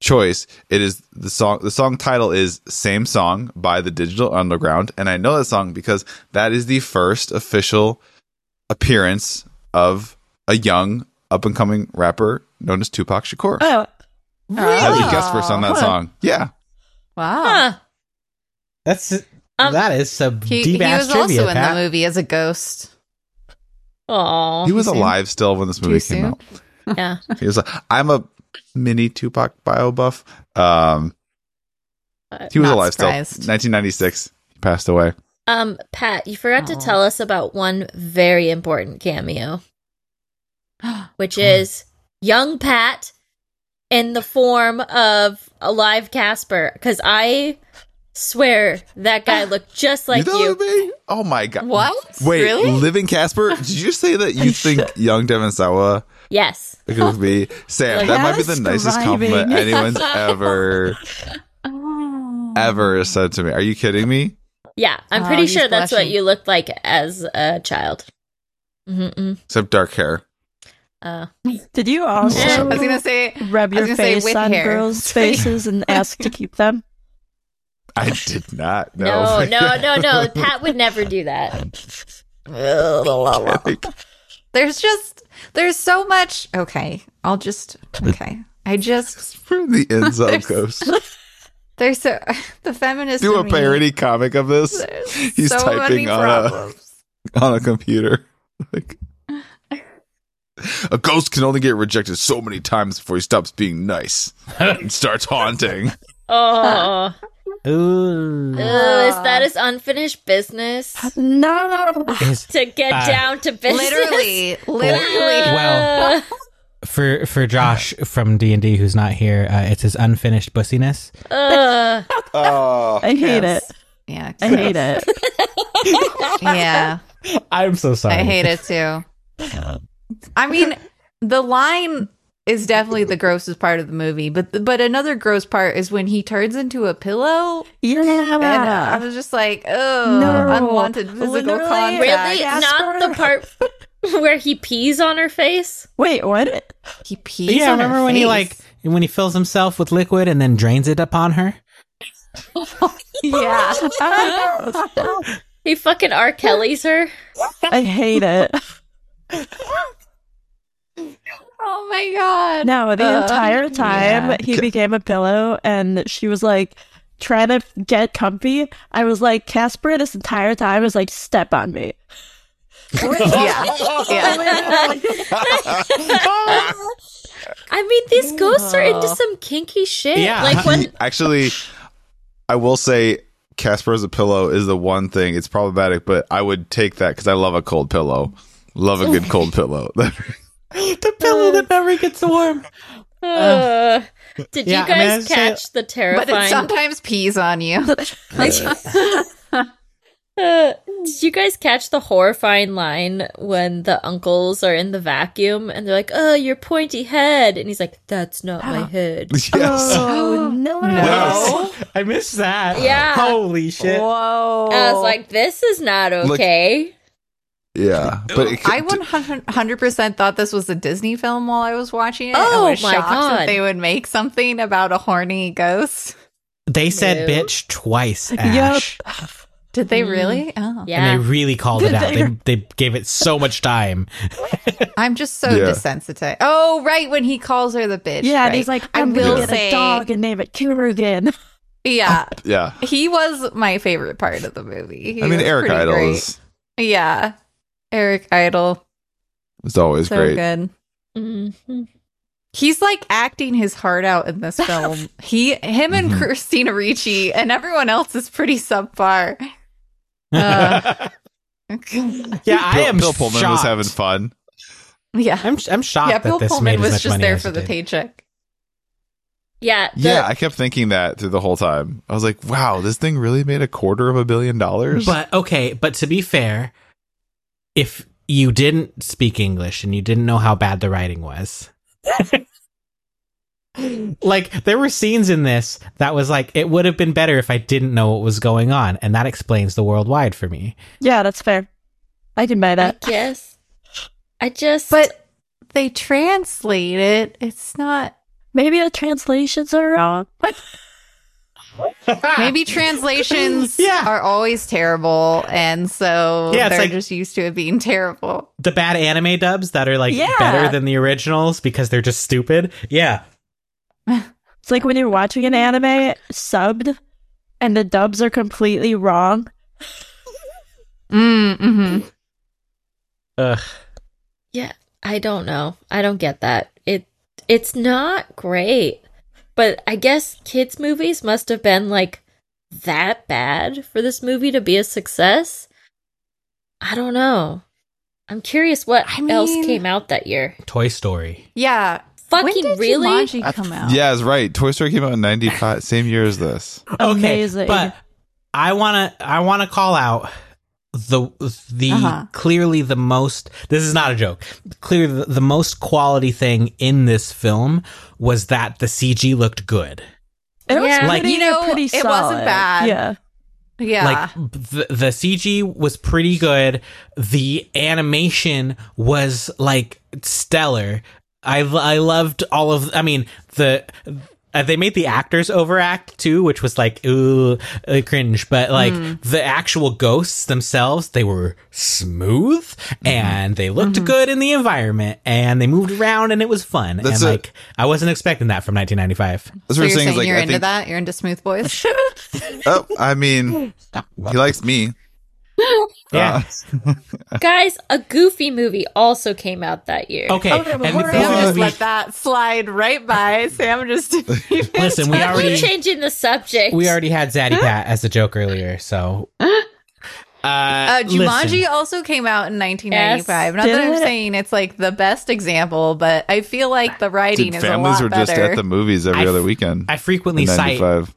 A: choice. It is the song. The song title is "Same Song" by the Digital Underground, and I know that song because that is the first official appearance of a young up and coming rapper known as Tupac Shakur.
E: Oh,
A: How do you
D: Oh.
A: guess first on that
E: Huh.
A: song? Yeah.
D: Wow.
B: Huh.
G: That's
B: Um,
G: that is some
D: He, he
G: deep ass
D: was
G: trivia.
D: also in
G: Pat.
D: the movie as a ghost.
B: Oh.
A: he was
D: soon.
A: alive still when this movie came
D: soon.
A: out.
B: Yeah.
A: He was like, I'm a mini Tupac bio buff. Um, He was
D: Uh, Not
A: alive
D: surprised.
A: still. 1996. He passed away.
B: Um, Pat, you forgot
D: Aw.
B: to tell us about one very important cameo, which is young Pat in the form of a live Casper. Because I swear that guy looked just like
A: you
B: you.
A: know me? Oh my god.
D: What?
A: Wait,
D: Really?
A: living Casper? Did you say that you think young Devon Sawa
B: Yes.
A: could look me? Sam,
B: Like,
A: that might be
E: that's
A: the nicest compliment
E: describing.
A: anyone's ever ever said to me. Are you kidding me?
B: Yeah, I'm
D: Oh,
B: pretty
D: he's
B: sure that's what
D: blushing.
B: you looked like as a child. Mm-mm.
A: Except dark hair.
B: Uh,
E: Did you also
D: I was gonna say
E: rub
D: I was gonna
E: your
D: say
E: face
D: with
E: on
D: hair.
E: girls' faces and ask to keep them?
A: I did not know.
B: no, no, no, no. Pat would never do that.
D: there's just there's so much. Okay, I'll just okay. I just
A: From the Enzo Ghost.
D: there's so the feminist
A: Do a
D: in me,
A: parody comic of this
D: there's
A: He's
D: so
A: typing
D: many
A: on a-
D: problems.
A: on a computer. Like a ghost can only get rejected so many times before he stops being nice and starts haunting.
B: Oh,
C: Ooh.
B: Ugh, is that his unfinished business?
E: No.
G: Is-
B: To get
G: Uh,
B: down to business. Uh,
D: Literally, literally.
G: Well, for for Josh from D and D who's not here, uh, it's his unfinished bussiness.
B: Uh,
A: Oh,
E: I hate
D: Yes.
E: it.
D: Yeah,
E: I hate it.
D: yeah.
G: I'm so sorry.
D: I hate it too. I mean, the line is definitely the grossest part of the movie, but but another gross part is when he turns into a pillow, and I
E: Yeah.
D: was just like, oh,
E: No.
D: unwanted physical
E: Literally?
D: contact.
B: really?
E: Yeah,
B: Not the part where he pees on her face?
E: Wait, what?
D: He pees.
G: But yeah,
D: on her
G: remember when he
D: face.
G: like when he fills himself with liquid and then drains it upon her?
E: Yeah.
B: He fucking R. Kelly's her.
E: I hate it.
D: Oh my god!
E: No, the
D: Uh,
E: entire time
D: yeah.
E: he became a pillow and she was like trying to get comfy, I was like, Casper this entire time was like, step on me.
D: Yeah, yeah.
B: I mean, these ghosts are into some kinky shit.
G: Uh-huh. Yeah. uh-huh.
B: Like when
A: Actually, I will say Casper as a pillow is the one thing. It's problematic, but I would take that because I love a cold pillow. Love a good cold pillow.
G: The pillow that never gets warm.
B: Uh, did
G: Yeah, I
B: you
G: mean, I'd
B: guys
G: say-
B: catch the
D: But it
B: terrifying?
D: sometimes pees on you.
B: uh, did you guys catch the horrifying line when the uncles are in the vacuum and they're like, "Oh, your pointy head," and he's like, "That's not my head."
A: yes.
E: Oh no.
D: No.
G: I missed that.
B: Yeah.
G: Holy shit.
D: Oh, Whoa!
B: I was like, "This is not
A: Look-
B: okay."
A: Yeah. But it,
D: I 100 percent thought this was a Disney film while I was watching it.
B: Oh
D: I was
B: my
D: shocked
B: God.
D: that they would make something about a horny ghost.
G: They said
B: No.
G: bitch twice,
E: Yup.
G: Ash.
D: Did they
B: Mm.
D: really? Oh.
B: Yeah,
G: And they really called it
E: Did
G: out.
E: they-
G: They, they gave it so much time.
D: I'm just so
A: Yeah.
D: desensitized. Oh, right when he calls her the bitch.
E: Yeah, and
D: right.
E: he's like,
D: I
E: I'm
D: will
E: gonna get
D: say-
E: a dog and name it Kurugan.
D: yeah,
A: yeah.
D: he was my favorite part of the movie. He
A: I mean,
D: was
A: Eric
D: pretty
A: Idle
D: great.
A: is,
D: Yeah, Eric Idle,
A: is always
D: so
A: great.
D: good. Mm-hmm.
B: Mhm.
D: He's like acting his heart out in this film. he, him, and
A: Mhm.
D: Christina Ricci, and everyone else is pretty subpar. Uh.
G: yeah, I
A: Bill-
G: am
A: Bill Pullman
G: shocked.
A: was having fun.
D: yeah,
G: I'm, I'm shocked
D: yeah.
G: that
D: Bill
G: this
D: Pullman
G: made as
D: was
G: much
D: just
G: money
D: there
G: as
D: for
G: it
D: the
G: did.
D: paycheck.
B: yeah, the-
A: yeah, I kept thinking that through the whole time. I was like, wow, this thing really made a quarter of a billion dollars.
G: But okay, but to be fair, if you didn't speak English and you didn't know how bad the writing was, like there were scenes in this that was like it would have been better if I didn't know what was going on, and that explains the worldwide for me.
E: Yeah, that's fair. I can buy
B: I
E: that.
B: guess. I just,
D: But they translate it. It's not.
E: Maybe the translations are wrong.
D: Maybe translations
G: Yeah.
D: are always terrible, and so
G: Yeah, it's
D: they're
G: like-
D: just used to it being terrible.
G: The bad anime dubs that are like
E: Yeah.
G: better than the originals because they're just stupid. Yeah,
E: It's like when you're watching an anime subbed and the dubs are completely wrong.
D: Mm, hmm
G: Ugh.
B: yeah, I don't know. I don't get that. It it's not great. But I guess kids movies must have been like that bad for this movie to be a success. I don't know. I'm curious what
D: I
B: else
D: mean-
B: came out that year.
C: Toy Story.
D: Yeah.
B: Fucking really?
A: I-
E: Jumanji come out.
A: Yeah, it's right. Toy Story came out in 95, same year as this.
E: Amazing.
C: but I want to I want to call out the the
D: Uh-huh.
C: clearly the most this is not a joke. Clearly the, the most quality thing in this film was that the CG looked good.
E: it was
B: Yeah.
E: pretty,
C: Like,
E: you
D: you know,
E: know, pretty
D: it wasn't
E: solid.
D: bad.
E: Yeah.
D: Yeah.
C: Like b- the, the CG was pretty good. The animation was like stellar. I l- I loved all of. I mean the. Uh, they made the actors overact too, which was like ooh uh, cringe. But like
D: Hmm.
C: the actual ghosts themselves, they were smooth
D: Mm-hmm.
C: and they looked good in the environment and they moved around and it was fun.
A: That's
C: and
A: a-
C: like I wasn't expecting that from 1995.
A: That's
D: so
A: what
D: you're
A: I'm saying.
D: saying,
A: is like,
D: you're
A: I
D: into
A: think,
D: that? You're into smooth boys?
A: Oh, I mean, he likes me.
C: Yeah.
B: Guys, a goofy movie also came out that year.
C: okay.
D: Oh,
E: Okay, but
C: and
E: we're
C: this
D: Sam
E: Well,
D: just
C: movie-
D: let that slide right by. Sam just didn't even
C: listen, we
B: Why are
C: already
B: we changing the subject?
C: We already had Zaddy Pat as a joke earlier, so.
D: Uh,
C: Uh,
D: Jumanji
C: listen.
D: also came out in 1995. Not
E: Did
D: that I'm
E: it?
D: saying it's like the best example, but I feel like the writing
A: Dude,
D: is a lot
A: families were just
D: better.
A: at the movies every
C: I
A: other
C: f-
A: weekend.
C: I frequently
A: in
C: cite
A: 95.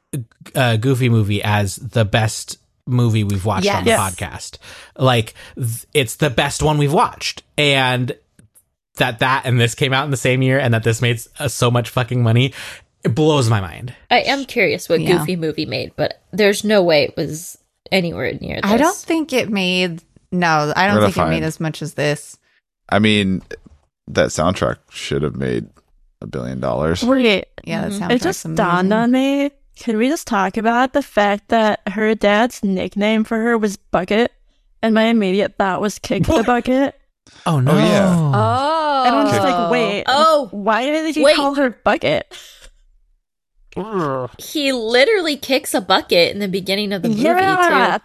C: uh, Goofy Movie as the best movie we've watched on the
D: Yes.
C: podcast. Like, th- it's the best one we've watched, and that that and this came out in the same year, and that this made s- uh, so much fucking money, it blows my mind.
B: I am curious what
D: Yeah.
B: Goofy movie made, but there's no way it was anywhere near this.
D: I don't think it made. No, I
A: We're
D: don't
A: gonna
D: think it
A: find.
D: made as much as this.
A: I mean, that soundtrack should have made a billion dollars.
E: Wait,
D: Yeah, that
B: Mhm.
D: sounds.
E: it just dawned on me. Can we just talk about the fact that her dad's nickname for her was Bucket? And my immediate thought was kick the bucket.
C: Oh no!
A: yeah.
D: Oh,
E: And I was like, wait,
B: Oh,
E: why did you
B: Wait.
E: call her Bucket?
B: he literally kicks a bucket in the beginning of the movie
E: Yeah.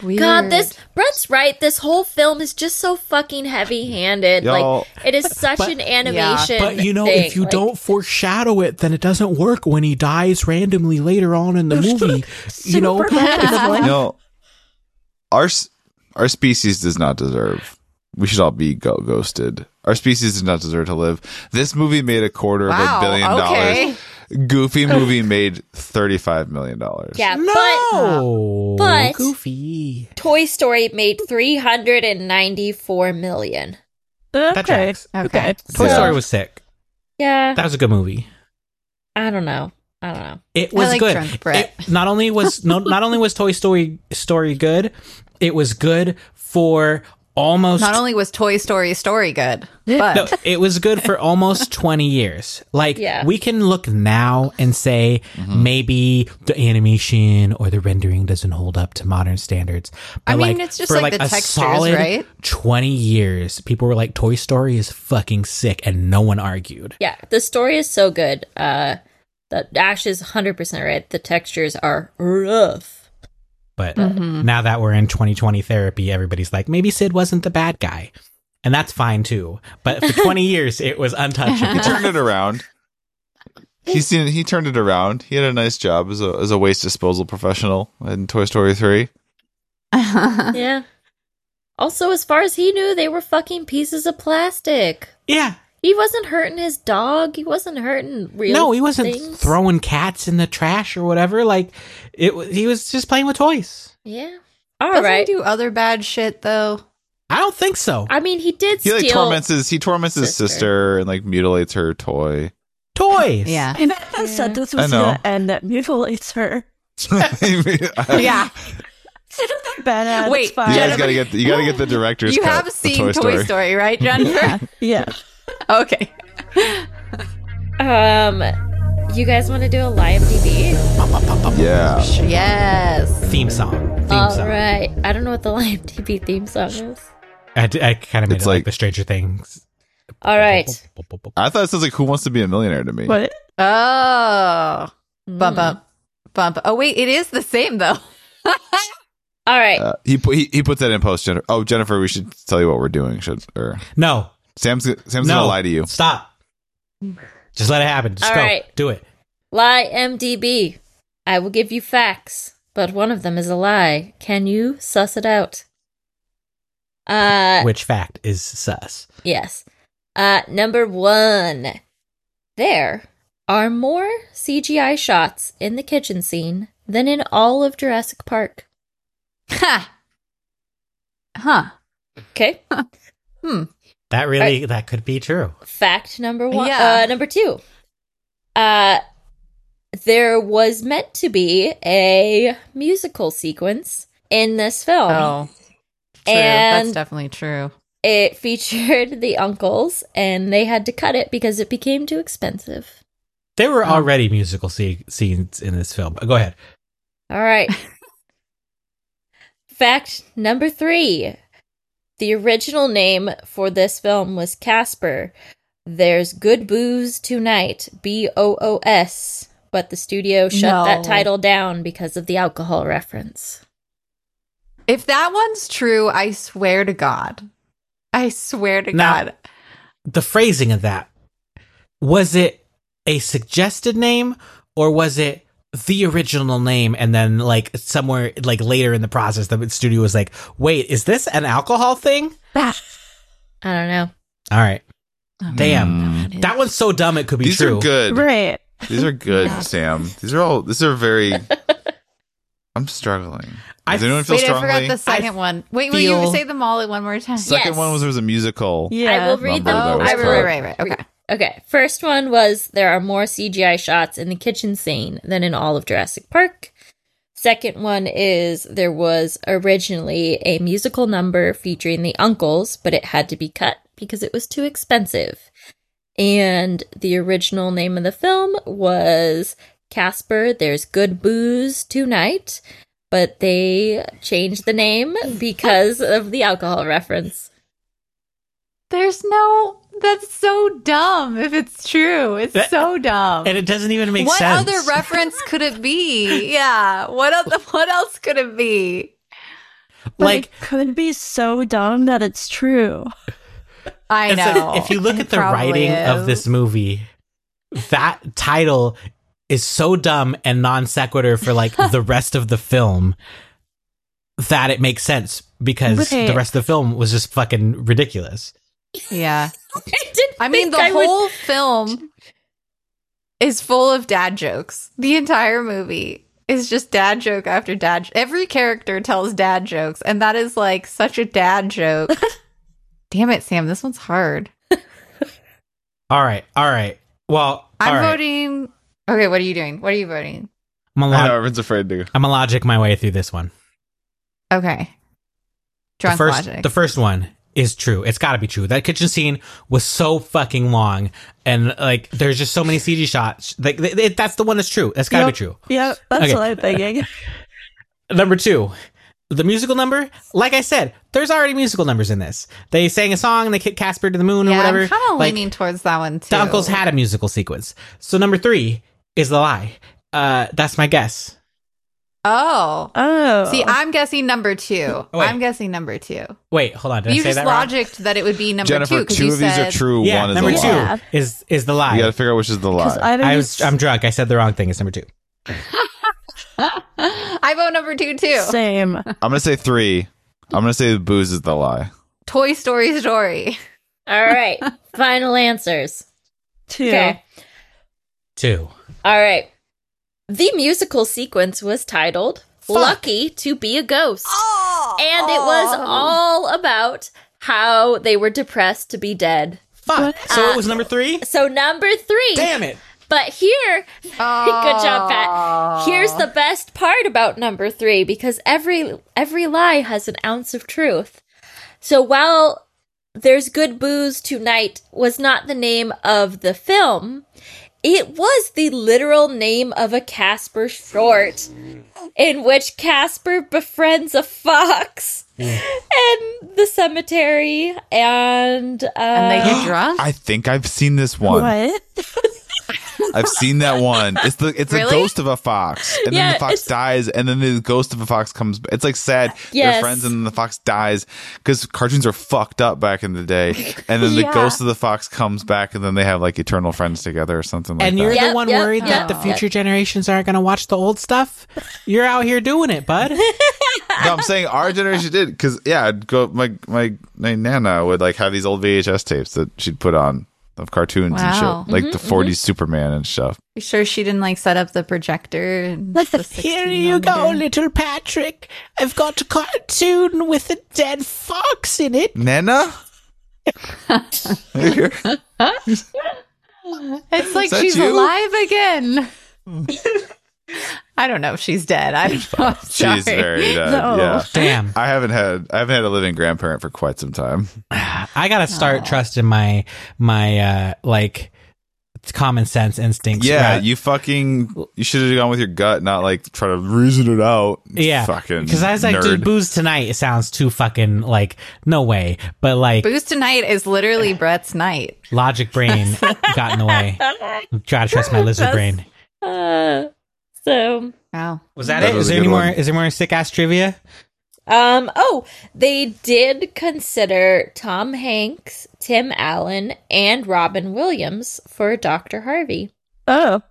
B: too. God, this Brett's right. This whole film is just so fucking heavy-handed.
A: Y'all-
B: like it is such
C: But-
B: an animation.
C: But you know, if
B: thing,
C: you
B: like-
C: don't foreshadow it, then it doesn't work when he dies randomly later on in the movie. you know,
E: Super
A: You
E: bad.
A: know, our s- our species does not deserve. We should all be go- ghosted. Our species does not deserve to live. This movie made a quarter
D: Wow,
A: of a billion
D: okay.
A: dollars. Goofy movie made thirty-five million dollars.
B: yeah,
C: no,
B: but-
C: Goofy.
B: but Toy Story made three hundred and ninety-four million.
C: That
E: Okay.
C: tracks.
D: okay.
C: Toy
B: So-
C: Story was sick.
B: Yeah,
C: That was a good movie.
B: I don't know. I don't know.
C: It
D: I
C: was
D: like
C: good.
D: drunk Brett.
C: It- not only was no, not only was Toy Story story good, it was good for almost
D: Not only was Toy Story story good, but
C: No, it was good for almost 20 years. Like,
B: Yeah.
C: we can look now and say maybe the animation or the rendering doesn't hold up to modern standards.
D: I mean, it's just
C: for
D: like the
C: a
D: textures,
C: solid
D: right?
C: 20 years, people were like, Toy Story is fucking sick, and no one argued.
B: Yeah, the story is so good. Uh, that Ash is hundred percent right. The textures are rough.
C: But uh,
D: Mm-hmm.
C: now that we're in 2020 therapy, everybody's like, maybe Sid wasn't the bad guy. And that's fine too. But for 20 years, it was
A: He
C: untouchable.
A: turned it around. He seen he turned it around. He had a nice job as a as a waste disposal professional in Toy Story three.
B: yeah. Also, as far as he knew, they were fucking pieces of plastic.
C: yeah.
B: He wasn't hurting his dog. He wasn't hurting real.
C: no he wasn't
B: things.
C: throwing cats in the trash or whatever like it wa- he was just playing with toys
B: Yeah. All
D: doesn't
B: right.
D: he do other bad shit though?
C: i don't think so
B: I mean, he did
A: He
B: steal.
A: like torments his he torments his
B: sister.
A: sister and like mutilates her toy.
C: toys
D: Yeah.
E: And I said this
A: I
E: was
A: know.
E: going to end that mutilates her.
D: Yeah,
E: Badass.
D: Wait,
E: it's fine.
A: You
D: Jennifer-
A: guys gotta get you gotta get the director's
D: you
A: cut
D: have
A: of
D: seen Toy Story, right,
E: Yeah.
D: Jennifer?
E: Yeah.
D: okay.
B: Um, you guys want to do a DB?
A: Yeah.
D: Yes.
C: theme song theme
B: All
C: song
B: right. I don't know what the DB theme song is.
C: i, d- I kind of made
A: It's
C: it like,
A: like-
C: the stranger things
B: All right.
A: I thought it sounds like Who Wants to Be a Millionaire to me.
E: What?
D: Oh, bump up, bump. Oh wait, it is the same though.
B: Hmm. All right.
A: Uh, he, pu- he he puts that in post. Jennifer. Oh, Jennifer, we should tell you what we're doing. Should or
C: no
A: Sam's Sam's
C: no
A: gonna lie to you.
C: stop just let it happen just
B: All
C: go
B: right.
C: do it
B: Lie MDB. I will give you facts, but one of them is a lie. Can you suss it out? Uh,
C: Which fact is sus?
B: Yes. Uh, number one. There are more CGI shots in the kitchen scene than in all of Jurassic Park.
D: Ha. Huh.
B: Okay.
C: That really, that could be true.
B: Fact number one.
D: Yeah.
B: Uh, number two. Uh, there was meant to be a musical sequence in this film.
D: Oh. True.
B: And-
D: That's definitely true.
B: It featured the uncles, and they had to cut it because it became too expensive.
C: There
B: Oh.
C: were already musical se- scenes in this film. Go ahead.
B: All right. Fact number three. The original name for this film was Casper. There's Good Booze Tonight, B O O S, but the studio shut that
D: No.
B: title down because of the alcohol reference.
D: If that one's true, I swear to God. I swear to
C: Now-
D: God.
C: The phrasing of that was it a suggested name or was it the original name? And then, like somewhere, like later in the process, the studio was like, "Wait, is this an alcohol thing?"
E: That
B: I don't know.
C: All right,
D: Oh,
C: damn,
A: Mm.
C: that one's so dumb it could be
A: These
C: true.
A: are good.
E: right.
A: These are good, Sam. These are all. These are very. I'm struggling.
C: I-
A: Does anyone feel
D: Wait, I
A: strongly?
D: forgot the second one. Wait, will you
C: feel-
D: say them all at one more time?
A: second
B: Yes.
A: one was there was a musical.
E: Yeah.
B: I will read
A: Number
B: them.
A: that
D: Oh,
A: was
B: I
D: right,
B: will-
D: right, right, right. Okay.
B: Okay, first one was there are more CGI shots in the kitchen scene than in all of Jurassic Park. Second one is there was originally a musical number featuring the uncles, but it had to be cut because it was too expensive. And the original name of the film was Casper, There's Good Booze Tonight, but they changed the name because of the alcohol reference.
D: There's no. That's so dumb. If it's true, it's
C: That-
D: so dumb.
C: and it doesn't even make
D: what
C: sense.
D: other reference could it be? Yeah. What other? What else could it be?
E: But
C: like
E: it could be so dumb that it's true.
D: I
C: It's like,
D: know.
C: if you look
D: It
C: at the
D: probably
C: writing of
D: is.
C: this movie, that title is so dumb and non sequitur for like the rest of the film that it makes sense because
E: Right.
C: the rest of the film was just fucking ridiculous.
D: yeah.
B: I, didn't
D: I mean,
B: think
D: the
B: would-
D: whole film is full of dad jokes. The entire movie is just dad joke after dad. j- Every character tells dad jokes, and that is like such a dad joke. Damn it, Sam. This one's hard.
C: All right, all right. Well,
D: I'm
C: all right.
D: voting. Okay, what are you doing? What are you voting?
C: I'm
A: I
C: a, lo-
A: know everyone's afraid to.
C: I'm a logic my way through this one.
D: Okay. Drunk
C: the first,
D: logic.
C: The first one is true. It's got to be true. That kitchen scene was so fucking long, and like, there's just so many CG shots. Like, th- th- that's the one that's true. That's got to
E: Yep.
C: be true.
E: Yep, that's
C: Okay.
E: what I'm thinking.
C: Number two, the musical number. Like I said, there's already musical numbers in this. They sang a song and they kicked Casper to the moon or
D: yeah,
C: whatever.
D: I'm kind of
C: Like,
D: leaning towards that one too.
C: the uncles had a musical sequence. So number three is the lie. Uh, that's my guess.
D: Oh.
E: Oh.
D: See, I'm guessing number two.
C: Oh, wait.
D: I'm guessing number two.
C: Wait, hold on. Did
D: you
C: I say
D: just
C: that wrong?
D: logic that it would be number
A: Jennifer,
D: two because you
A: of these are
D: said
A: true.
C: Yeah,
A: one is
C: number
A: a
C: two
A: lie.
E: lie.
C: is is the
A: You got
C: lie.
A: to figure out which is the
E: Because
A: lie.
E: either
C: I
E: you
C: was I'm drunk. I said the wrong thing. It's number two.
D: I vote number two too.
E: same.
A: I'm gonna say three. I'm gonna say the booze is the lie.
D: Toy Story story.
B: All right, final answers.
E: Two.
B: Okay.
C: Two.
B: All right. The musical sequence was titled Lucky to Be a Ghost. and it was all about how they were depressed to be dead.
C: Fuck. So it was number three.
B: So, number three.
C: Damn it.
B: But here, good job, Pat. Here's the best part about number three because every every lie has an ounce of truth. So while "There's Good Booze Tonight" was not the name of the film, it was the literal name of a Casper short, in which Casper befriends a fox and the cemetery, and uh,
D: And they get drunk.
A: I think I've seen this one.
E: What?
A: I've seen that one. It's the it's
D: Really?
A: the ghost of a fox, and then
B: Yeah,
A: the fox
B: it's-
A: dies, and then the ghost of a fox comes. It's like sad. They're
B: Yes.
A: friends, and then the fox dies because cartoons are fucked up back in the day. And then the
D: Yeah.
A: ghost of the fox comes back, and then they have like eternal friends together or something like
C: and
A: that.
C: you're the
B: Yep,
C: one
B: yep,
C: worried that the
D: yep,
C: future generations aren't going to watch the old stuff. You're out here doing it, bud.
A: no, I'm saying our generation did because yeah, I'd go my my my nana would like have these old VHS tapes that she'd put on of cartoons
D: Wow.
A: and shit, like the 40s Superman and stuff.
D: You sure she didn't like set up the projector? And
E: Like the
D: 16
C: Here you go,
D: millimeter?
C: little Patrick. I've got a cartoon with a dead fox in it.
A: Nana.
D: It's like
A: that
D: she's
A: you?
D: alive again. I don't know if she's dead. I don't know. I'm sorry.
A: She's very dead.
E: No.
A: Yeah.
C: Damn.
A: I haven't had I haven't had a living grandparent for quite some time.
C: I gotta start trusting my my uh like common sense instincts.
A: Yeah,
C: right?
A: you fucking you should have gone with your gut, not like try to reason it out. you
C: yeah,
A: fucking
C: because I was like,
A: nerd.
C: dude, booze tonight. It sounds too fucking like no way. But like
D: Booze tonight is literally Brett's night.
C: logic brain got in the way. Try to trust my lizard
B: That's-
C: brain.
B: Uh, so,
D: Wow.
C: Was that,
A: That
C: it?
A: was a
C: Is there any
A: good
C: more?
A: one.
C: Is there more sick ass trivia?
B: um, oh, they did consider Tom Hanks, Tim Allen, and Robin Williams for Dr. Harvey,
E: Oh,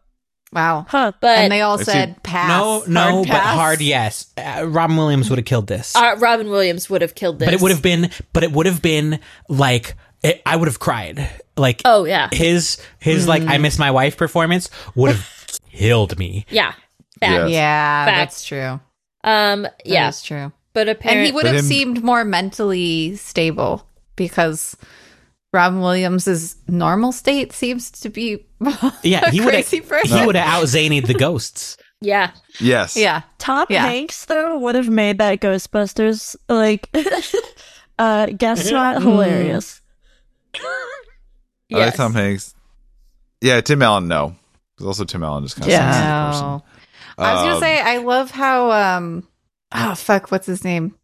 D: Wow.
E: huh.
B: but
D: and they all
A: I see.
D: said pass.
C: no, no,
D: hard
C: but
D: pass.
C: hard yes. Uh, Robin Williams would have killed this.
B: uh, Robin Williams would have killed this.
C: but it would have been but it would have been like it, i would have cried like
B: Oh yeah,
C: his his like i miss my wife performance would have killed me
B: yeah, bad.
D: Yeah,
B: Fact.
D: that's true.
B: Um, yeah,
D: That's true.
B: but
D: And
B: apparently
D: he would
A: But
D: have
A: him-
D: seemed more mentally stable because Robin Williams's normal state seems to be
C: yeah he
D: a
C: would
D: crazy
C: have
D: person.
C: he would have outzanied the ghosts
B: yeah,
A: Yes.
D: Yeah.
E: Tom
D: Yeah.
E: Hanks though would have made that Ghostbusters like uh guess
A: Mm.
E: not hilarious.
A: I like
B: yes.
A: Tom Hanks. Yeah, Tim Allen, no. Because also Tim Allen just kind of
D: Yeah.
A: sounds like a person.
D: I was gonna
A: Um,
D: say I love how um oh fuck, what's his name?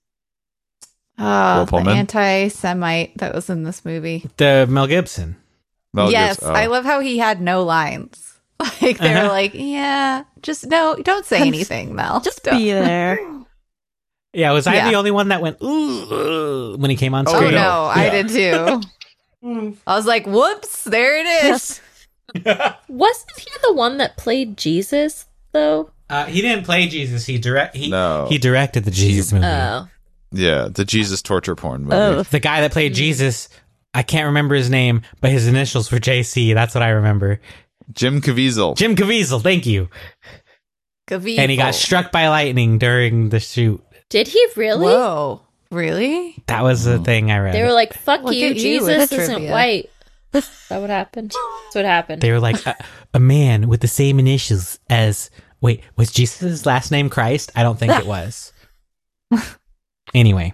A: Will
D: Uh the
A: Pullman?
D: anti Semite that was in this movie.
C: the mel gibson
A: Mel
D: yes,
A: Gibson- oh.
D: I love how he had no lines. Like they
C: Uh-huh.
D: were like, Yeah, just no, don't say
E: Cons-
D: anything, Mel.
E: Just
D: Don't-
E: be there.
C: yeah was i
D: Yeah.
C: the only one that went ooh uh," when he came on
A: Oh,
D: Oh no,
C: screen
A: no.
D: I
A: Yeah.
D: did too. I was like, whoops, there it is.
B: Wasn't he the one that played Jesus though?
C: uh, he didn't play jesus he direct he,
A: No.
C: he directed the jesus movie
B: Oh,
A: Yeah, the Jesus torture porn movie.
E: Oh.
C: the guy that played jesus i can't remember his name but his initials were jc that's what i remember
A: Jim Caviezel.
C: jim caviezel thank you
D: Kavito.
C: and he got struck by lightning during the shoot
B: did he really?
D: Whoa. Really?
C: That was
A: Mm.
C: the thing I read.
B: They were like, "Fuck
D: Look at you
B: you,
D: with
B: Jesus
D: trivia.
B: isn't white." Is that what happened? That's what happened.
C: They were like, a, a man with the same initials as. Wait, was Jesus' last name Christ? I don't think it was. anyway,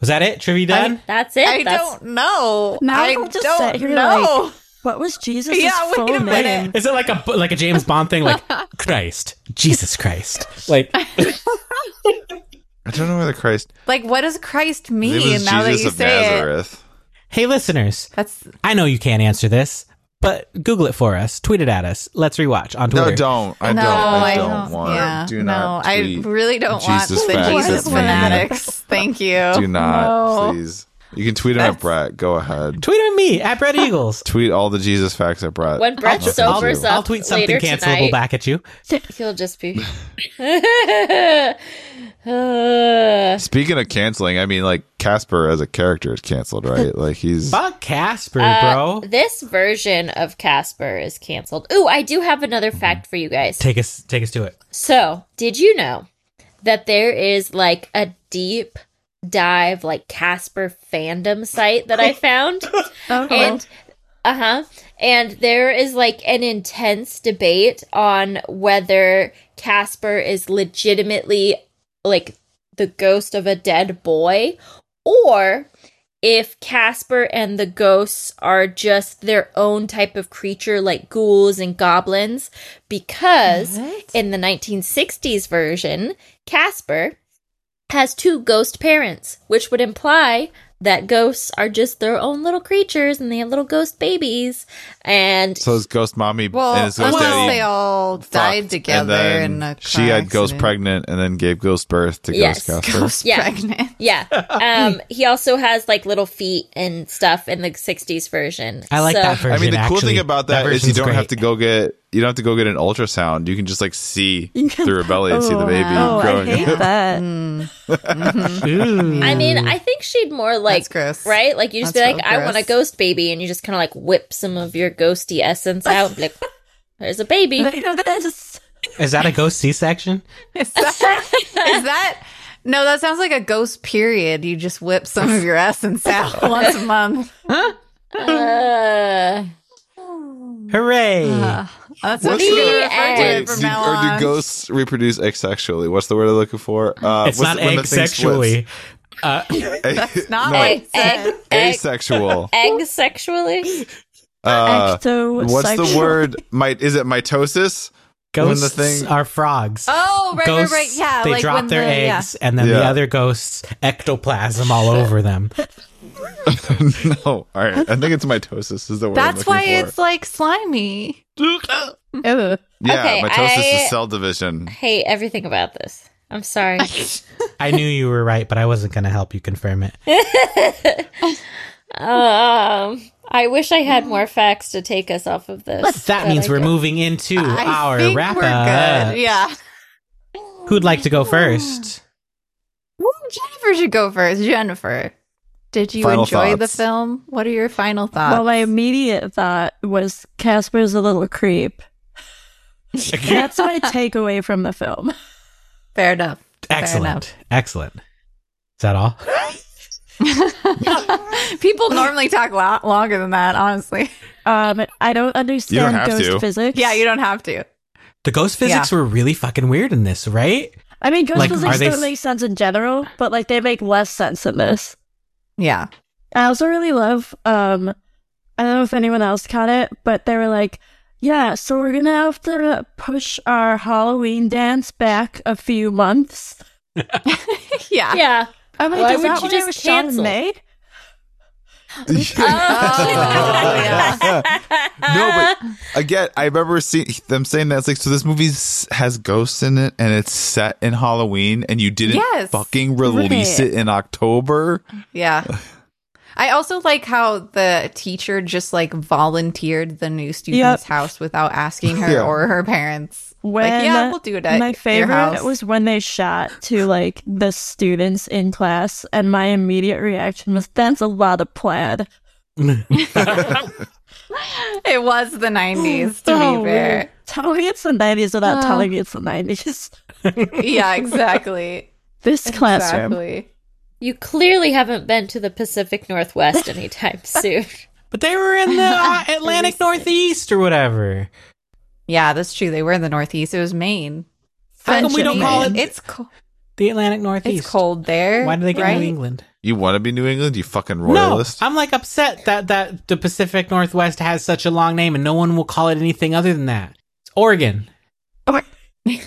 C: was that it? Trivia done?
B: That's it.
D: I
B: That's
D: don't know.
E: Now
D: I
E: we'll just
D: don't
E: sit here
D: know.
E: What was Jesus'
D: Yeah, wait
E: full
D: a
E: name?
D: minute.
C: Is it like a like a James Bond thing? Like Christ, Jesus Christ. Like
A: I don't know where the Christ.
D: Like, what does Christ
A: It
D: mean
A: was
D: now
A: Jesus
D: that you
A: of
D: say it?
A: Nazareth.
C: Hey, listeners,
D: That's
C: I know you can't answer this, but Google it for us. Tweet it at us. Let's rewatch on Twitter.
A: No, don't. I
D: no,
A: don't. I
D: I
A: don't,
D: don't
A: want.
D: Yeah,
A: do not.
D: no,
A: tweet.
D: I really don't want
A: Jesus
D: the
A: facts.
D: Jesus
E: What?
D: fanatics. Thank you.
A: Do not,
D: Oh, No.
A: please. You can tweet him at
D: That's-
A: Brett. Go ahead.
C: Tweet at me at Brett Eagles.
A: Tweet all the Jesus facts at Brett.
B: when Brett
A: I'll-
B: sobers
A: I'll-
B: up
C: I'll tweet something
B: later
C: cancelable
B: tonight,
C: back at you.
B: He'll just be. Uh,
A: Speaking of canceling, I mean, like Casper as a character is canceled, right? Like he's
C: Fuck Casper,
D: Uh,
C: bro.
B: Uh, this version of Casper is canceled. Ooh, I do have another fact for you guys.
C: Take us, take us to it.
B: So, did you know that there is like a deep dive, like Casper fandom site that I found?
E: Okay.
B: and uh huh. And there is like an intense debate on whether Casper is legitimately like the ghost of a dead boy or if Casper and the ghosts are just their own type of creature like ghouls and goblins because in the 1960s version Casper has two ghost parents which would imply that ghosts are just their own little creatures and they have little ghost babies. And
A: So his ghost mommy
D: Well,
A: and his
D: unless
A: ghost daddy
D: they all died
A: fucked,
D: together
A: and
D: in a
A: then
D: car
A: she had ghost
D: accident.
A: pregnant and then gave ghost birth to
B: Yes.
A: ghost Casper.
D: Ghost
B: Yeah.
D: pregnant.
B: yeah, um, he also has like little feet and stuff in the 60s version.
C: I like
B: So-
C: that version.
A: I mean, the cool
C: actually.
A: thing about that is you
C: version's
A: don't have to
C: great.
A: go get you don't have to go get an ultrasound. You can just like see
E: You can-
A: through her belly and see the baby
E: Oh, I
A: growing.
E: hate that.
D: Mm. Mhm.
C: Ooh.
B: I mean, I think she'd more like
D: That's gross.
B: right? Like you just
D: That's
B: be like,
D: real
B: I want a
D: gross.
B: ghost baby, and you just kind of like whip some of your ghosty essence out. Like, there's a
D: Mm.
B: baby.
E: But, you know, that is-
C: Is that a ghost C-section?
D: Is that, is that no? That sounds like a ghost period. You just whip some of your essence out once a month.
B: Uh,
C: Hooray!
D: Uh, that's what
A: What's
D: you
B: the-
D: refer to
A: Wait,
D: it
A: do,
D: from now on.
A: or do ghosts reproduce asexually? What's the word I'm looking for? Uh,
C: it's
A: what's
C: not
A: the- when
C: egg
A: the thing
C: sexually.
A: splits?
D: That's not
A: No,
D: what
B: egg,
D: it
B: egg,
D: said.
B: egg,
A: asexual.
B: egg sexually.
A: Uh,
E: ectosexual.
A: what's the word? My is it mitosis? When the
C: Ghosts
A: thing-
C: are frogs.
D: Oh, right,
C: ghosts,
D: right, right. Yeah,
C: they
D: like
C: drop
D: when
C: their
D: the,
C: eggs, and then the
A: Yeah.
C: other ghosts ectoplasm all over them.
A: no, all right. I think it's mitosis is the
D: Yeah.
A: word.
D: That's
A: I'm looking
D: why
A: for.
D: it's like slimy.
E: Ew.
A: yeah.
B: Okay,
A: mitosis
B: I-
A: is cell division.
B: Hate everything about this. I'm sorry.
C: I knew you were right, but I wasn't going to help you confirm it.
B: um, I wish I had more facts to take us off of this.
C: that
B: but
C: means
B: I
C: we're
B: don't.
C: moving into
D: I
C: our
D: think
C: wrap
D: we're
C: up.
D: good. Yeah.
C: Who'd like to go first?
D: Well, Jennifer should go first. Jennifer, did you
A: Final
D: enjoy the
A: thoughts.
D: film? What are your final thoughts?
E: Well, my immediate thought was Casper's a little creep. That's my takeaway from the film.
D: Fair enough.
C: Excellent. Excellent. Is that all?
D: People normally talk lo- longer than that, honestly.
E: Um, I don't understand
A: have
E: ghost
A: to.
E: physics.
D: Yeah, you don't have to.
C: The ghost physics were really fucking weird in this, right?
E: I mean, ghost
C: Like, are
E: physics
C: they
E: don't
C: s-
E: make sense in general, but like they make less sense in this.
D: Yeah.
E: I also really love um I don't know if anyone else caught it, but they were like, Yeah, so we're gonna have to push our Halloween dance back a few months.
D: Yeah.
B: Yeah.
E: I'm like,
B: Why
E: is
B: would you
E: that when it
B: just
E: was shot in
B: cancel?
E: May?
D: Oh,
A: No,
D: Uh-huh.
A: but again, I remember see- them saying that. It's like, so this movie s- has ghosts in it, and it's set in Halloween, and you didn't
D: Yes.
A: fucking release
E: Right.
A: it in October.
D: Yeah. I also like how the teacher just like volunteered the new student's
E: Yep.
D: house without asking her
A: Yeah.
D: or her parents.
E: When
D: yeah, we'll do it at
E: my
D: your
E: favorite
D: house.
E: was when they shot to like the students in class and my immediate reaction was that's a lot of plaid.
D: It was the 90s, to
E: Oh,
D: be fair.
E: Tell me it's the nineties without
D: Oh.
E: telling me it's the nineties.
D: Yeah, exactly.
E: This classroom.
D: Exactly.
B: You clearly haven't been to the Pacific Northwest anytime soon.
C: But they were in the uh, Atlantic Northeast or whatever.
D: Yeah, that's true. They were in the Northeast. It was Maine.
C: How come we don't call it
D: Maine. It's, co-
C: the Atlantic Northeast?
D: it's cold there.
C: Why do they get
D: right?
C: New England?
A: You want to be New England, you fucking royalist.
C: No, I'm like upset that that the Pacific Northwest has such a long name and no one will call it anything other than that. It's Oregon,
D: Or-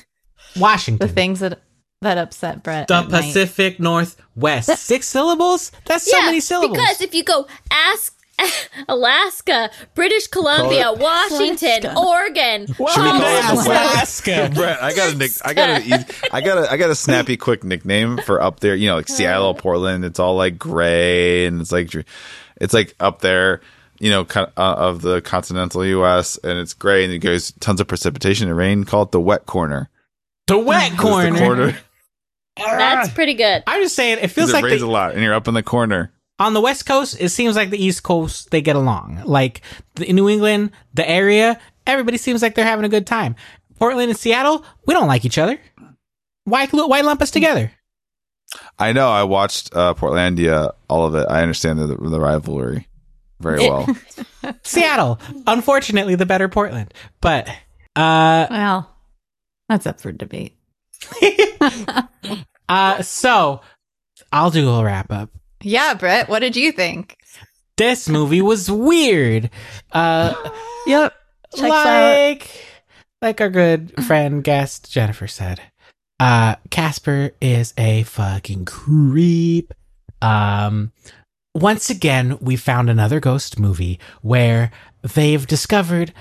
C: Washington,
D: the
C: the,
D: things that that upset Brett. at night.
C: Pacific Northwest. Six syllables? That's so many syllables.
B: Because if you go ask Alaska, British Columbia, Washington,
E: Alaska.
B: Oregon,
A: Should we call it
B: Colorado.
A: Alaska?
C: Alaska.
A: Brett, I got a nick. I got a. eas- I got a. I got a snappy, quick nickname for up there. You know, like Seattle, Portland. It's all like gray, and it's like, dr- it's like up there. You know, kind of, uh, of the continental U.S. and it's gray, and it goes tons of precipitation and rain. Call it the wet corner.
C: the wet
A: 'Cause
C: corner.
A: The corner.
B: That's pretty good.
C: I'm just saying, it feels
A: 'cause it
C: like
A: rains a
C: the,
A: lot, and you're up in the corner.
C: on the West Coast, it seems like the East Coast they get along. Like the, in New England, the area, everybody seems like they're having a good time. Portland and Seattle, we don't like each other. Why why lump us together?
A: I know. I watched uh, Portlandia. All of it. I understand the, the rivalry very well.
C: Seattle, unfortunately, the better Portland. But uh,
D: Well, that's up for debate.
C: uh, so I'll do a wrap up.
D: Yeah, Brett, what did you think?
C: This movie was weird. Uh,
E: Yep. Checks out.
C: like, like our good friend guest Jennifer said, uh, Casper is a fucking creep. Um, once again, we found another ghost movie where they've discovered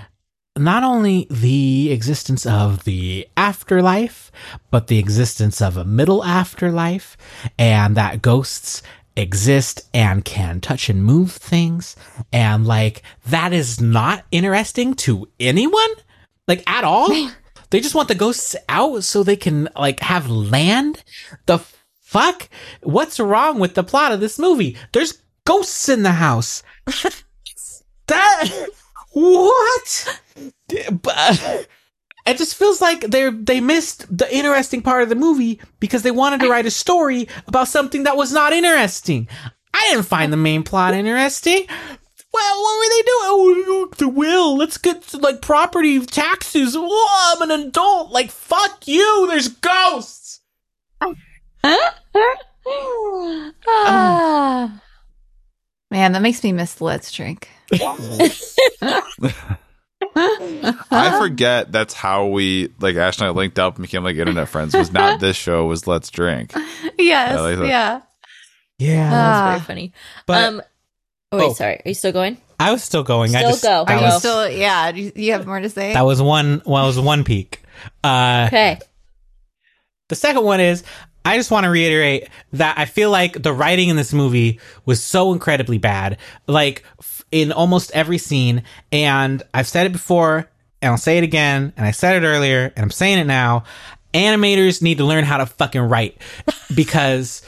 C: not only the existence of the afterlife, but the existence of a middle afterlife, and that ghosts exist and can touch and move things. And like, that is not interesting to anyone, like, at all. They just want the ghosts out so they can, like, have land. The fuck? What's wrong with the plot of this movie? There's ghosts in the house. that what? But it just feels like they are they missed the interesting part of the movie because they wanted to write a story about something that was not interesting. I didn't find the main plot interesting. Well, what were they doing? Oh, the will. Let's get to, like property taxes. Oh, I'm an adult. Like fuck you. There's ghosts.
B: Ah.
D: Man, that makes me miss the Let's Drink.
A: I forget that's how we like Ash and I linked up and became like internet friends. Was not this show. Was Let's Drink.
D: Yes.
A: I like that.
D: yeah.
C: Yeah.
B: That's
D: Ah.
B: very funny.
C: But
B: Uh, um, oh, wait,
C: oh.
B: sorry. Are you still going?
C: I was still going. I
B: Still
C: just,
B: go.
C: That
B: Are
D: Are you
C: was,
D: still? Yeah. do You, you have more to say?
C: That was one. Well, it was one peak. Uh,
B: Okay.
C: The second one is I just want to reiterate that I feel like the writing in this movie was so incredibly bad, like f- in almost every scene. And I've said it before, and I'll say it again, and I said it earlier, and I'm saying it now. Animators need to learn how to fucking write because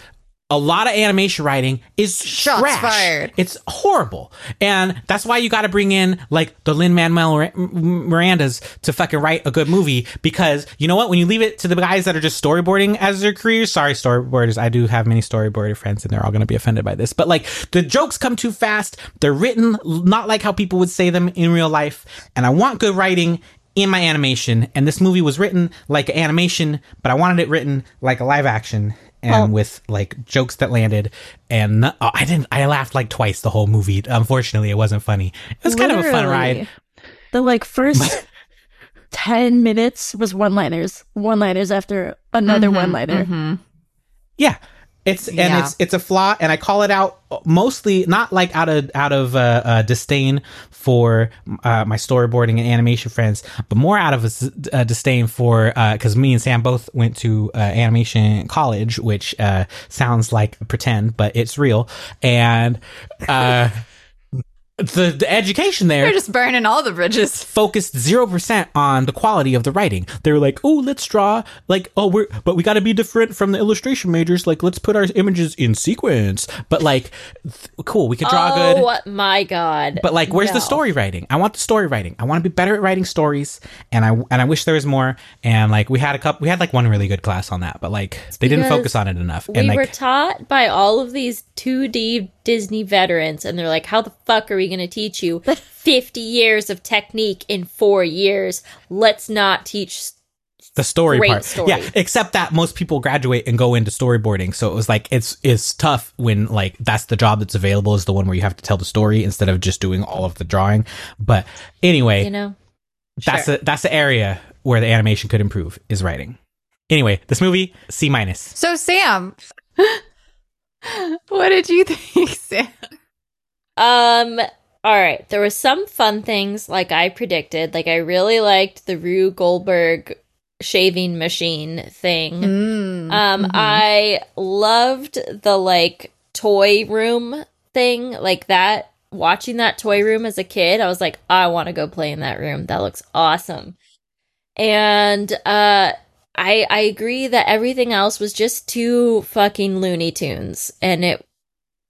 C: a lot of animation writing is
D: Shots
C: trash.
D: fired.
C: It's horrible, and that's why you got to bring in like the Lin Manuel Mirandas to fucking write a good movie. Because you know what? When you leave it to the guys that are just storyboarding as their careers, sorry, storyboarders. I do have many storyboarder friends, and they're all going to be offended by this. But like the jokes come too fast. They're written not like how people would say them in real life. And I want good writing in my animation. And this movie was written like an animation, but I wanted it written like a live action and with like jokes that landed. And uh, I didn't, I laughed like twice the whole movie. Unfortunately, it wasn't funny. It was kind of a fun ride.
E: Literally. The like first ten minutes was one liners, one liners after another
D: Mm-hmm,
E: one liner.
C: Yeah. It's and
D: Yeah.
C: it's it's a flaw, and I call it out uh, mostly not like out of out of uh, uh, disdain for uh, my storyboarding and animation friends, but more out of a, s- uh disdain for because me and Sam both went to uh, animation college, which uh, sounds like pretend, but it's real, and uh, the the education there
D: They're just burning all the bridges.
C: focused 0% on the quality of the writing. They were like, "Oh, let's draw like oh, we're but we got to be different from the illustration majors. Like let's put our images in sequence." But like th- cool, we could draw
B: oh
C: good.
B: my god!
C: But like where's
B: No.
C: the story writing? I want the story writing. I want to be better at writing stories and I and I wish there was more and like we had a couple we had like one really good class on that, but like they didn't
B: because
C: focus on it enough.
B: We
C: And like
B: were taught by all of these 2D Disney veterans, and they're like, "How the fuck are we going to teach you 50 years of technique in four years? Let's not teach."
C: the story
B: Great
C: part.
B: story.
C: Yeah, except that most people graduate and go into storyboarding, so it was like it's it's tough when like that's the job that's available is the one where you have to tell the story instead of just doing all of the drawing. But anyway,
B: You know,
C: that's a, that's the area where the animation could improve is writing. Anyway, this movie C minus.
D: So, Sam, what did you think, Sam?
B: Um. All right. There were some fun things, like I predicted. Like I really liked the Rue Goldberg shaving machine thing.
C: Mm-hmm.
D: Mm. Mm-hmm.
B: Um, I loved the like toy room thing, like that. Watching that toy room as a kid, I was like, I want to go play in that room. That looks awesome. And uh, I I agree that everything else was just too fucking Looney Tunes, and it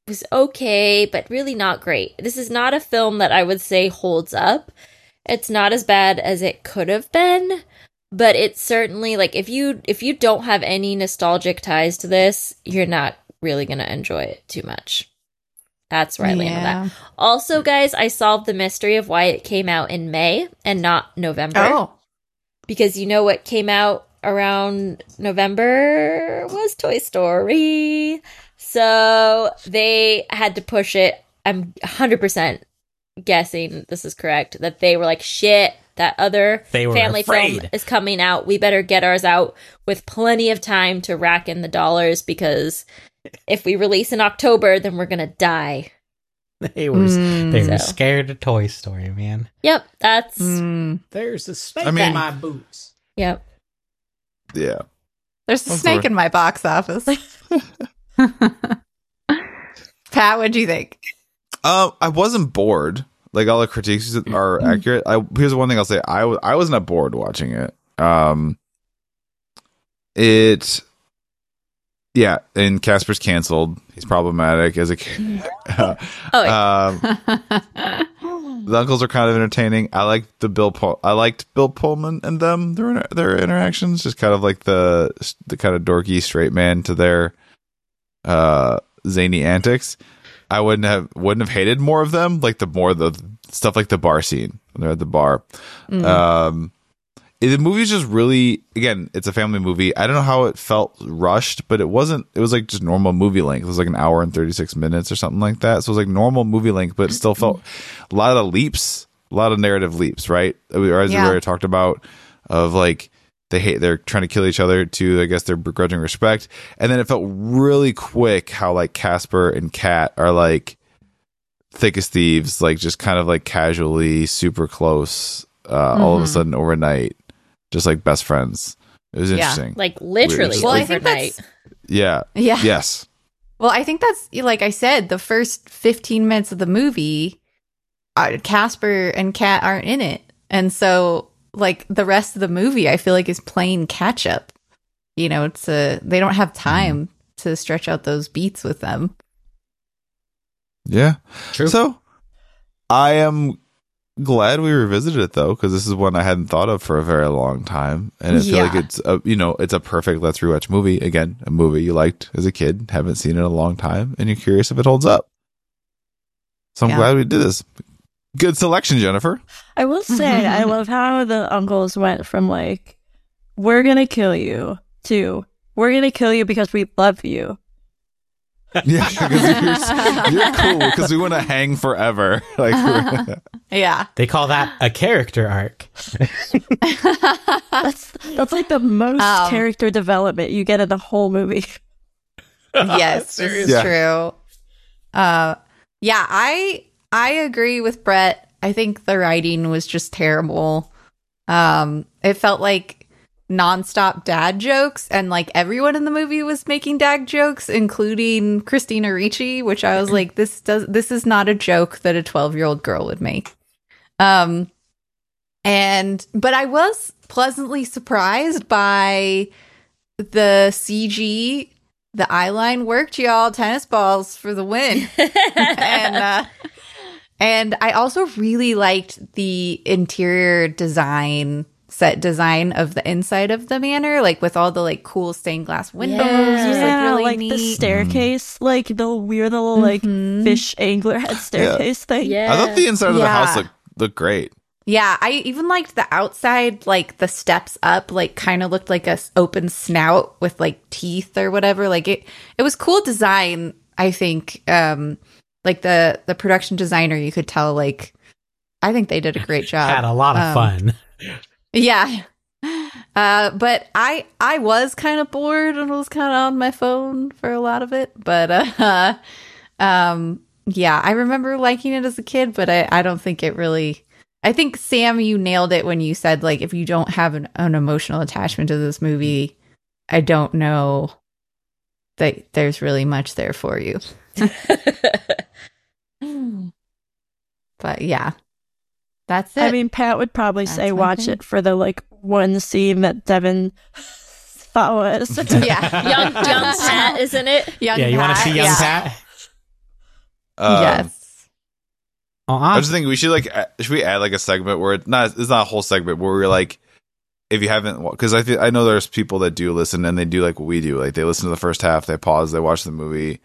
B: was okay, but really not great. This is not a film that I would say holds up. It's not as bad as it could have been but it's certainly like if you if you don't have any nostalgic ties to this you're not really going to enjoy it too much that's where i land with that also guys i solved the mystery of why it came out in may and not november
D: Oh,
B: because you know what came out around November was Toy Story. So they had to push it. I'm 100% guessing this is correct that they were like shit that other
C: They were
B: family
C: afraid.
B: film is coming out. We better get ours out with plenty of time to rack in the dollars because if we release in October, then we're gonna die.
G: They were s- they were
B: So.
G: scared of Toy Story, man.
B: Yep, that's
D: Mm.
G: There's a snake
A: I mean-
G: in my boots.
B: yep.
A: Yeah.
D: There's a
A: Of
D: snake
A: course.
D: in my box office. Pat, what'd you think?
A: Uh, I wasn't bored. Like all the critiques are accurate. I here's one thing I'll say. I w- I was not bored watching it. Um, it, yeah. And Casper's canceled. He's problematic as a. ca-
B: Oh, yeah.
A: um, the uncles are kind of entertaining. I like the Bill. Pull- I liked Bill Pullman and them. Their inter- their interactions, just kind of like the the kind of dorky straight man to their uh zany antics. I wouldn't have wouldn't have hated more of them. Like the more the stuff like the bar scene when they're at the bar. Um, it- the movie's just really again, it's a family movie. I don't know how it felt rushed, but it wasn't. It was like just normal movie length. It was like an hour and thirty six minutes or something like that. So it was like normal movie length, but it still felt a lot of leaps, a lot of narrative leaps, right? Or as
D: Yeah.
A: we already talked about, of like they hate they're trying to kill each other to I guess their begrudging respect, and then it felt really quick how like Casper and Kat are like thick as thieves, like just kind of like casually super close, uh, all of a
D: Mhm.
A: sudden overnight, just like best friends. It was
D: Yeah,
A: interesting.
B: like literally
A: Well,
D: I think
B: overnight.
D: that's-
A: yeah.
D: Yeah.
A: Yes.
D: Well, I think that's like I said, the first 15 minutes of the movie, uh, Casper and Kat aren't in it. And so, like, the rest of the movie, I feel like is playing catch up. You know, it's a, they don't have time to stretch out those beats with them.
A: Yeah.
G: True.
A: So I am glad we revisited it though, because this is one I hadn't thought of for a very long time, and I feel
D: Yeah.
A: like it's a you know it's a perfect let's rewatch movie again, a movie you liked as a kid, haven't seen in a long time, and you're curious if it holds up. So I'm
D: Yeah.
A: glad we did this. Good selection, Jennifer.
E: I will
D: Mm-hmm,
E: say, I love how the uncles went from like, we're gonna kill you to we're gonna kill you because we love you.
A: Yeah, because you're, you're cool because we want to hang forever. Like, we're-
D: Yeah.
G: They call that a character arc.
E: That's that's like the most
D: Um,
E: character development you get in the whole movie.
D: yes, this is
A: Yeah.
D: true. Uh, yeah, I I agree with Brett. I think the writing was just terrible. Um, it felt like nonstop dad jokes, and like everyone in the movie was making dad jokes, including Christina Ricci, which I was like, this does this is not a joke that a twelve year old girl would make. Um, and but I was pleasantly surprised by the CG the eye line worked, y'all. Tennis balls for the win. and uh, and I also really liked the interior design, set design of the inside of the manor, like with all the like cool stained glass windows. It was like
E: Yeah,
D: really
E: like
D: neat.
E: the staircase, like the weird little like
D: Mhm.
E: fish angler head staircase thing.
B: yeah.
A: I thought the inside of the
D: Yeah.
A: house looked looked great.
D: Yeah, I even liked the outside, like the steps up, like kind of looked like a s- open snout with like teeth or whatever. Like it, it was cool design. I think, um, like the the production designer, you could tell. Like, I think they did a great job.
G: Had a lot of
D: Um,
G: fun.
D: Yeah. Uh, but I I was kind of bored and was kind of on my phone for a lot of it. But uh, um, yeah, I remember liking it as a kid, but I, I don't think it really. I think Sam, you nailed it when you said like if you don't have an, an emotional attachment to this movie, I don't know that there's really much there for you.
B: Hmm.
D: But yeah, that's it.
E: I mean, Pat would probably
D: That's
E: say
D: my
E: watch
D: thing.
E: it for the like one scene that Devin follows.
D: yeah,
B: young young Pat, isn't it?
D: Young
G: yeah, you want to
D: Pat,
G: see Young
D: yeah.
G: Pat?
A: Um,
C: Uh-uh.
D: yes.
G: Oh,
A: I
G: I'm-
A: was just thinking we should like a- should we add like a segment where it's not it's not a whole segment where we're like if you haven't because I th- I know there's people that do listen and they do like what we do like they listen to the first half they pause they watch the movie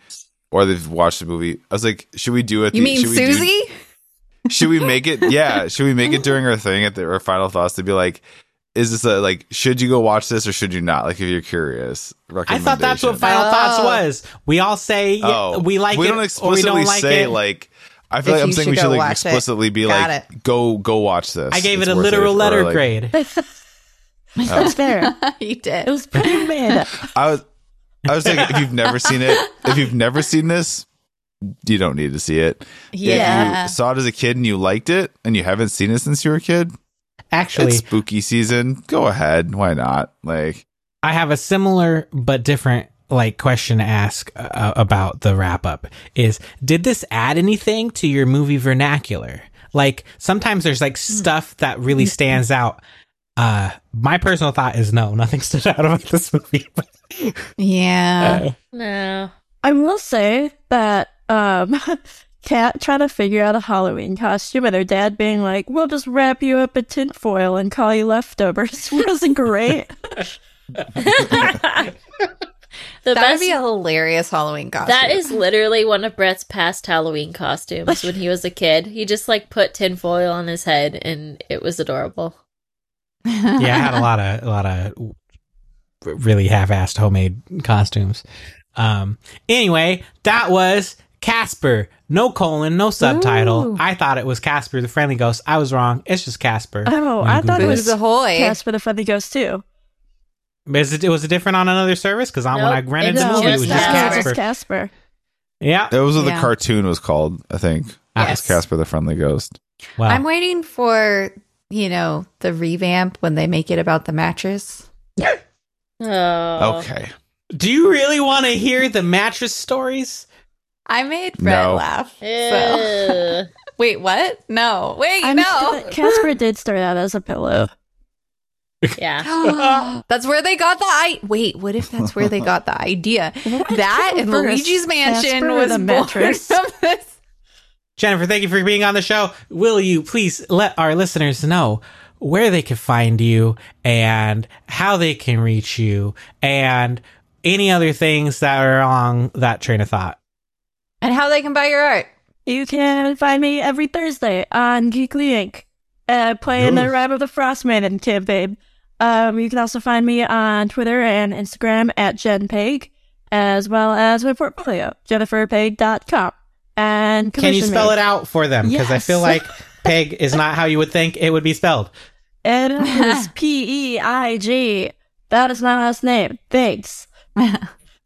A: or they've watched the movie I was like should we do it
D: You
A: the-
D: mean
A: should we do-
D: Susie?
A: should we make it yeah should we make it during our thing at the, our final thoughts to be like is this a like should you go watch this or should you not like if you're curious
G: I thought that's what
A: recommendation.
G: Final Thoughts
D: Oh.
G: was. We all say yeah,
A: Oh,
G: we like
A: we
G: it
A: don't
G: or we
A: explicitly
G: don't like
A: say
G: it.
A: like. I feel
D: If
A: like I'm
D: you
A: saying
D: should
A: we should
D: go
A: like
D: watch it.
A: explicitly be
D: Got
A: like, go go watch this.
G: I gave
A: It's
G: it a
A: worth
G: literal
A: Or,
G: letter
A: like,
G: grade.
E: That's fair.
D: you did.
E: It was pretty meta.
A: I was I was like, if you've never seen it, if you've never seen this, you don't need to see it. If
D: Yeah.
A: you saw it as a kid and you liked it and you haven't seen it since you were a kid,
H: Actually,
A: it's spooky season. Go ahead. Why not? Like,
C: I have a similar but different like question to ask uh, about the wrap up is did this add anything to your movie vernacular? Like sometimes there's like stuff that really stands out. Uh my personal thought is no, nothing stood out about this movie.
D: Yeah. Uh,
B: No.
E: I will say that um Kat trying to figure out a Halloween costume and her dad being like, We'll just wrap you up in tinfoil and call you leftovers wasn't great.
B: the
D: that would
B: best
D: be a hilarious Halloween costume.
B: That is literally one of Brett's past Halloween costumes when he was a kid. He just like put tinfoil on his head and it was adorable.
C: yeah, I had a lot of a lot of really half-assed homemade costumes. Um anyway, that was Casper. No colon, no subtitle. I thought it was Casper the Friendly Ghost. I was wrong. It's just Casper.
E: Oh,
C: on
E: I thought it
C: Google.
E: was
D: Booze ahoy.
E: Yes, but the funny ghost too.
C: Is it, was it different on another service? Because when I
B: Nope,
C: rented
B: it's
C: the movie, it was
B: just
C: just
E: Casper.
C: Casper.
E: Just Casper.
C: Yeah.
A: that was what
D: Yeah.
A: the cartoon was called, I think. It was
D: Yes.
A: Casper the Friendly Ghost.
C: Well,
D: I'm waiting for, you know, the revamp when they make it about the mattress.
B: Oh.
A: Okay.
C: do you really want to hear the mattress stories?
D: I made Brett
A: No.
D: laugh. So.
B: Ew.
D: Wait, what? No. Wait,
E: I'm-
D: no.
E: Casper did start out as a pillow.
B: yeah.
D: that's where they got the I wait, what if that's where they got the idea? That and
E: First,
D: Luigi's Mansion
E: Casper
D: was
E: the
D: born
E: mattress.
D: from this.
C: Jennifer, thank you for being on the show. Will you please let our listeners know where they can find you and how they can reach you and any other things that are along that train of thought?
D: And how they can buy your art.
E: You can find me every Thursday on Geekly Inc. Uh, playing the Rhyme of the Frostman campaign. Um, you can also find me on Twitter and Instagram at Jen Peg, as well as my portfolio, jenniferpeg.com. And
C: Can you spell it out for them? Because I feel like
E: Yes.
C: pig is not how you would think it would be spelled.
E: It is P E I G. That is my last name. Thanks.
C: Uh,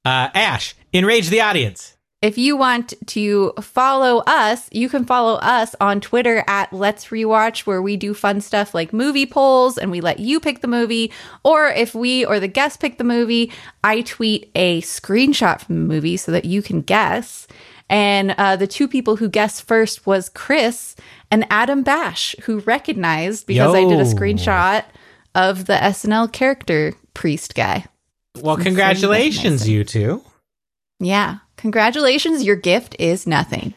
C: Ash, enrage the audience.
D: If you want to follow us, you can follow us on Twitter at Let's Rewatch, where we do fun stuff like movie polls and we let you pick the movie. Or if we or the guest pick the movie, I tweet a screenshot from the movie so that you can guess. And uh, the two people who guessed first was Chris and Adam Bash, who recognized because I did a
C: Yo.
D: screenshot of the SNL character priest guy.
C: Well, congratulations, you two.
D: Yeah. Congratulations, your gift is nothing.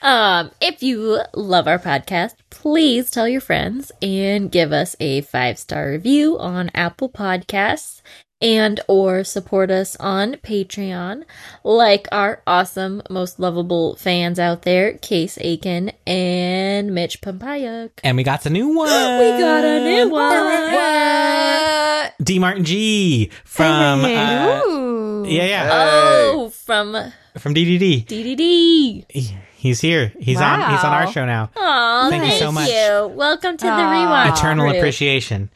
B: Um, if you love our podcast, please tell your friends and give us a five-star review on Apple Podcasts and or support us on Patreon like our awesome most lovable fans out there, Case Aiken and Mitch Pompayuk.
C: And we got a new one.
B: We got a new one.
D: What?
C: D Martin G from
E: Hey.
C: uh,
D: Ooh.
C: yeah yeah
B: Oh, from
C: from DDD.
B: DDD.
C: He- He's here. He's on. He's on our
D: Wow.
C: show now.
B: Aw,
C: Thank
B: thank,
C: you so much.
B: you. Welcome to the
D: Aw.
B: rewind.
C: Eternal
B: crew.
C: appreciation,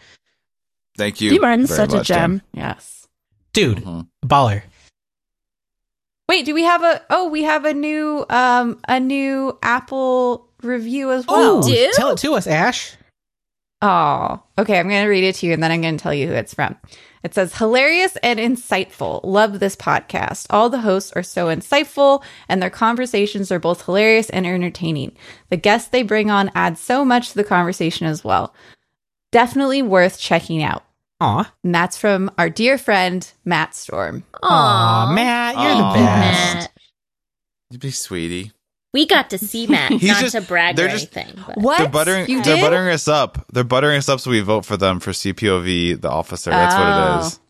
A: Thank you.
E: You are
A: very
E: such a
A: much, Dan.
E: gem.
D: Yes.
C: dude.
A: Mhm.
C: Baller.
D: Wait, do we have a oh, we have a new um a new Apple review as well.
B: Ooh. do?
C: tell it to us, Ash.
D: Oh. Okay, I'm going to read it to you and then I'm going to tell you who it's from. It says hilarious and insightful. Love this podcast. All the hosts are so insightful and their conversations are both hilarious and entertaining. The guests they bring on add so much to the conversation as well. Definitely worth checking out.
C: Aw.
D: And that's from our dear friend Matt Storm.
B: Aw,
C: Matt, you're
A: Aw.
C: the best.
B: Matt.
A: You be sweetie.
B: We got to see Matt,
A: He's
B: not
A: just-
B: to brag or
A: they're just-
B: anything. But.
D: What?
A: They're buttering.
D: you
A: they're
D: did?
A: buttering us up. They're buttering us up so we vote for them for CPOV, the officer. That's what
D: Oh.
A: it is.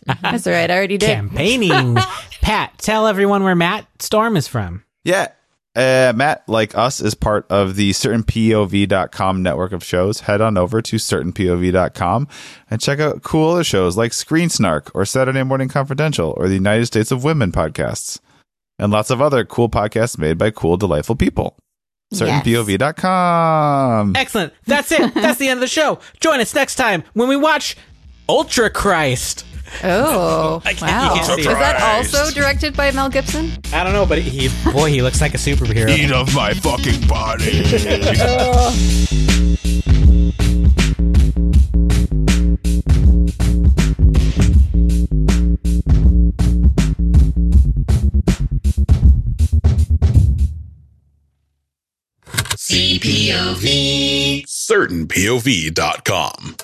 B: Mm.
D: That's all right. I already did.
C: Campaigning. Pat, tell everyone where Matt Storm is from.
A: Yeah. Uh, Matt, like us, is part of the certainpov.com network of shows. Head on over to certainpov.com and check out cool other shows like Screen Snark or Saturday Morning Confidential or the United States of Women podcasts and lots of other cool podcasts made by cool, delightful people.
D: Yes.
A: certainpov.com.
C: Excellent. That's it. That's the end of the show. Join us next time when we watch Ultra Christ.
D: Oh,
C: I can't-
D: wow.
C: you can't
D: Is
C: see it.
D: that also directed by Mel Gibson?
C: I don't know, but he boy, he looks like a superhero.
I: Eat of my fucking body.
A: CPOV. CertainPOV.com.